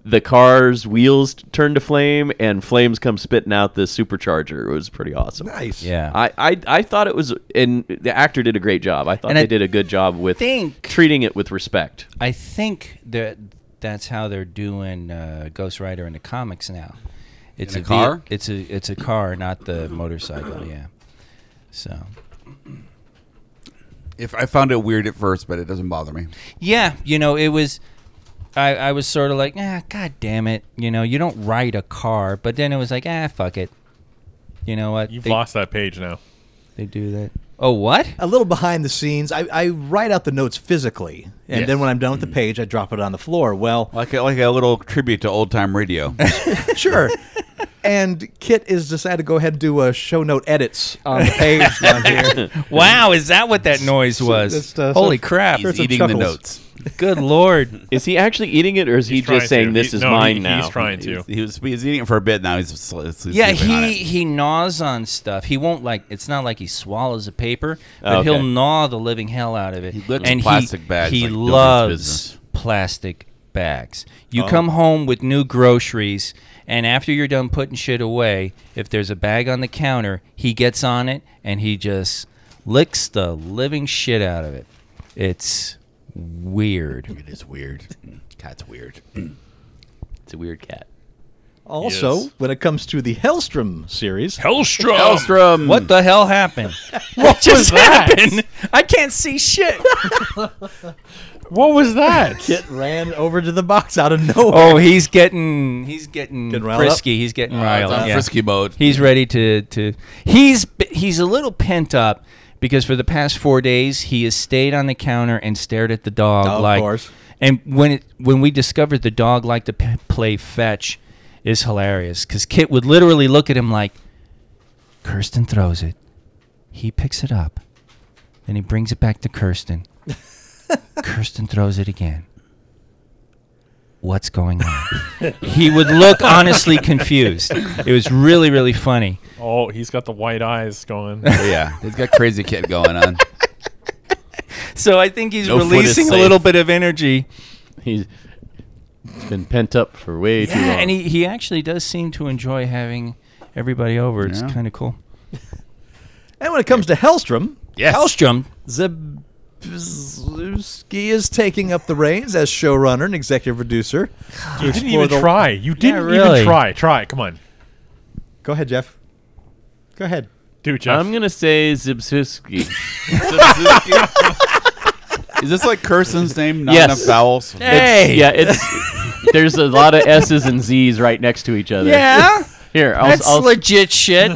Speaker 6: the car's wheels turn to flame, and flames come spitting out the supercharger. It was pretty awesome.
Speaker 5: nice.
Speaker 4: yeah.
Speaker 6: I, I, I thought it was, and the actor did a great job. I thought
Speaker 4: And
Speaker 6: they
Speaker 4: I
Speaker 6: did a good job with
Speaker 4: think-
Speaker 6: treating it with respect.
Speaker 4: I think that that's how they're doing uh, Ghost Rider in the comics now. It's
Speaker 3: In a
Speaker 4: ve-
Speaker 3: car?
Speaker 4: it's a it's a car, not the motorcycle. Yeah. So
Speaker 3: If I found it weird at first, but it doesn't bother me.
Speaker 4: yeah, you know, it was. I, I was sort of like, ah, god damn it, you know, you don't ride a car, but then it was like, ah, fuck it, you know what?
Speaker 8: You've
Speaker 4: they,
Speaker 8: lost that page now.
Speaker 4: They do that. Oh, what?
Speaker 5: A little behind the scenes, I, I write out the notes physically, and
Speaker 3: Yes.
Speaker 5: then when I'm done with
Speaker 4: Mm.
Speaker 5: the page, I drop it on the floor. Well,
Speaker 3: Like a, like a little tribute to old time radio.
Speaker 5: sure. And Kit is decided to go ahead and do a show note edits on the page down here.
Speaker 4: Wow, is that what that noise was?
Speaker 5: Just, uh,
Speaker 4: Holy
Speaker 5: so-
Speaker 4: crap!
Speaker 3: He's
Speaker 5: Here's some
Speaker 3: eating the
Speaker 5: chuckles.
Speaker 3: notes.
Speaker 4: Good lord.
Speaker 6: Is he actually eating it, or is he
Speaker 8: He's
Speaker 6: just
Speaker 8: trying
Speaker 6: saying
Speaker 8: to.
Speaker 6: this
Speaker 8: He-
Speaker 6: is
Speaker 8: no, he-
Speaker 6: mine now?
Speaker 8: He's trying to.
Speaker 3: He was, he was eating it for a bit. Now he's, sl- he's
Speaker 4: Yeah,
Speaker 3: sleeping on
Speaker 4: he
Speaker 3: it.
Speaker 4: he gnaws on stuff. He won't like. It's not like he swallows a paper, but
Speaker 6: Oh, okay.
Speaker 4: he'll gnaw the living hell out of it. He
Speaker 3: licks plastic bags
Speaker 4: He
Speaker 3: like nobody's
Speaker 4: loves
Speaker 3: business. Oh.
Speaker 4: plastic bags. You come home with new groceries, and after you're done putting shit away, if there's a bag on the counter, he gets on it and he just licks the living shit out of it. It's weird.
Speaker 3: It is weird. Cat's Mm, weird.
Speaker 6: It's a weird cat.
Speaker 5: Also,
Speaker 8: Yes.
Speaker 5: when it comes to the Hellstrom series,
Speaker 8: Hellstrom.
Speaker 3: Elstrom.
Speaker 4: What the hell happened? what just happened? I can't see shit.
Speaker 8: What was that?
Speaker 5: Kit ran over to the box out of nowhere.
Speaker 4: Oh, he's getting he's getting
Speaker 5: Getting riled up?
Speaker 4: frisky. He's getting riled.
Speaker 3: It's on
Speaker 4: yeah.
Speaker 3: frisky mode.
Speaker 4: He's ready to to he's b- he's a little pent up because for the past four days he has stayed on the counter and stared at the dog
Speaker 5: Oh, of
Speaker 4: like.
Speaker 5: course.
Speaker 4: And when it when we discovered the dog liked to p- play fetch, is hilarious because Kit would literally look at him like, Kirsten throws it, he picks it up, then he brings it back to Kirsten. Kirsten throws it again. What's going on? he would look honestly confused. It was really, really funny.
Speaker 8: Oh, he's got the white eyes going.
Speaker 3: yeah, he's got crazy kid going on.
Speaker 4: So I think he's
Speaker 3: No foot is
Speaker 4: releasing a
Speaker 3: safe.
Speaker 4: little bit of energy.
Speaker 6: He's been pent up for way too long.
Speaker 4: Yeah, and he, he actually does seem to enjoy having everybody over. It's
Speaker 3: Yeah.
Speaker 4: kind of cool.
Speaker 5: And when it comes to Hellstrom,
Speaker 3: Yes.
Speaker 4: Hellstrom.
Speaker 5: Zabowski is taking up the reins as showrunner and executive producer.
Speaker 8: you didn't even try. You didn't
Speaker 4: really.
Speaker 8: even try. Try. Come on.
Speaker 5: Go ahead, Jeff. Go ahead.
Speaker 8: Dude, Jeff.
Speaker 6: I'm gonna say Zibsiski.
Speaker 3: Is this like Kirsten's name? Not
Speaker 6: Yes.
Speaker 3: enough vowels.
Speaker 4: Hey.
Speaker 6: yeah, it's there's a lot of S's and Z's right next to each other.
Speaker 9: Yeah,
Speaker 6: Here, I'll,
Speaker 9: that's
Speaker 6: I'll
Speaker 9: legit shit.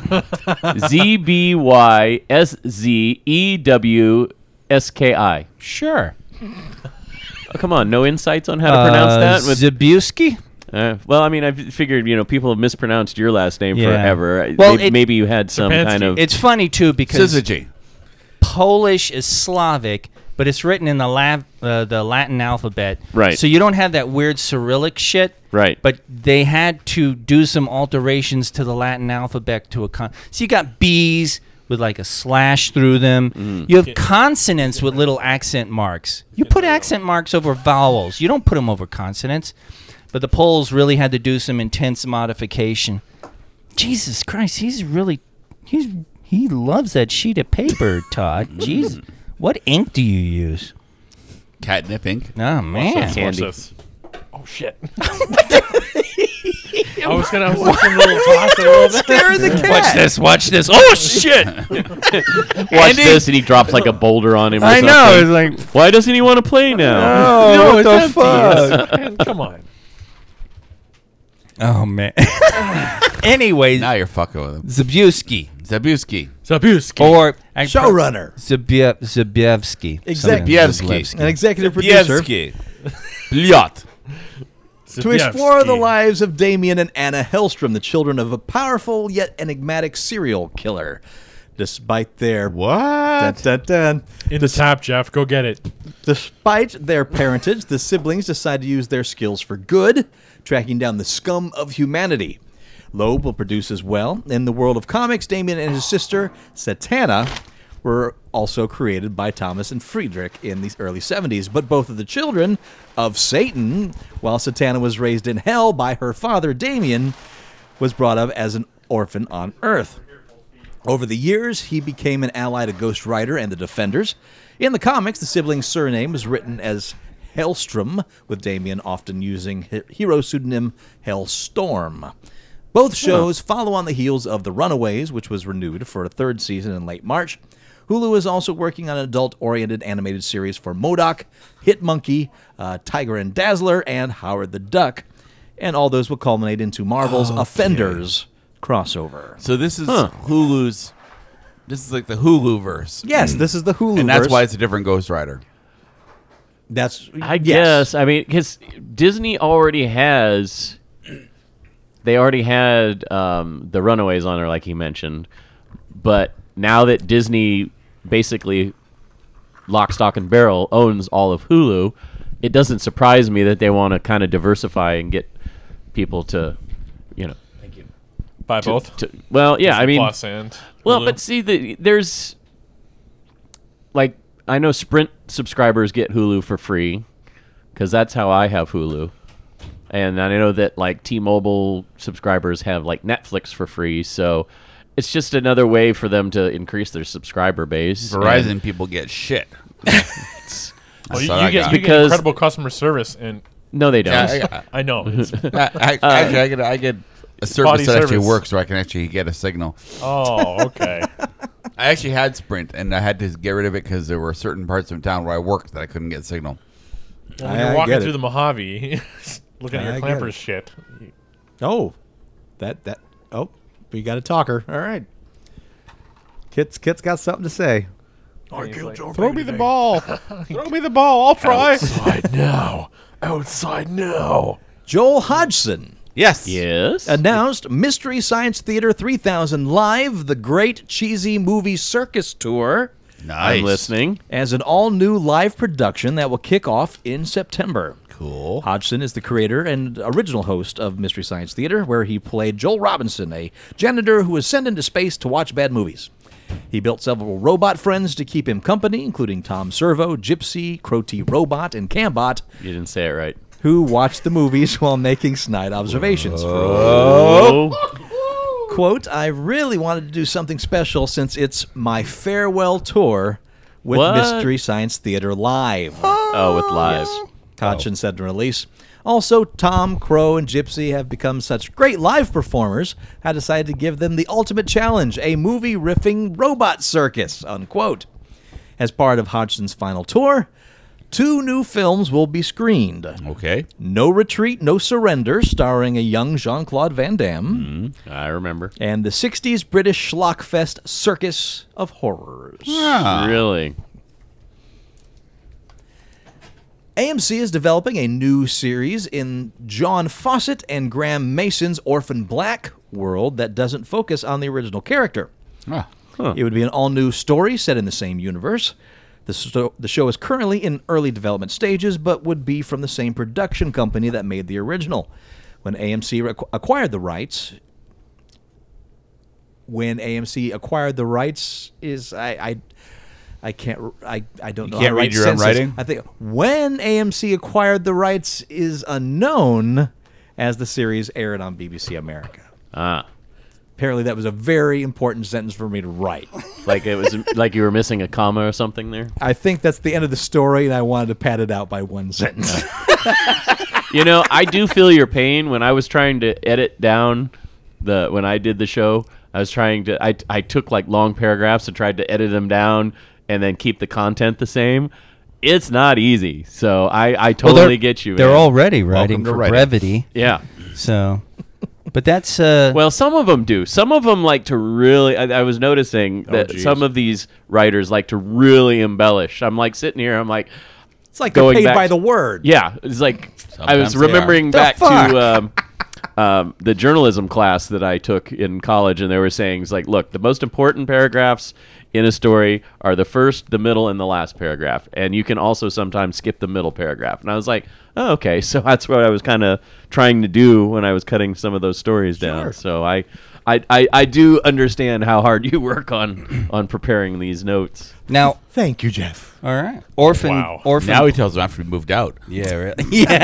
Speaker 6: Z B Y S Z E W S K I.
Speaker 4: Sure.
Speaker 6: Oh, come on, no insights on how to
Speaker 4: Uh,
Speaker 6: pronounce that? With,
Speaker 4: Zabuski?
Speaker 6: uh, well, I mean, I figured you know people have mispronounced your last name
Speaker 4: Yeah.
Speaker 6: forever. I-
Speaker 9: Well,
Speaker 6: maybe,
Speaker 9: it-
Speaker 6: maybe you had some
Speaker 8: Stepanski.
Speaker 6: kind of
Speaker 4: It's funny too because
Speaker 3: Syzygy.
Speaker 4: Polish is Slavic, but it's written in the lav- uh, the Latin alphabet.
Speaker 6: Right.
Speaker 4: So you don't have that weird Cyrillic shit.
Speaker 6: Right.
Speaker 4: But they had to do some alterations to the Latin alphabet to account. So you got B's with like a slash through them. You have consonants with little accent marks. You put accent marks over vowels. You don't put them over consonants. But the Poles really had to do some intense modification. Jesus Christ, he's really he's he loves that sheet of paper, Todd. Jeez, what ink do you use?
Speaker 3: Catnip Inc.
Speaker 4: Oh
Speaker 8: Watch
Speaker 4: man,
Speaker 6: Candy.
Speaker 8: this. Oh shit! I was gonna. I was just gonna little toss it a little bit.
Speaker 5: Scaring the cat.
Speaker 3: Watch this, watch this. Oh shit!
Speaker 6: watch
Speaker 3: Andy?
Speaker 6: this, and he drops like a boulder on him. Or
Speaker 4: I know. It's
Speaker 6: something.
Speaker 4: like
Speaker 6: Why doesn't he want to play now?
Speaker 4: oh, what the
Speaker 8: Man, come on.
Speaker 4: Oh man. Anyways,
Speaker 3: now you're fucking with him.
Speaker 4: Zabuski
Speaker 3: Zabuski.
Speaker 8: Zabuski.
Speaker 4: or I-
Speaker 5: Showrunner.
Speaker 4: Zabie- Zabievsky.
Speaker 5: Exactly. An executive producer.
Speaker 3: Bielski. Bliot.
Speaker 5: to explore the lives of Damien and Anna Hellstrom, the children of a powerful yet enigmatic serial killer. Despite their Dun,
Speaker 3: What?
Speaker 5: dun, dun.
Speaker 8: in the top, Jeff. Go get it.
Speaker 5: Despite their parentage, the siblings decide to use their skills for good, tracking down the scum of humanity. Loeb will produce as well. In the world of comics, Damien and his sister, Satana, were also created by Thomas and Friedrich in the early 70s, but both of the children of Satan, while Satana was raised in hell by her father, Damien, was brought up as an orphan on Earth. Over the years, he became an ally to Ghost Rider and the Defenders. In the comics, the sibling's surname was written as Hellstrom, with Damien often using he- hero pseudonym Hellstorm. Both shows follow on the heels of The Runaways, which was renewed for a third season in late March. Hulu is also working on an adult oriented animated series for Modoc, Hit Monkey, uh, Tiger and Dazzler, and Howard the Duck. And all those will culminate into Marvel's Offenders crossover.
Speaker 3: So this is Hulu's. This is like the Hulu verse.
Speaker 5: Yes, this is the Hulu.
Speaker 3: And that's why it's a different Ghost Rider.
Speaker 5: That's
Speaker 6: I
Speaker 5: yes.
Speaker 6: guess. I mean, because Disney already has. They already had um, the Runaways on there, like he mentioned, but now that Disney basically lock, stock, and barrel owns all of Hulu, it doesn't surprise me that they want to kind of diversify and get people to, you know,
Speaker 8: Buy
Speaker 6: to,
Speaker 8: both.
Speaker 6: to- well, yeah, I mean,
Speaker 8: Plus and
Speaker 6: well,
Speaker 8: Hulu.
Speaker 6: but see, the, there's like I know Sprint subscribers get Hulu for free because that's how I have Hulu, and I know that like T-Mobile subscribers have like Netflix for free, so it's just another way for them to increase their subscriber base.
Speaker 3: Verizon people get shit.
Speaker 8: Well, you,
Speaker 3: what I
Speaker 8: you get,
Speaker 3: got.
Speaker 8: you get
Speaker 6: Because-
Speaker 8: incredible customer service, and
Speaker 6: And- no, they don't.
Speaker 3: I,
Speaker 8: I know. It's,
Speaker 3: I- I- actually, I get, I get a service
Speaker 8: Spotty
Speaker 3: that actually
Speaker 8: service.
Speaker 3: works where I can actually get a signal.
Speaker 8: oh, okay.
Speaker 3: I actually had Sprint, and I had to get rid of it because there were certain parts of town where I worked that I couldn't get signal.
Speaker 8: Well, when
Speaker 5: I- I
Speaker 8: you're
Speaker 5: get
Speaker 8: walking through
Speaker 5: it.
Speaker 8: the Mojave, looking at
Speaker 5: I
Speaker 8: your
Speaker 5: get
Speaker 8: clampers
Speaker 5: it.
Speaker 8: shit. you-
Speaker 5: Oh, that that. Oh, we got a talker. All right. Kit's Kit's got something to say.
Speaker 7: Throw me the ball. Throw me the ball. I'll try.
Speaker 8: Outside now. Outside now.
Speaker 5: Joel Hodgson
Speaker 3: Yes.
Speaker 6: Yes.
Speaker 5: announced Mystery Science Theater 3000 Live: The Great Cheesy Movie Circus Tour
Speaker 3: Nice.
Speaker 6: I'm listening.
Speaker 5: as an all-new live production that will kick off in September.
Speaker 3: Cool.
Speaker 5: Hodgson is the creator and original host of Mystery Science Theater, where he played Joel Robinson, a janitor who was sent into space to watch bad movies. He built several robot friends to keep him company, including Tom Servo, Gypsy, Crotty Robot, and Cambot,
Speaker 6: You didn't say it right.
Speaker 5: who watched the movies while making snide observations.
Speaker 6: Oh,
Speaker 5: Quote, I really wanted to do something special since it's my farewell tour with
Speaker 6: What?
Speaker 5: Mystery Science Theater Live.
Speaker 6: oh, with lies.
Speaker 5: Hodgson said in a release. Also, Tom, Crow, and Gypsy have become such great live performers, I decided to give them the ultimate challenge a movie riffing robot circus. Unquote. As part of Hodgson's final tour, Two new films will be screened.
Speaker 3: Okay.
Speaker 5: No Retreat, No Surrender, starring a young Jean Claude Van Damme,
Speaker 6: I remember.
Speaker 5: and the 60s British Schlockfest Circus of Horrors.
Speaker 6: Really?
Speaker 5: AMC is developing a new series in John Fawcett and Graham Mason's Orphan Black world that doesn't focus on the original character.
Speaker 3: Ah.
Speaker 5: It would be an all new story set in the same universe. The, sto- the show is currently in early development stages, but would be from the same production company that made the original. When AMC requ- acquired the rights, when AMC acquired the rights is I I, I can't r- I, I don't know.
Speaker 3: can't
Speaker 5: how to
Speaker 3: read
Speaker 5: write
Speaker 3: your own
Speaker 5: sentences.
Speaker 3: writing?
Speaker 5: I think when AMC acquired the rights is unknown, as the series aired on BBC America.
Speaker 6: Ah.
Speaker 5: Apparently, that was a very important sentence for me to write.
Speaker 6: Like it was like you were missing a comma or something there.
Speaker 5: I think that's the end of the story, and I wanted to pad it out by one sentence.
Speaker 6: You know, I do feel your pain when I was trying to edit down the when I did the show. I was trying to I I took like long paragraphs and tried to edit them down and then keep the content the same. It's not easy. So I I totally get you.
Speaker 4: They're
Speaker 6: man.
Speaker 4: already writing
Speaker 3: to
Speaker 4: for
Speaker 3: writing.
Speaker 4: brevity.
Speaker 6: Yeah.
Speaker 4: So, but that's uh,
Speaker 6: Well, some of them do. Some of them like to really. I, I was noticing that
Speaker 8: geez.
Speaker 6: some of these writers like to really embellish. I'm like sitting here. I'm like,
Speaker 5: It's like
Speaker 6: Going
Speaker 5: they're paid
Speaker 6: back-
Speaker 5: by the word.
Speaker 6: yeah. It's like I
Speaker 3: Sometimes
Speaker 6: was
Speaker 3: they are.
Speaker 6: remembering
Speaker 4: The
Speaker 6: back
Speaker 4: fuck?
Speaker 6: to um, um, the journalism class that I took in college, and they were saying, it's like, look, the most important paragraphs in a story are the first, the middle, and the last paragraph, and you can also sometimes skip the middle paragraph. And I was like, oh, okay, so that's what I was kind of trying to do when I was cutting some of those stories down. So I. I, I, I do understand how hard you work on on preparing these notes.
Speaker 4: now
Speaker 5: Thank you, Jeff.
Speaker 4: all right. Orphan.
Speaker 8: Wow.
Speaker 4: Orphan.
Speaker 3: Now he tells him after he moved out.
Speaker 4: yeah. Really. yeah.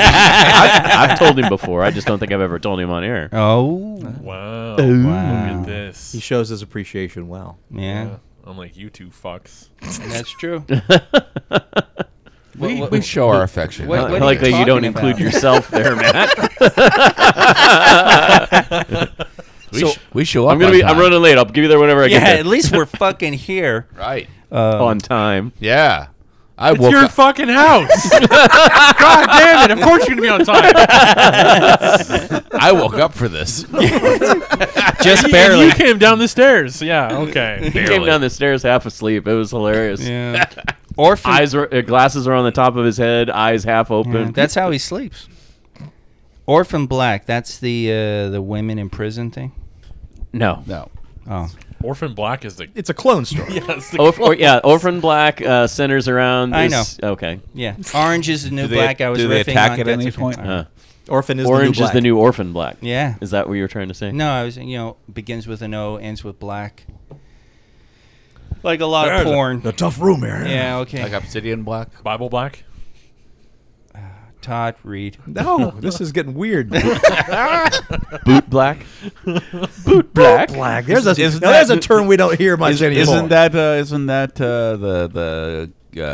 Speaker 6: I've told him before. I just don't think I've ever told him on air.
Speaker 4: Oh.
Speaker 8: Wow.
Speaker 4: Wow.
Speaker 8: Look at this.
Speaker 5: He shows his appreciation well.
Speaker 4: Yeah.
Speaker 8: Yeah. I'm like, you two fucks.
Speaker 4: That's true.
Speaker 3: We, we show our affection.
Speaker 4: what-
Speaker 6: I
Speaker 4: what are
Speaker 6: like
Speaker 4: you
Speaker 6: that you don't
Speaker 4: talking
Speaker 6: include
Speaker 4: about?
Speaker 6: yourself there, Matt.
Speaker 3: we, sh- we show up.
Speaker 6: I'm gonna
Speaker 3: on
Speaker 6: be.
Speaker 3: time.
Speaker 6: I'm running late. I'll give you there whenever I
Speaker 4: yeah.
Speaker 6: get there.
Speaker 4: At least we're fucking here. Uh,
Speaker 3: Right.
Speaker 6: on time.
Speaker 3: Yeah. I
Speaker 8: It's
Speaker 3: woke
Speaker 8: your
Speaker 3: up.
Speaker 8: fucking house. God damn it! Of course you're gonna be on time.
Speaker 3: I woke up for this.
Speaker 4: Just
Speaker 8: And
Speaker 4: barely.
Speaker 8: You came down the stairs. Yeah. Okay.
Speaker 6: He came down the stairs half asleep. It was hilarious.
Speaker 4: Yeah. Orphan.
Speaker 6: Eyes were, uh, glasses were on the top of his head. Eyes half
Speaker 4: Yeah,
Speaker 6: open.
Speaker 4: that's how he sleeps. Orphan Black. That's the uh, the women in prison thing.
Speaker 6: no.
Speaker 3: No.
Speaker 4: Oh.
Speaker 8: Orphan Black is the.
Speaker 5: It's a clone story.
Speaker 8: That's the
Speaker 6: Orf- or- yeah, Orphan Black uh, centers around.
Speaker 4: I
Speaker 6: this- Okay.
Speaker 4: Yeah. Orange is the new
Speaker 3: Do they-
Speaker 4: black. I was
Speaker 3: do they
Speaker 4: riffing
Speaker 3: attack
Speaker 4: on
Speaker 3: it at
Speaker 4: That's
Speaker 3: any
Speaker 4: okay.
Speaker 3: point?
Speaker 4: All right.
Speaker 6: Uh,
Speaker 5: Orphan is
Speaker 6: orange
Speaker 5: the new
Speaker 6: is the
Speaker 5: black.
Speaker 6: new Orphan Black.
Speaker 4: Yeah.
Speaker 6: Is that what you were trying to say?
Speaker 4: No, I was you know begins with an O, ends with black. Like a lot
Speaker 8: There's
Speaker 4: of
Speaker 8: a-
Speaker 4: porn.
Speaker 5: tough room area.
Speaker 4: yeah. Okay.
Speaker 3: Like Obsidian Black.
Speaker 8: Bible Black.
Speaker 4: Todd Reed.
Speaker 5: No, this is getting weird.
Speaker 6: Boot Black. Boot Black.
Speaker 5: black. There's a
Speaker 3: Isn't
Speaker 5: now there's
Speaker 3: that-
Speaker 5: a term we don't hear much anymore.
Speaker 3: Isn't that uh, isn't that uh, the the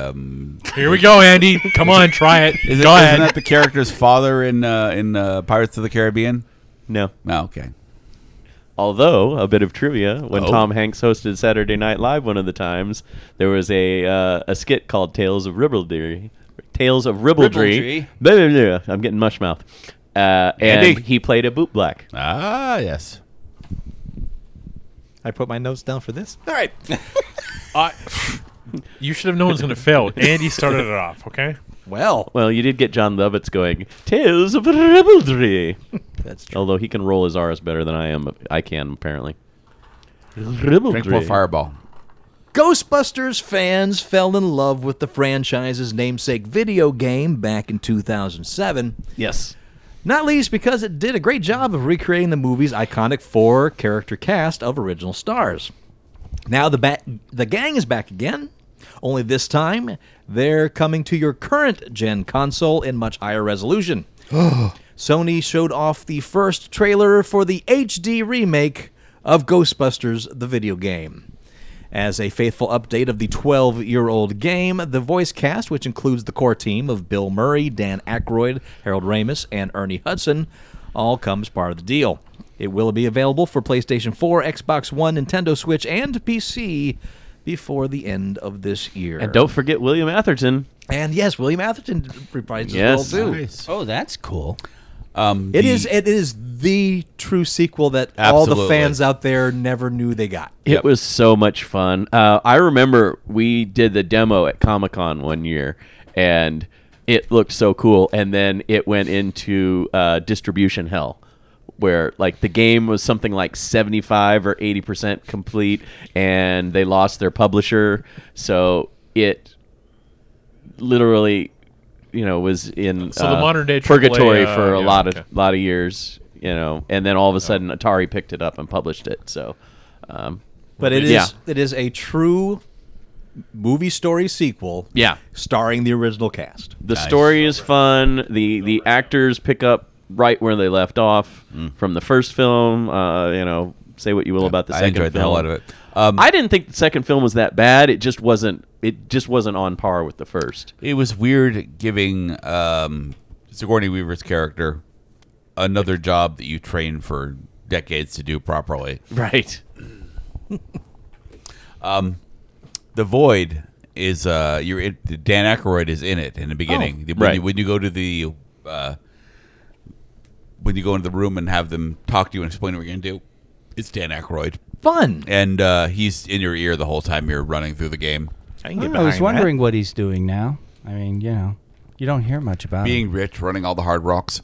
Speaker 3: um,
Speaker 8: Here we go, Andy. Come on, try it.
Speaker 3: is it,
Speaker 8: go
Speaker 3: isn't
Speaker 8: ahead.
Speaker 3: that the character's father in uh, in uh, Pirates of the Caribbean?
Speaker 6: No.
Speaker 3: Oh, okay.
Speaker 6: Although a bit of trivia, when
Speaker 3: Oh.
Speaker 6: Tom Hanks hosted Saturday Night Live one of the times, there was a uh, a skit called Tales of Ribaldry. Tales of
Speaker 4: Ribaldry.
Speaker 6: Ribaldry. Blah, blah, blah. I'm getting mush mouth. Uh, and
Speaker 3: Andy.
Speaker 6: he played a boot black.
Speaker 3: Ah, yes.
Speaker 5: I put my notes down for this.
Speaker 3: All right.
Speaker 8: I, you should have known it was gonna fail. Andy started it off. Okay.
Speaker 5: Well,
Speaker 6: Well, you did get John Lovitz going Tales of Ribaldry.
Speaker 5: that's true.
Speaker 6: Although he can roll his R's better than I am, but I can apparently.
Speaker 3: Drink more
Speaker 6: Ribaldry.
Speaker 3: Fireball.
Speaker 5: Ghostbusters fans fell in love with the franchise's namesake video game back in 2007.
Speaker 6: Yes.
Speaker 5: Not least because it did a great job of recreating the movie's iconic four character cast of original stars. Now the ba- the gang is back again, only this time they're coming to your current gen console in much higher resolution. Sony showed off the first trailer for the HD remake of Ghostbusters the video game. As a faithful update of the 12 year old game, the voice cast, which includes the core team of Bill Murray, Dan Aykroyd, Harold Ramis, and Ernie Hudson, all comes part of the deal. It will be available for PlayStation 4, Xbox One, Nintendo Switch, and PC before the end of this year.
Speaker 6: And don't forget William Atherton
Speaker 5: And yes, William Atherton reprises
Speaker 6: Yes.
Speaker 5: his role too.
Speaker 3: Nice.
Speaker 4: Oh, that's cool.
Speaker 3: Um,
Speaker 5: It
Speaker 3: the-
Speaker 5: is it is the true sequel that all
Speaker 3: Absolutely.
Speaker 5: the fans out there never knew they got.
Speaker 6: It was so much fun. Uh, I remember we did the demo at Comic Con one year, and it looked so cool. And then it went into uh, distribution hell, where like the game was something like seventy-five or eighty percent complete, and they lost their publisher, so it literally, you know, was in
Speaker 8: So the
Speaker 6: uh,
Speaker 8: modern day AAA,
Speaker 6: purgatory
Speaker 8: uh,
Speaker 6: for a
Speaker 8: yeah,
Speaker 6: lot of
Speaker 8: okay.
Speaker 6: lot of years, you know, and then all of a sudden Atari picked it up and published it. So, um,
Speaker 5: But it is
Speaker 6: Yeah.
Speaker 5: it is a true movie story sequel.
Speaker 6: Yeah.
Speaker 5: starring the original cast.
Speaker 6: the story is fun. The the actors pick up right where they left off from the first film. Uh, you know, say what you will about the
Speaker 3: I
Speaker 6: second
Speaker 3: enjoyed the
Speaker 6: film.
Speaker 3: hell out of it. Um,
Speaker 6: I didn't think the second film was that bad. It just wasn't. It just wasn't on par with the first.
Speaker 3: it was weird giving um, Sigourney Weaver's character another job that you train for decades to do properly.
Speaker 6: Right.
Speaker 3: Um, The Void is uh, you're in, Dan Aykroyd is in it in the beginning. The- when,
Speaker 6: Oh, right.
Speaker 3: you, when you go to the uh, when you go into the room and have them talk to you and explain what you're gonna do, it's Dan Aykroyd,
Speaker 5: Fun.
Speaker 3: and uh, he's in your ear the whole time you're running through the game.
Speaker 5: I, can get
Speaker 4: I was
Speaker 5: behind
Speaker 4: wondering what he's doing now. I mean, you know, you don't hear much about him.
Speaker 3: Being rich, running all the hard rocks,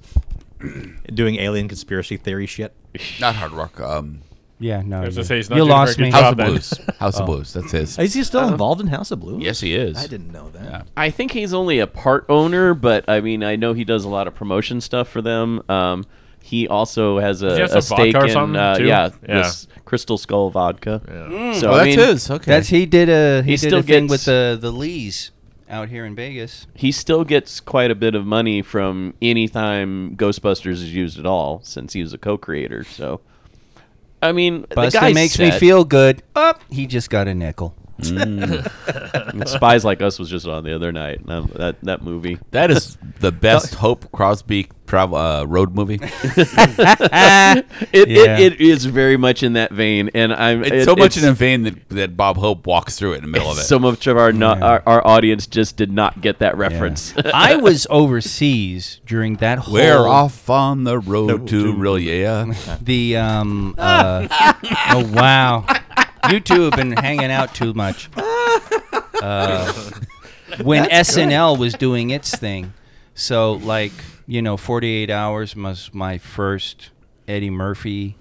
Speaker 5: that. doing alien conspiracy theory shit.
Speaker 3: not hard rock. Um,
Speaker 4: Yeah, no.
Speaker 8: was
Speaker 4: you,
Speaker 8: gonna say, he's not
Speaker 4: you
Speaker 8: doing a
Speaker 4: lost
Speaker 8: very
Speaker 4: me.
Speaker 8: good job
Speaker 3: House of
Speaker 8: then.
Speaker 3: Blues. House of Blues. That's his.
Speaker 5: Is he still involved in House of Blues?
Speaker 3: Oh. Uh-huh. Yes, he is.
Speaker 5: I didn't know that.
Speaker 6: I think he's only a part owner, but I mean, I know he does a lot of promotion stuff for them. Um, he also has a,
Speaker 8: he have
Speaker 6: a
Speaker 8: some vodka
Speaker 6: stake
Speaker 8: or
Speaker 6: in
Speaker 8: something,
Speaker 6: uh,
Speaker 8: too?
Speaker 6: yeah,
Speaker 8: Yeah.
Speaker 6: this Crystal Skull vodka. So
Speaker 3: Oh,
Speaker 6: I
Speaker 3: that's
Speaker 6: mean,
Speaker 3: his. Okay.
Speaker 4: That's he did a he,
Speaker 6: He
Speaker 4: did
Speaker 6: still
Speaker 4: a thing
Speaker 6: gets-
Speaker 4: with the the Lees out here in Vegas.
Speaker 6: he still gets quite a bit of money from any time Ghostbusters is used at all, since he was a co-creator. So, I mean, the
Speaker 4: Buster
Speaker 6: guy
Speaker 4: makes me feel good. Up, he just got a nickel.
Speaker 6: Spies Like Us was just on the other night. and I'm- That that movie.
Speaker 3: That is the best Hope Crosby travel uh, road movie.
Speaker 4: Ah.
Speaker 6: It,
Speaker 4: Yeah.
Speaker 6: it, it is very much in that vein, and I'm
Speaker 3: It's
Speaker 6: it-
Speaker 3: so much
Speaker 6: it's-
Speaker 3: in a vein that, that Bob Hope walks through it in the middle of it.
Speaker 6: So much of our, not,
Speaker 4: Yeah.
Speaker 6: our our audience just did not get that reference.
Speaker 4: I was overseas during that whole
Speaker 3: We're off on the road to Rilia.
Speaker 4: the um uh, oh wow. You two have been hanging out too much. Uh, when SNL was doing its thing. So like, you know, 48 hours was my first Eddie Murphy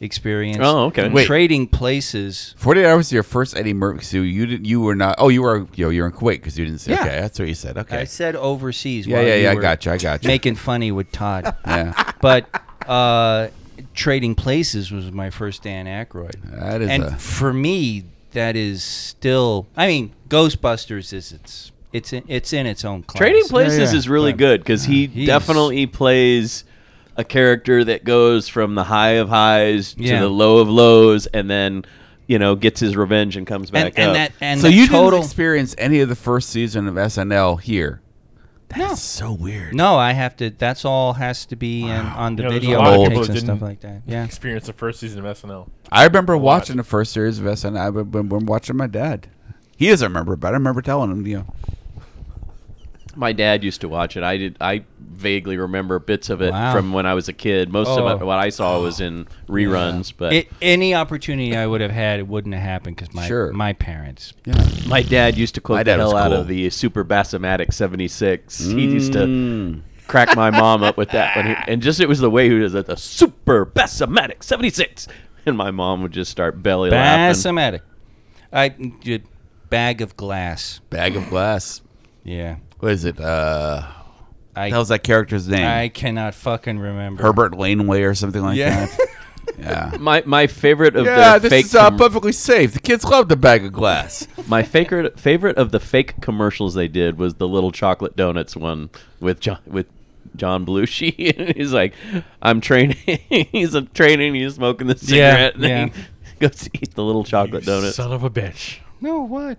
Speaker 4: experience.
Speaker 6: Oh, okay.
Speaker 4: And
Speaker 6: Wait.
Speaker 4: Trading places.
Speaker 3: Forty hours is your first Eddie Murphy. So you didn't. You were not. Oh, you were. You know, you're in Kuwait because you didn't say.
Speaker 4: Yeah.
Speaker 3: Okay, that's what you said. Okay.
Speaker 4: I said overseas.
Speaker 3: yeah,
Speaker 4: while
Speaker 3: yeah,
Speaker 4: you
Speaker 3: yeah. I
Speaker 4: were
Speaker 3: got you. I got you.
Speaker 4: Making funny with Todd.
Speaker 3: yeah.
Speaker 4: but uh, Trading Places was my first Dan Aykroyd.
Speaker 3: That is
Speaker 4: and
Speaker 3: a-
Speaker 4: for me, that is still. I mean, Ghostbusters is its it's in, it's in its own class.
Speaker 6: Trading Places
Speaker 3: yeah.
Speaker 6: is really good because he
Speaker 4: He's-
Speaker 6: definitely plays a character that goes from the high of highs
Speaker 4: Yeah.
Speaker 6: to the low of lows, and then you know gets his revenge and comes
Speaker 4: and,
Speaker 6: back
Speaker 4: and
Speaker 6: up.
Speaker 4: that and
Speaker 3: So
Speaker 4: the
Speaker 3: you
Speaker 4: total.
Speaker 3: didn't experience any of the first season of SNL here. That's
Speaker 4: No.
Speaker 3: so weird.
Speaker 4: no, I have to. That's all has to be in, on the
Speaker 8: Yeah, there's a
Speaker 4: video
Speaker 8: lot of
Speaker 3: people
Speaker 4: tapes
Speaker 8: that
Speaker 4: and stuff
Speaker 8: didn't-
Speaker 4: like that. Yeah,
Speaker 8: Experience the first season of SNL.
Speaker 3: I remember watching the first series of SNL. I remember watching my dad. He doesn't remember, but I remember telling him, you know,
Speaker 6: My dad used to watch it. I did. I vaguely remember bits of it
Speaker 4: Wow.
Speaker 6: from when I was a kid. Most of
Speaker 4: Oh.
Speaker 6: it, what I saw was in reruns, but
Speaker 4: it, any opportunity I would have had, it wouldn't have happened because my
Speaker 3: Sure.
Speaker 4: my parents.
Speaker 6: my dad used to
Speaker 3: My
Speaker 6: quote
Speaker 3: dad
Speaker 6: the hell
Speaker 3: was
Speaker 6: out
Speaker 3: cool.
Speaker 6: of the Super Bassomatic '76. He used
Speaker 3: Mm.
Speaker 6: to. Crack my mom up with that, when he, and just it was the way he was at the super bassomatic seventy six, and my mom would just start belly laughing.
Speaker 4: Bassomatic. I did bag of glass.
Speaker 3: bag of glass.
Speaker 4: Yeah,
Speaker 3: What is it? Uh,
Speaker 4: I
Speaker 3: what the hell's that character's name?
Speaker 4: I cannot fucking remember.
Speaker 3: Herbert Laneway or something like
Speaker 4: Yeah.
Speaker 3: that. yeah.
Speaker 6: My my favorite of
Speaker 3: Yeah,
Speaker 6: the
Speaker 3: this
Speaker 6: fake
Speaker 3: is uh,
Speaker 6: com-
Speaker 3: perfectly safe. The kids love the bag of glass.
Speaker 6: my favorite favorite of the fake commercials they did was the little chocolate donuts one with John with John Belushi. And he's like, I'm training. he's a training. He's smoking the cigarette.
Speaker 4: yeah.
Speaker 6: And he goes to eat the little chocolate
Speaker 8: You
Speaker 6: donuts.
Speaker 8: Son of a bitch.
Speaker 4: No, what?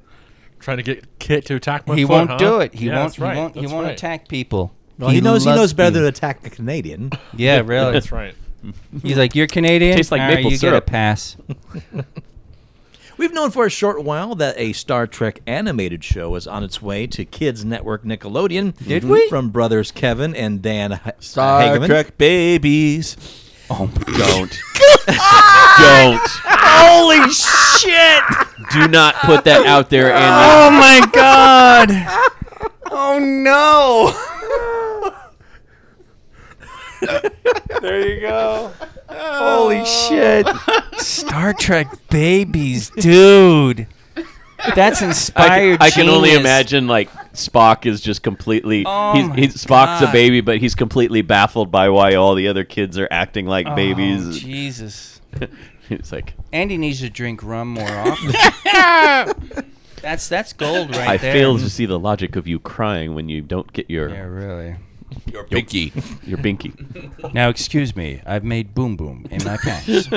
Speaker 8: Trying to get Kit to attack my
Speaker 4: he
Speaker 8: foot,
Speaker 4: won't
Speaker 8: huh?
Speaker 4: do it. He
Speaker 8: Yeah,
Speaker 4: won't.
Speaker 8: that's right.
Speaker 4: He won't. He
Speaker 8: that's
Speaker 4: won't
Speaker 8: right.
Speaker 4: attack people.
Speaker 5: Well, he, knows he
Speaker 4: loves
Speaker 5: knows better
Speaker 4: you.
Speaker 5: than attack a Canadian.
Speaker 4: Yeah, really.
Speaker 8: That's right.
Speaker 4: He's like, you're Canadian.
Speaker 6: Tastes like
Speaker 4: All right,
Speaker 6: maple
Speaker 4: you get a
Speaker 6: syrup."
Speaker 4: pass.
Speaker 5: We've known for a short while that a Star Trek animated show is on its way to Kids Network Nickelodeon. Did we? From brothers Kevin and Dan H-
Speaker 3: Star
Speaker 5: Hageman.
Speaker 3: Trek babies. Oh,
Speaker 6: Don't. Don't.
Speaker 4: Holy shit!
Speaker 6: Do not put that out there, Andy.
Speaker 4: Oh my god! Oh no!
Speaker 3: There you go.
Speaker 4: Holy shit! Star Trek babies, dude. That's
Speaker 6: I,
Speaker 4: inspired.
Speaker 6: I can only
Speaker 4: genius.
Speaker 6: imagine like Spock is just completely.
Speaker 4: Oh
Speaker 6: he's,
Speaker 4: my
Speaker 6: he's Spock's
Speaker 4: God.
Speaker 6: a baby, but he's completely baffled by why all the other kids are acting like
Speaker 4: Oh,
Speaker 6: babies.
Speaker 4: Jesus.
Speaker 6: It's like
Speaker 4: Andy needs to drink rum more often. that's that's gold right
Speaker 6: I
Speaker 4: there.
Speaker 6: fail to see the logic of you crying when you don't get your
Speaker 4: Yeah, really.
Speaker 3: Your pinky.
Speaker 6: your binky.
Speaker 4: Now, excuse me. I've made boom boom in my pants.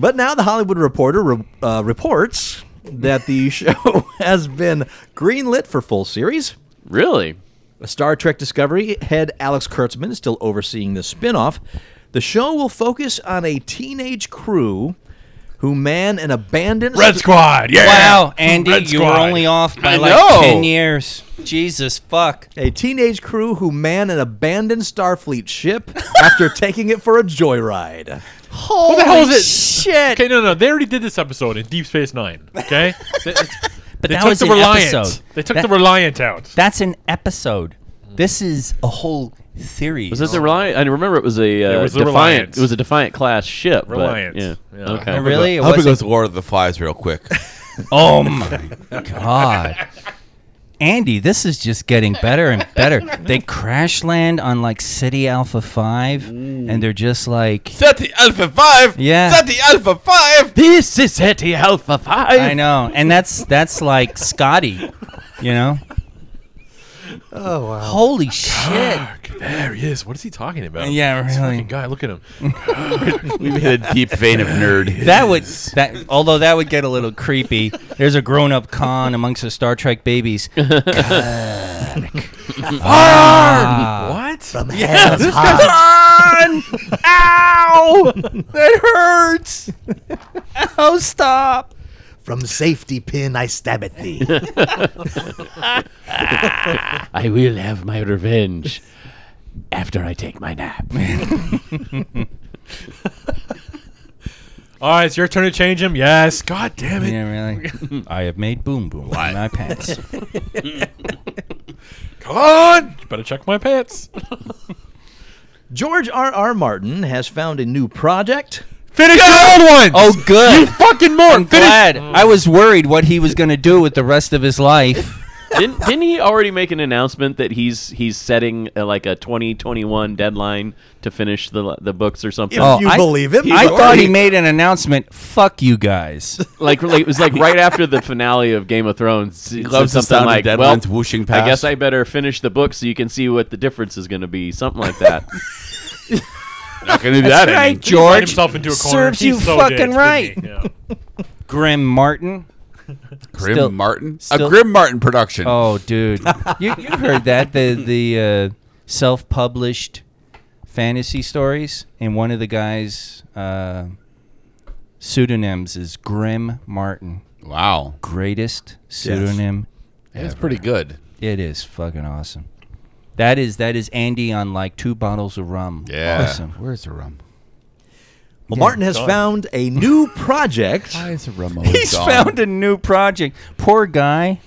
Speaker 5: But now the Hollywood Reporter re- uh, reports that the show has been greenlit for full series.
Speaker 6: Really?
Speaker 5: Star Trek Discovery head Alex Kurtzman is still overseeing the spinoff. The show will focus on a teenage crew who man an abandoned
Speaker 8: Red
Speaker 5: st-
Speaker 8: Squad. Yeah.
Speaker 4: wow, Andy,
Speaker 8: Red
Speaker 4: you were
Speaker 8: Squad.
Speaker 4: only off by
Speaker 3: I
Speaker 4: like
Speaker 3: know.
Speaker 4: ten years. Jesus fuck.
Speaker 5: a teenage crew who man an abandoned Starfleet ship after taking it for a joyride.
Speaker 4: Holy
Speaker 8: the hell is it?
Speaker 4: shit!
Speaker 8: Okay, no, no, they already did this episode in Deep Space Nine. Okay, they, they
Speaker 4: But that
Speaker 8: took
Speaker 4: was
Speaker 8: the
Speaker 4: an
Speaker 8: Reliant.
Speaker 4: episode.
Speaker 8: They took
Speaker 4: That-
Speaker 8: the Reliant out.
Speaker 4: That's an episode. This is a whole series.
Speaker 6: Was it the Reliant? I remember it was a uh,
Speaker 8: It was the
Speaker 6: Defiant.
Speaker 8: Reliant.
Speaker 6: It was a Defiant class ship. but-
Speaker 8: Reliant.
Speaker 6: yeah.
Speaker 8: Yeah.
Speaker 6: Okay.
Speaker 4: Oh, really? It
Speaker 3: I hope it
Speaker 4: wasn't-
Speaker 3: goes to War of the Flies real quick.
Speaker 4: Oh my god. Andy, this is just getting better and better. They crash land on like City Alpha 5 and they're just like
Speaker 3: Set the
Speaker 8: uh,
Speaker 3: Alpha 5!
Speaker 4: Yeah.
Speaker 3: Set the Alpha 5!
Speaker 6: This is Hetty Alpha Five.
Speaker 4: I know. And that's that's like Scotty, you know?
Speaker 5: Oh wow.
Speaker 4: Holy shit.
Speaker 8: There he is. What is he talking about?
Speaker 4: Yeah,
Speaker 8: This
Speaker 4: really.
Speaker 8: fucking guy. Look at him.
Speaker 3: We've hit a deep vein of nerd.
Speaker 4: That would that although that would get a little creepy. There's a grown-up con amongst the Star Trek babies.
Speaker 8: Uh, what?
Speaker 4: Con! Ow! That hurts. Oh, stop.
Speaker 5: From safety pin I stab at thee.
Speaker 6: I will have my revenge after I take my nap.
Speaker 8: All right, it's your turn to change him. Yes. God damn it.
Speaker 4: Yeah, really. I have made boom boom in my pants.
Speaker 8: Come on. You better check my pants.
Speaker 5: George R. R. Martin has found a new project.
Speaker 8: Finish your old one.
Speaker 4: Oh, good.
Speaker 8: fucking more.
Speaker 4: I'm glad. I was worried what he was going to do with the rest of his life.
Speaker 6: didn't, didn't he already make an announcement that he's he's setting uh, like a 2021 deadline to finish the the books or something?
Speaker 4: Oh,
Speaker 5: you
Speaker 4: I-
Speaker 5: believe him?
Speaker 4: I
Speaker 5: He's
Speaker 4: thought he
Speaker 5: already-
Speaker 4: made an announcement. Fuck you guys.
Speaker 6: Like, like it was like right after the finale of Game of Thrones. He
Speaker 3: loves the
Speaker 6: said something
Speaker 3: sound of
Speaker 6: like,
Speaker 3: deadlines
Speaker 6: "Well,
Speaker 3: whooshing
Speaker 6: I guess
Speaker 3: past."
Speaker 6: I better finish the book so you can see what the difference is going to be." Something like that.
Speaker 3: Not gonna do that.
Speaker 4: right,
Speaker 3: Andy.
Speaker 8: Hide
Speaker 4: George.
Speaker 8: himself into a corner.
Speaker 4: Serves
Speaker 8: He's
Speaker 4: you
Speaker 8: so
Speaker 4: fucking
Speaker 8: dead, didn't he?
Speaker 4: right.
Speaker 8: Yeah.
Speaker 4: Grim Martin.
Speaker 3: Grim
Speaker 4: Still-
Speaker 3: Martin?
Speaker 4: still-
Speaker 3: a Grim Martin production.
Speaker 4: Oh, dude. You, you heard that. The, the uh, self published fantasy stories. And one of the guys' uh, pseudonyms is Grim Martin.
Speaker 3: Wow.
Speaker 4: Greatest pseudonym
Speaker 3: That's pretty good.
Speaker 4: It is fucking awesome. That is that is Andy on like two bottles of rum.
Speaker 3: Yeah.
Speaker 4: Awesome.
Speaker 3: Where's the rum?
Speaker 5: Well, Martin has found a new project
Speaker 3: Why is the rum
Speaker 4: He's found a new project. Poor guy.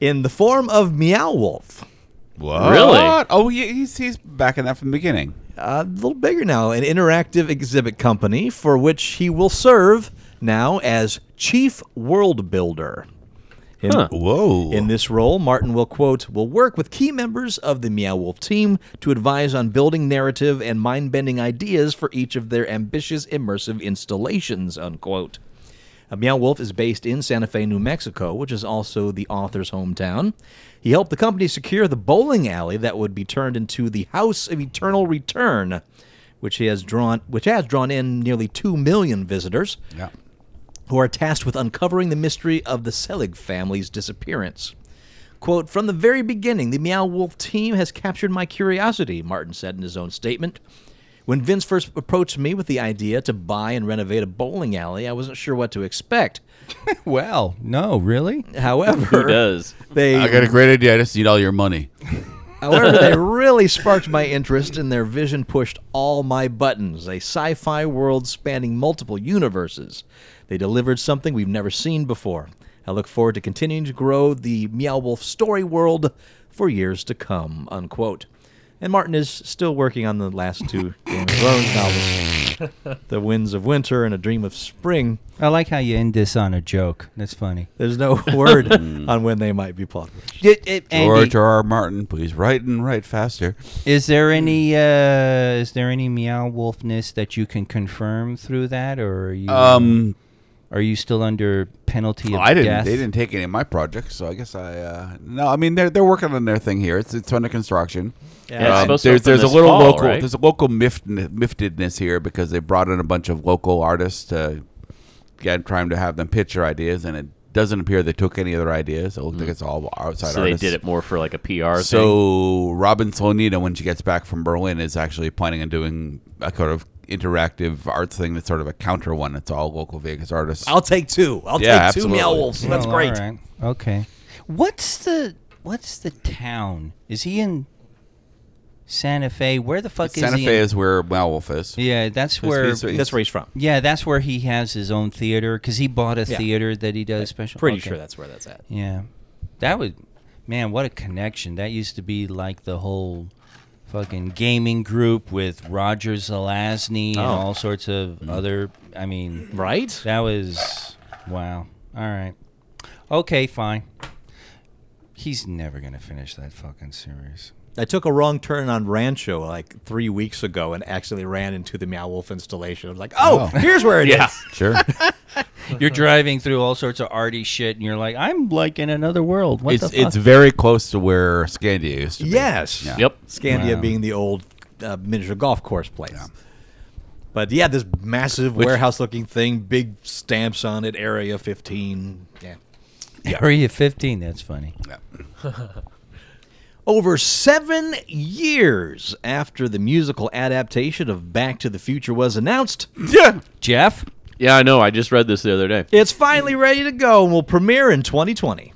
Speaker 5: in the form of Meow Wolf.
Speaker 3: What?
Speaker 6: Really?
Speaker 3: Oh, he- he's he's backing that from the beginning.
Speaker 5: a little bigger now, an interactive exhibit company for which he will serve now as chief world builder. In,
Speaker 6: Huh.
Speaker 3: Whoa.
Speaker 5: in this role, Martin will quote, will work with key members of the Meow Wolf team to advise on building narrative and mind bending ideas for each of their ambitious immersive installations, unquote. Uh, Meow Wolf is based in Santa Fe, New Mexico, which is also the author's hometown. He helped the company secure the bowling alley that would be turned into the House of Eternal Return, which he has drawn which has drawn in nearly 2 million visitors
Speaker 3: yeah.
Speaker 5: who are tasked with uncovering the mystery of the Selig family's disappearance. Quote, From the very beginning, the Meow Wolf team has captured my curiosity, Martin said in his own statement. When Vince first approached me with the idea to buy and renovate a bowling alley, I wasn't sure what to expect.
Speaker 4: Well, no, really?
Speaker 5: However,
Speaker 6: Who does?
Speaker 5: they
Speaker 3: I got a great idea. I just need all your money.
Speaker 5: However, they really sparked my interest, and their vision pushed all my buttons a sci fi world spanning multiple universes. They delivered something we've never seen before. I look forward to continuing to grow the Meow Wolf story world for years to come. Unquote. And Martin is still working on the last two Game of Thrones novels The Winds of Winter and A Dream of Spring.
Speaker 4: I like how you end this on a joke. That's funny.
Speaker 5: There's no word
Speaker 3: Hmm.
Speaker 5: on when they might be published.
Speaker 3: George R. R. Martin, please write and write faster.
Speaker 4: Is there
Speaker 3: Hmm.
Speaker 4: any uh, is there any meow wolfness that you can confirm through that, or are you
Speaker 3: Um,
Speaker 4: are you still under penalty of
Speaker 3: I didn't.
Speaker 4: death?
Speaker 3: They didn't take any of my projects, so I guess I. Uh, no, I mean they're they're working on their thing here. It's it's under construction. Um,
Speaker 6: Yeah, it's supposed to
Speaker 3: there's
Speaker 6: open
Speaker 3: there's a
Speaker 6: this
Speaker 3: little
Speaker 6: fall,
Speaker 3: local
Speaker 6: right?
Speaker 3: there's a local mift, miftedness here because they brought in a bunch of local artists to get trying to have them pitch their ideas, and it doesn't appear they took any of their ideas. It looks like it's all outside
Speaker 6: Mm. So they
Speaker 3: artists.
Speaker 6: did it more for like a PR thing.
Speaker 3: So Robin Solonita, when she gets back from Berlin, is actually planning on doing a kind of interactive arts thing that's sort of a counter one. It's all local Vegas artists.
Speaker 5: I'll take two. I'll
Speaker 3: Yeah,
Speaker 5: take two Meow
Speaker 3: absolutely.
Speaker 5: Wolves. That's
Speaker 4: Well,
Speaker 5: great.
Speaker 4: Oh, all right. Okay. What's the what's the town? Is he in Santa Fe? Where the fuck is
Speaker 3: Santa
Speaker 4: he?
Speaker 3: Fe
Speaker 4: in-
Speaker 3: is where Wow Wolf is.
Speaker 4: yeah, that's
Speaker 3: He's-
Speaker 4: where.
Speaker 3: he's- he's-
Speaker 5: That's where he's from.
Speaker 4: yeah, that's where he has his own theater because he bought a
Speaker 5: Yeah.
Speaker 4: theater that he does special.
Speaker 5: Pretty
Speaker 4: okay.
Speaker 5: sure that's where that's at.
Speaker 4: Yeah, that would, man, what a connection. That used to be like the whole fucking gaming group with Roger Zelazny and
Speaker 5: Oh.
Speaker 4: all sorts of other. I mean,
Speaker 5: Right?
Speaker 4: that was wow. All right, okay, fine. He's never gonna finish that fucking series.
Speaker 5: I took a wrong turn on Rancho like three weeks ago and accidentally ran into the Meow Wolf installation. I was like, oh, here's where it is.
Speaker 3: Sure.
Speaker 4: You're driving through all sorts of arty shit, and you're like, I'm like in another world. What
Speaker 3: it's
Speaker 4: the fuck?
Speaker 3: it's very close to where Scandia used to be.
Speaker 5: Yes.
Speaker 3: Yeah.
Speaker 6: Yep.
Speaker 5: Scandia
Speaker 4: Wow.
Speaker 5: being the old uh, miniature golf course place. But yeah, this massive warehouse looking thing, big stamps on it, Area 15. Yeah.
Speaker 4: Area 15. That's funny.
Speaker 5: Over seven years after the musical adaptation of Back to the Future was announced,
Speaker 4: Jeff.
Speaker 6: Yeah, I know. I just read this the other day.
Speaker 5: it's finally ready to go and will premiere in 2020.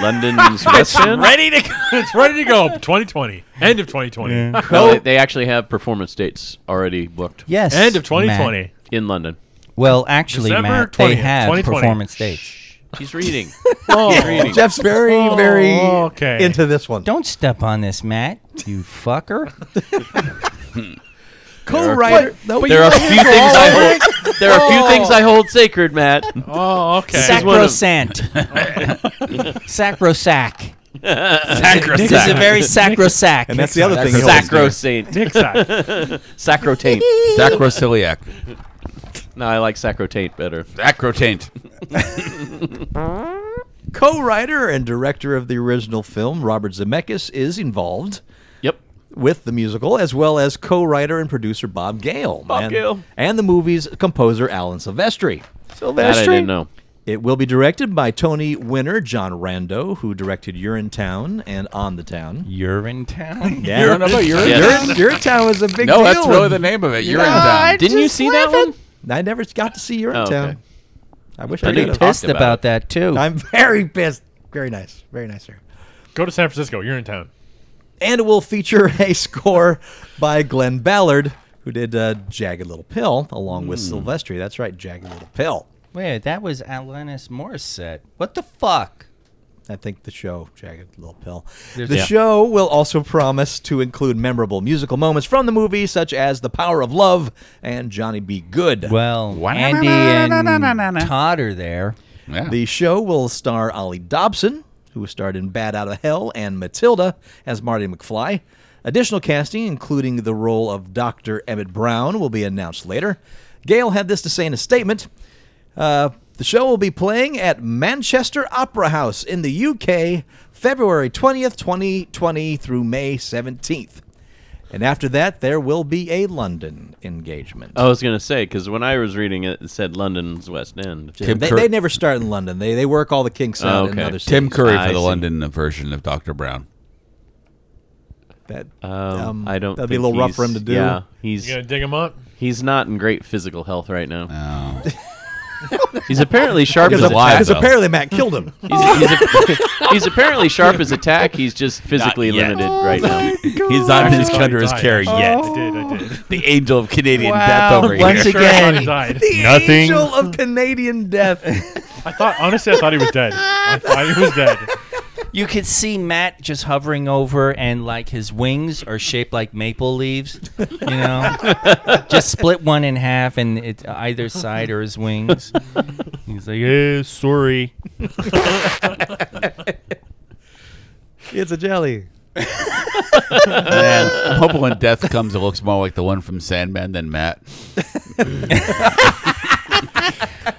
Speaker 6: London's West End.
Speaker 8: Ready to go. it's ready to go. 2020. End of 2020.
Speaker 6: No, they- they actually have performance dates already booked
Speaker 4: Yes.
Speaker 8: End of
Speaker 4: Matt.
Speaker 8: 2020.
Speaker 6: in London.
Speaker 4: Well, actually,
Speaker 8: December
Speaker 4: Matt,
Speaker 8: 20th,
Speaker 4: they have
Speaker 8: 2020.
Speaker 4: performance dates.
Speaker 6: He's reading.
Speaker 8: Oh,
Speaker 5: Jeff's very,
Speaker 8: Oh,
Speaker 5: very
Speaker 8: okay.
Speaker 5: into this one.
Speaker 4: Don't step on this, Matt. You fucker.
Speaker 5: co-writer. No, but
Speaker 6: there are
Speaker 5: you- Oh.
Speaker 6: a few things I hold. There are a few things I hold sacred, Matt.
Speaker 8: oh, okay.
Speaker 4: Sacrosanct. Sacrosac. This is a very sacrosac.
Speaker 5: and that's the other thing. he holds dear.
Speaker 6: Sacrosaint.
Speaker 8: Dick sack.
Speaker 6: Sacrotaint.
Speaker 3: Sacroiliac.
Speaker 6: No, I like sacrotaint better.
Speaker 3: Acrotaint.
Speaker 5: Co-writer and director of the original film, Robert Zemeckis, is involved
Speaker 6: Yep.
Speaker 5: with the musical, as well as co-writer and producer Bob Gale.
Speaker 6: Bob
Speaker 5: and,
Speaker 6: Gale.
Speaker 5: And the movie's composer, Alan Silvestri.
Speaker 6: That I didn't know.
Speaker 5: It will be directed by Tony winner John Rando, who directed Urinetown and On the Town.
Speaker 4: You're in town.
Speaker 5: Yeah. Urin,
Speaker 3: you're
Speaker 6: Yes.
Speaker 5: Urinetown was a big
Speaker 3: No,
Speaker 5: deal.
Speaker 3: that's really the name of it. You're in town.
Speaker 6: Didn't you see that one?
Speaker 5: I never got to see
Speaker 6: Oh,
Speaker 5: Urinetown.
Speaker 6: okay.
Speaker 5: I wish I
Speaker 4: Pretty
Speaker 5: did.
Speaker 6: didn't
Speaker 5: have.
Speaker 6: talk
Speaker 4: pissed
Speaker 6: about
Speaker 4: about,
Speaker 6: it.
Speaker 4: that too.
Speaker 5: I'm very pissed. Very nice. Very nice, sir.
Speaker 8: Go to San Francisco. You're in town.
Speaker 5: and it will feature a score by Glenn Ballard, who did uh, Jagged Little Pill along with Silvestri. That's right, Jagged Little Pill.
Speaker 4: Wait, that was Alanis Morissette. What the fuck?
Speaker 5: I think the show, Jagged Little Pill.
Speaker 4: There's-
Speaker 5: the
Speaker 4: Yeah.
Speaker 5: show will also promise to include memorable musical moments from the movie, such as The Power of Love and Johnny Be Good.
Speaker 4: Well, Andy and Todd are there.
Speaker 3: Yeah.
Speaker 5: The show will star Ollie Dobson, who starred in Bad Out of Hell and Matilda as Marty McFly. Additional casting, including the role of Dr. Emmett Brown, will be announced later. Gail had this to say in a statement. Uh, the show will be playing at Manchester Opera House in the UK February 20th, 2020 through May 17th. And after that, there will be a London engagement.
Speaker 6: I was gonna say because when I was reading it, it said London's West End.
Speaker 5: they,
Speaker 3: Cur-
Speaker 5: they never start in London. They, they work all the kinks out
Speaker 6: Okay.
Speaker 5: in other cities.
Speaker 3: Tim Curry
Speaker 6: I
Speaker 3: for the
Speaker 6: see.
Speaker 3: London version of Dr. Brown.
Speaker 5: That
Speaker 6: Um, I don't.
Speaker 5: That'd be a
Speaker 6: think
Speaker 5: little rough
Speaker 6: he's-
Speaker 5: for him to do.
Speaker 6: Yeah, he's
Speaker 8: You gonna dig him up?
Speaker 6: he's not in great physical health right now. he's apparently sharp as
Speaker 5: Because
Speaker 6: a
Speaker 3: why,
Speaker 5: because
Speaker 3: though?
Speaker 5: apparently Matt killed him.
Speaker 6: He's, he's,
Speaker 8: Oh.
Speaker 6: a, he's apparently sharp as a tack. He's just physically
Speaker 3: yet.
Speaker 6: limited right now.
Speaker 3: He's not
Speaker 8: Actually,
Speaker 3: been
Speaker 8: thought he
Speaker 3: under his
Speaker 5: Oh.
Speaker 8: died.
Speaker 3: care yet.
Speaker 8: I did. I did.
Speaker 3: The angel of Canadian death over
Speaker 4: Once
Speaker 3: here.
Speaker 8: Sure, I thought he
Speaker 4: again.
Speaker 8: died.
Speaker 5: Nothing. Angel of Canadian death.
Speaker 8: I thought honestly, I thought he was dead. I thought he was dead.
Speaker 4: You could see Matt just hovering over, and like his wings are shaped like maple leaves. You know, just split one in half, and it either side are his wings. He's like, "Eh, sorry."
Speaker 5: it's a jelly.
Speaker 3: Man, I'm hoping when death comes, it looks more like the one from Sandman than Matt.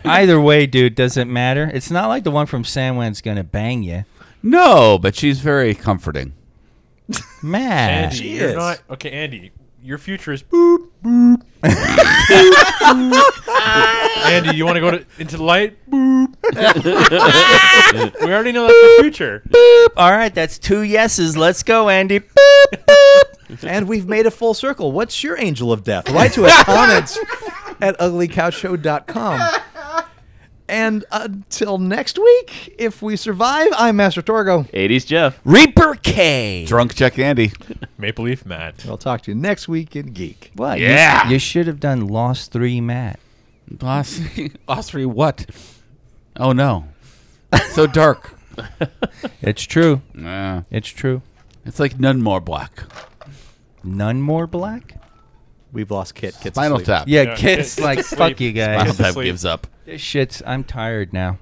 Speaker 4: Either way, dude, doesn't matter. It's not like the one from Sandman's gonna bang you,
Speaker 3: No, but she's very comforting.
Speaker 4: Matt.
Speaker 8: Andy,
Speaker 5: She
Speaker 8: you're
Speaker 5: is.
Speaker 8: not okay. Andy, your future is boop boop. Andy, you want to go to into the light? Boop. we already know that's the future.
Speaker 4: All right, that's two yeses. Let's go, Andy. Boop, boop.
Speaker 5: And we've made a full circle. What's your angel of death? Write to us comments at uglycouchshow.com. And until next week, if we survive, I'm Master Torgo.
Speaker 6: 80s Jeff.
Speaker 4: Reaper K.
Speaker 3: Drunk check Andy.
Speaker 8: Maple Leaf Matt.
Speaker 5: I'll talk to you next week in Geek.
Speaker 4: What? You-
Speaker 3: Yeah.
Speaker 4: You, should have done Lost Three, Matt.
Speaker 3: Lost, lost three what? Oh no, so dark.
Speaker 4: It's true.
Speaker 3: Nah,
Speaker 4: It's true.
Speaker 3: it's like none more black.
Speaker 4: None more black.
Speaker 5: We've lost Kit. Kit's
Speaker 3: Final
Speaker 5: asleep.
Speaker 3: tap.
Speaker 4: Yeah,
Speaker 8: Yeah,
Speaker 4: kids
Speaker 8: yeah,
Speaker 4: like
Speaker 8: just
Speaker 4: fuck
Speaker 8: sleep.
Speaker 4: you
Speaker 3: Final
Speaker 4: guys.
Speaker 3: tap
Speaker 8: asleep.
Speaker 3: gives up.
Speaker 4: This shit's I'm tired now.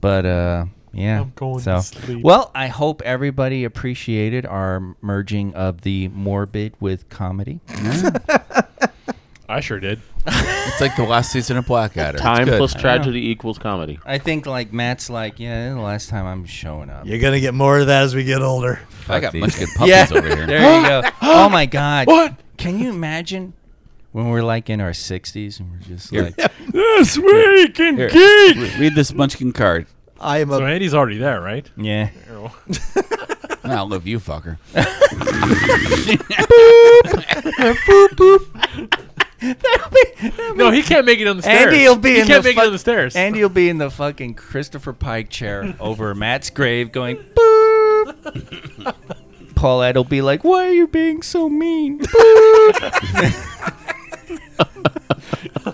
Speaker 4: But uh yeah.
Speaker 8: I'm going
Speaker 4: so
Speaker 8: to sleep.
Speaker 4: well, I hope everybody appreciated our merging of the morbid with comedy.
Speaker 8: I sure did.
Speaker 3: It's like the last season of Blackadder. It's
Speaker 6: Time
Speaker 3: good.
Speaker 6: plus tragedy equals comedy.
Speaker 4: I think like Matt's like, yeah, this is the last time I'm showing up.
Speaker 5: You're going to get more of that as we get older.
Speaker 3: I got
Speaker 4: these
Speaker 3: munchkin
Speaker 4: Yeah.
Speaker 3: puppies over here.
Speaker 4: There you go. Oh my god. What? Can you imagine when we're like in our 60s and we're just like
Speaker 3: This week in geek. Read this munchkin card.
Speaker 5: I am a
Speaker 8: So Andy's already there, right?
Speaker 4: yeah.
Speaker 3: I'll love you, fucker.
Speaker 8: No, he can't make it on the stairs.
Speaker 4: Andy will be
Speaker 8: he
Speaker 4: in
Speaker 8: can't
Speaker 4: the
Speaker 8: make it
Speaker 4: fuck-
Speaker 8: on the stairs.
Speaker 4: Andy will be in the fucking Christopher Pike chair over Matt's grave going boop. Paulette will be like, "Why are you being so mean?"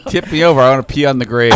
Speaker 3: Tip me over. I want to pee on the grave.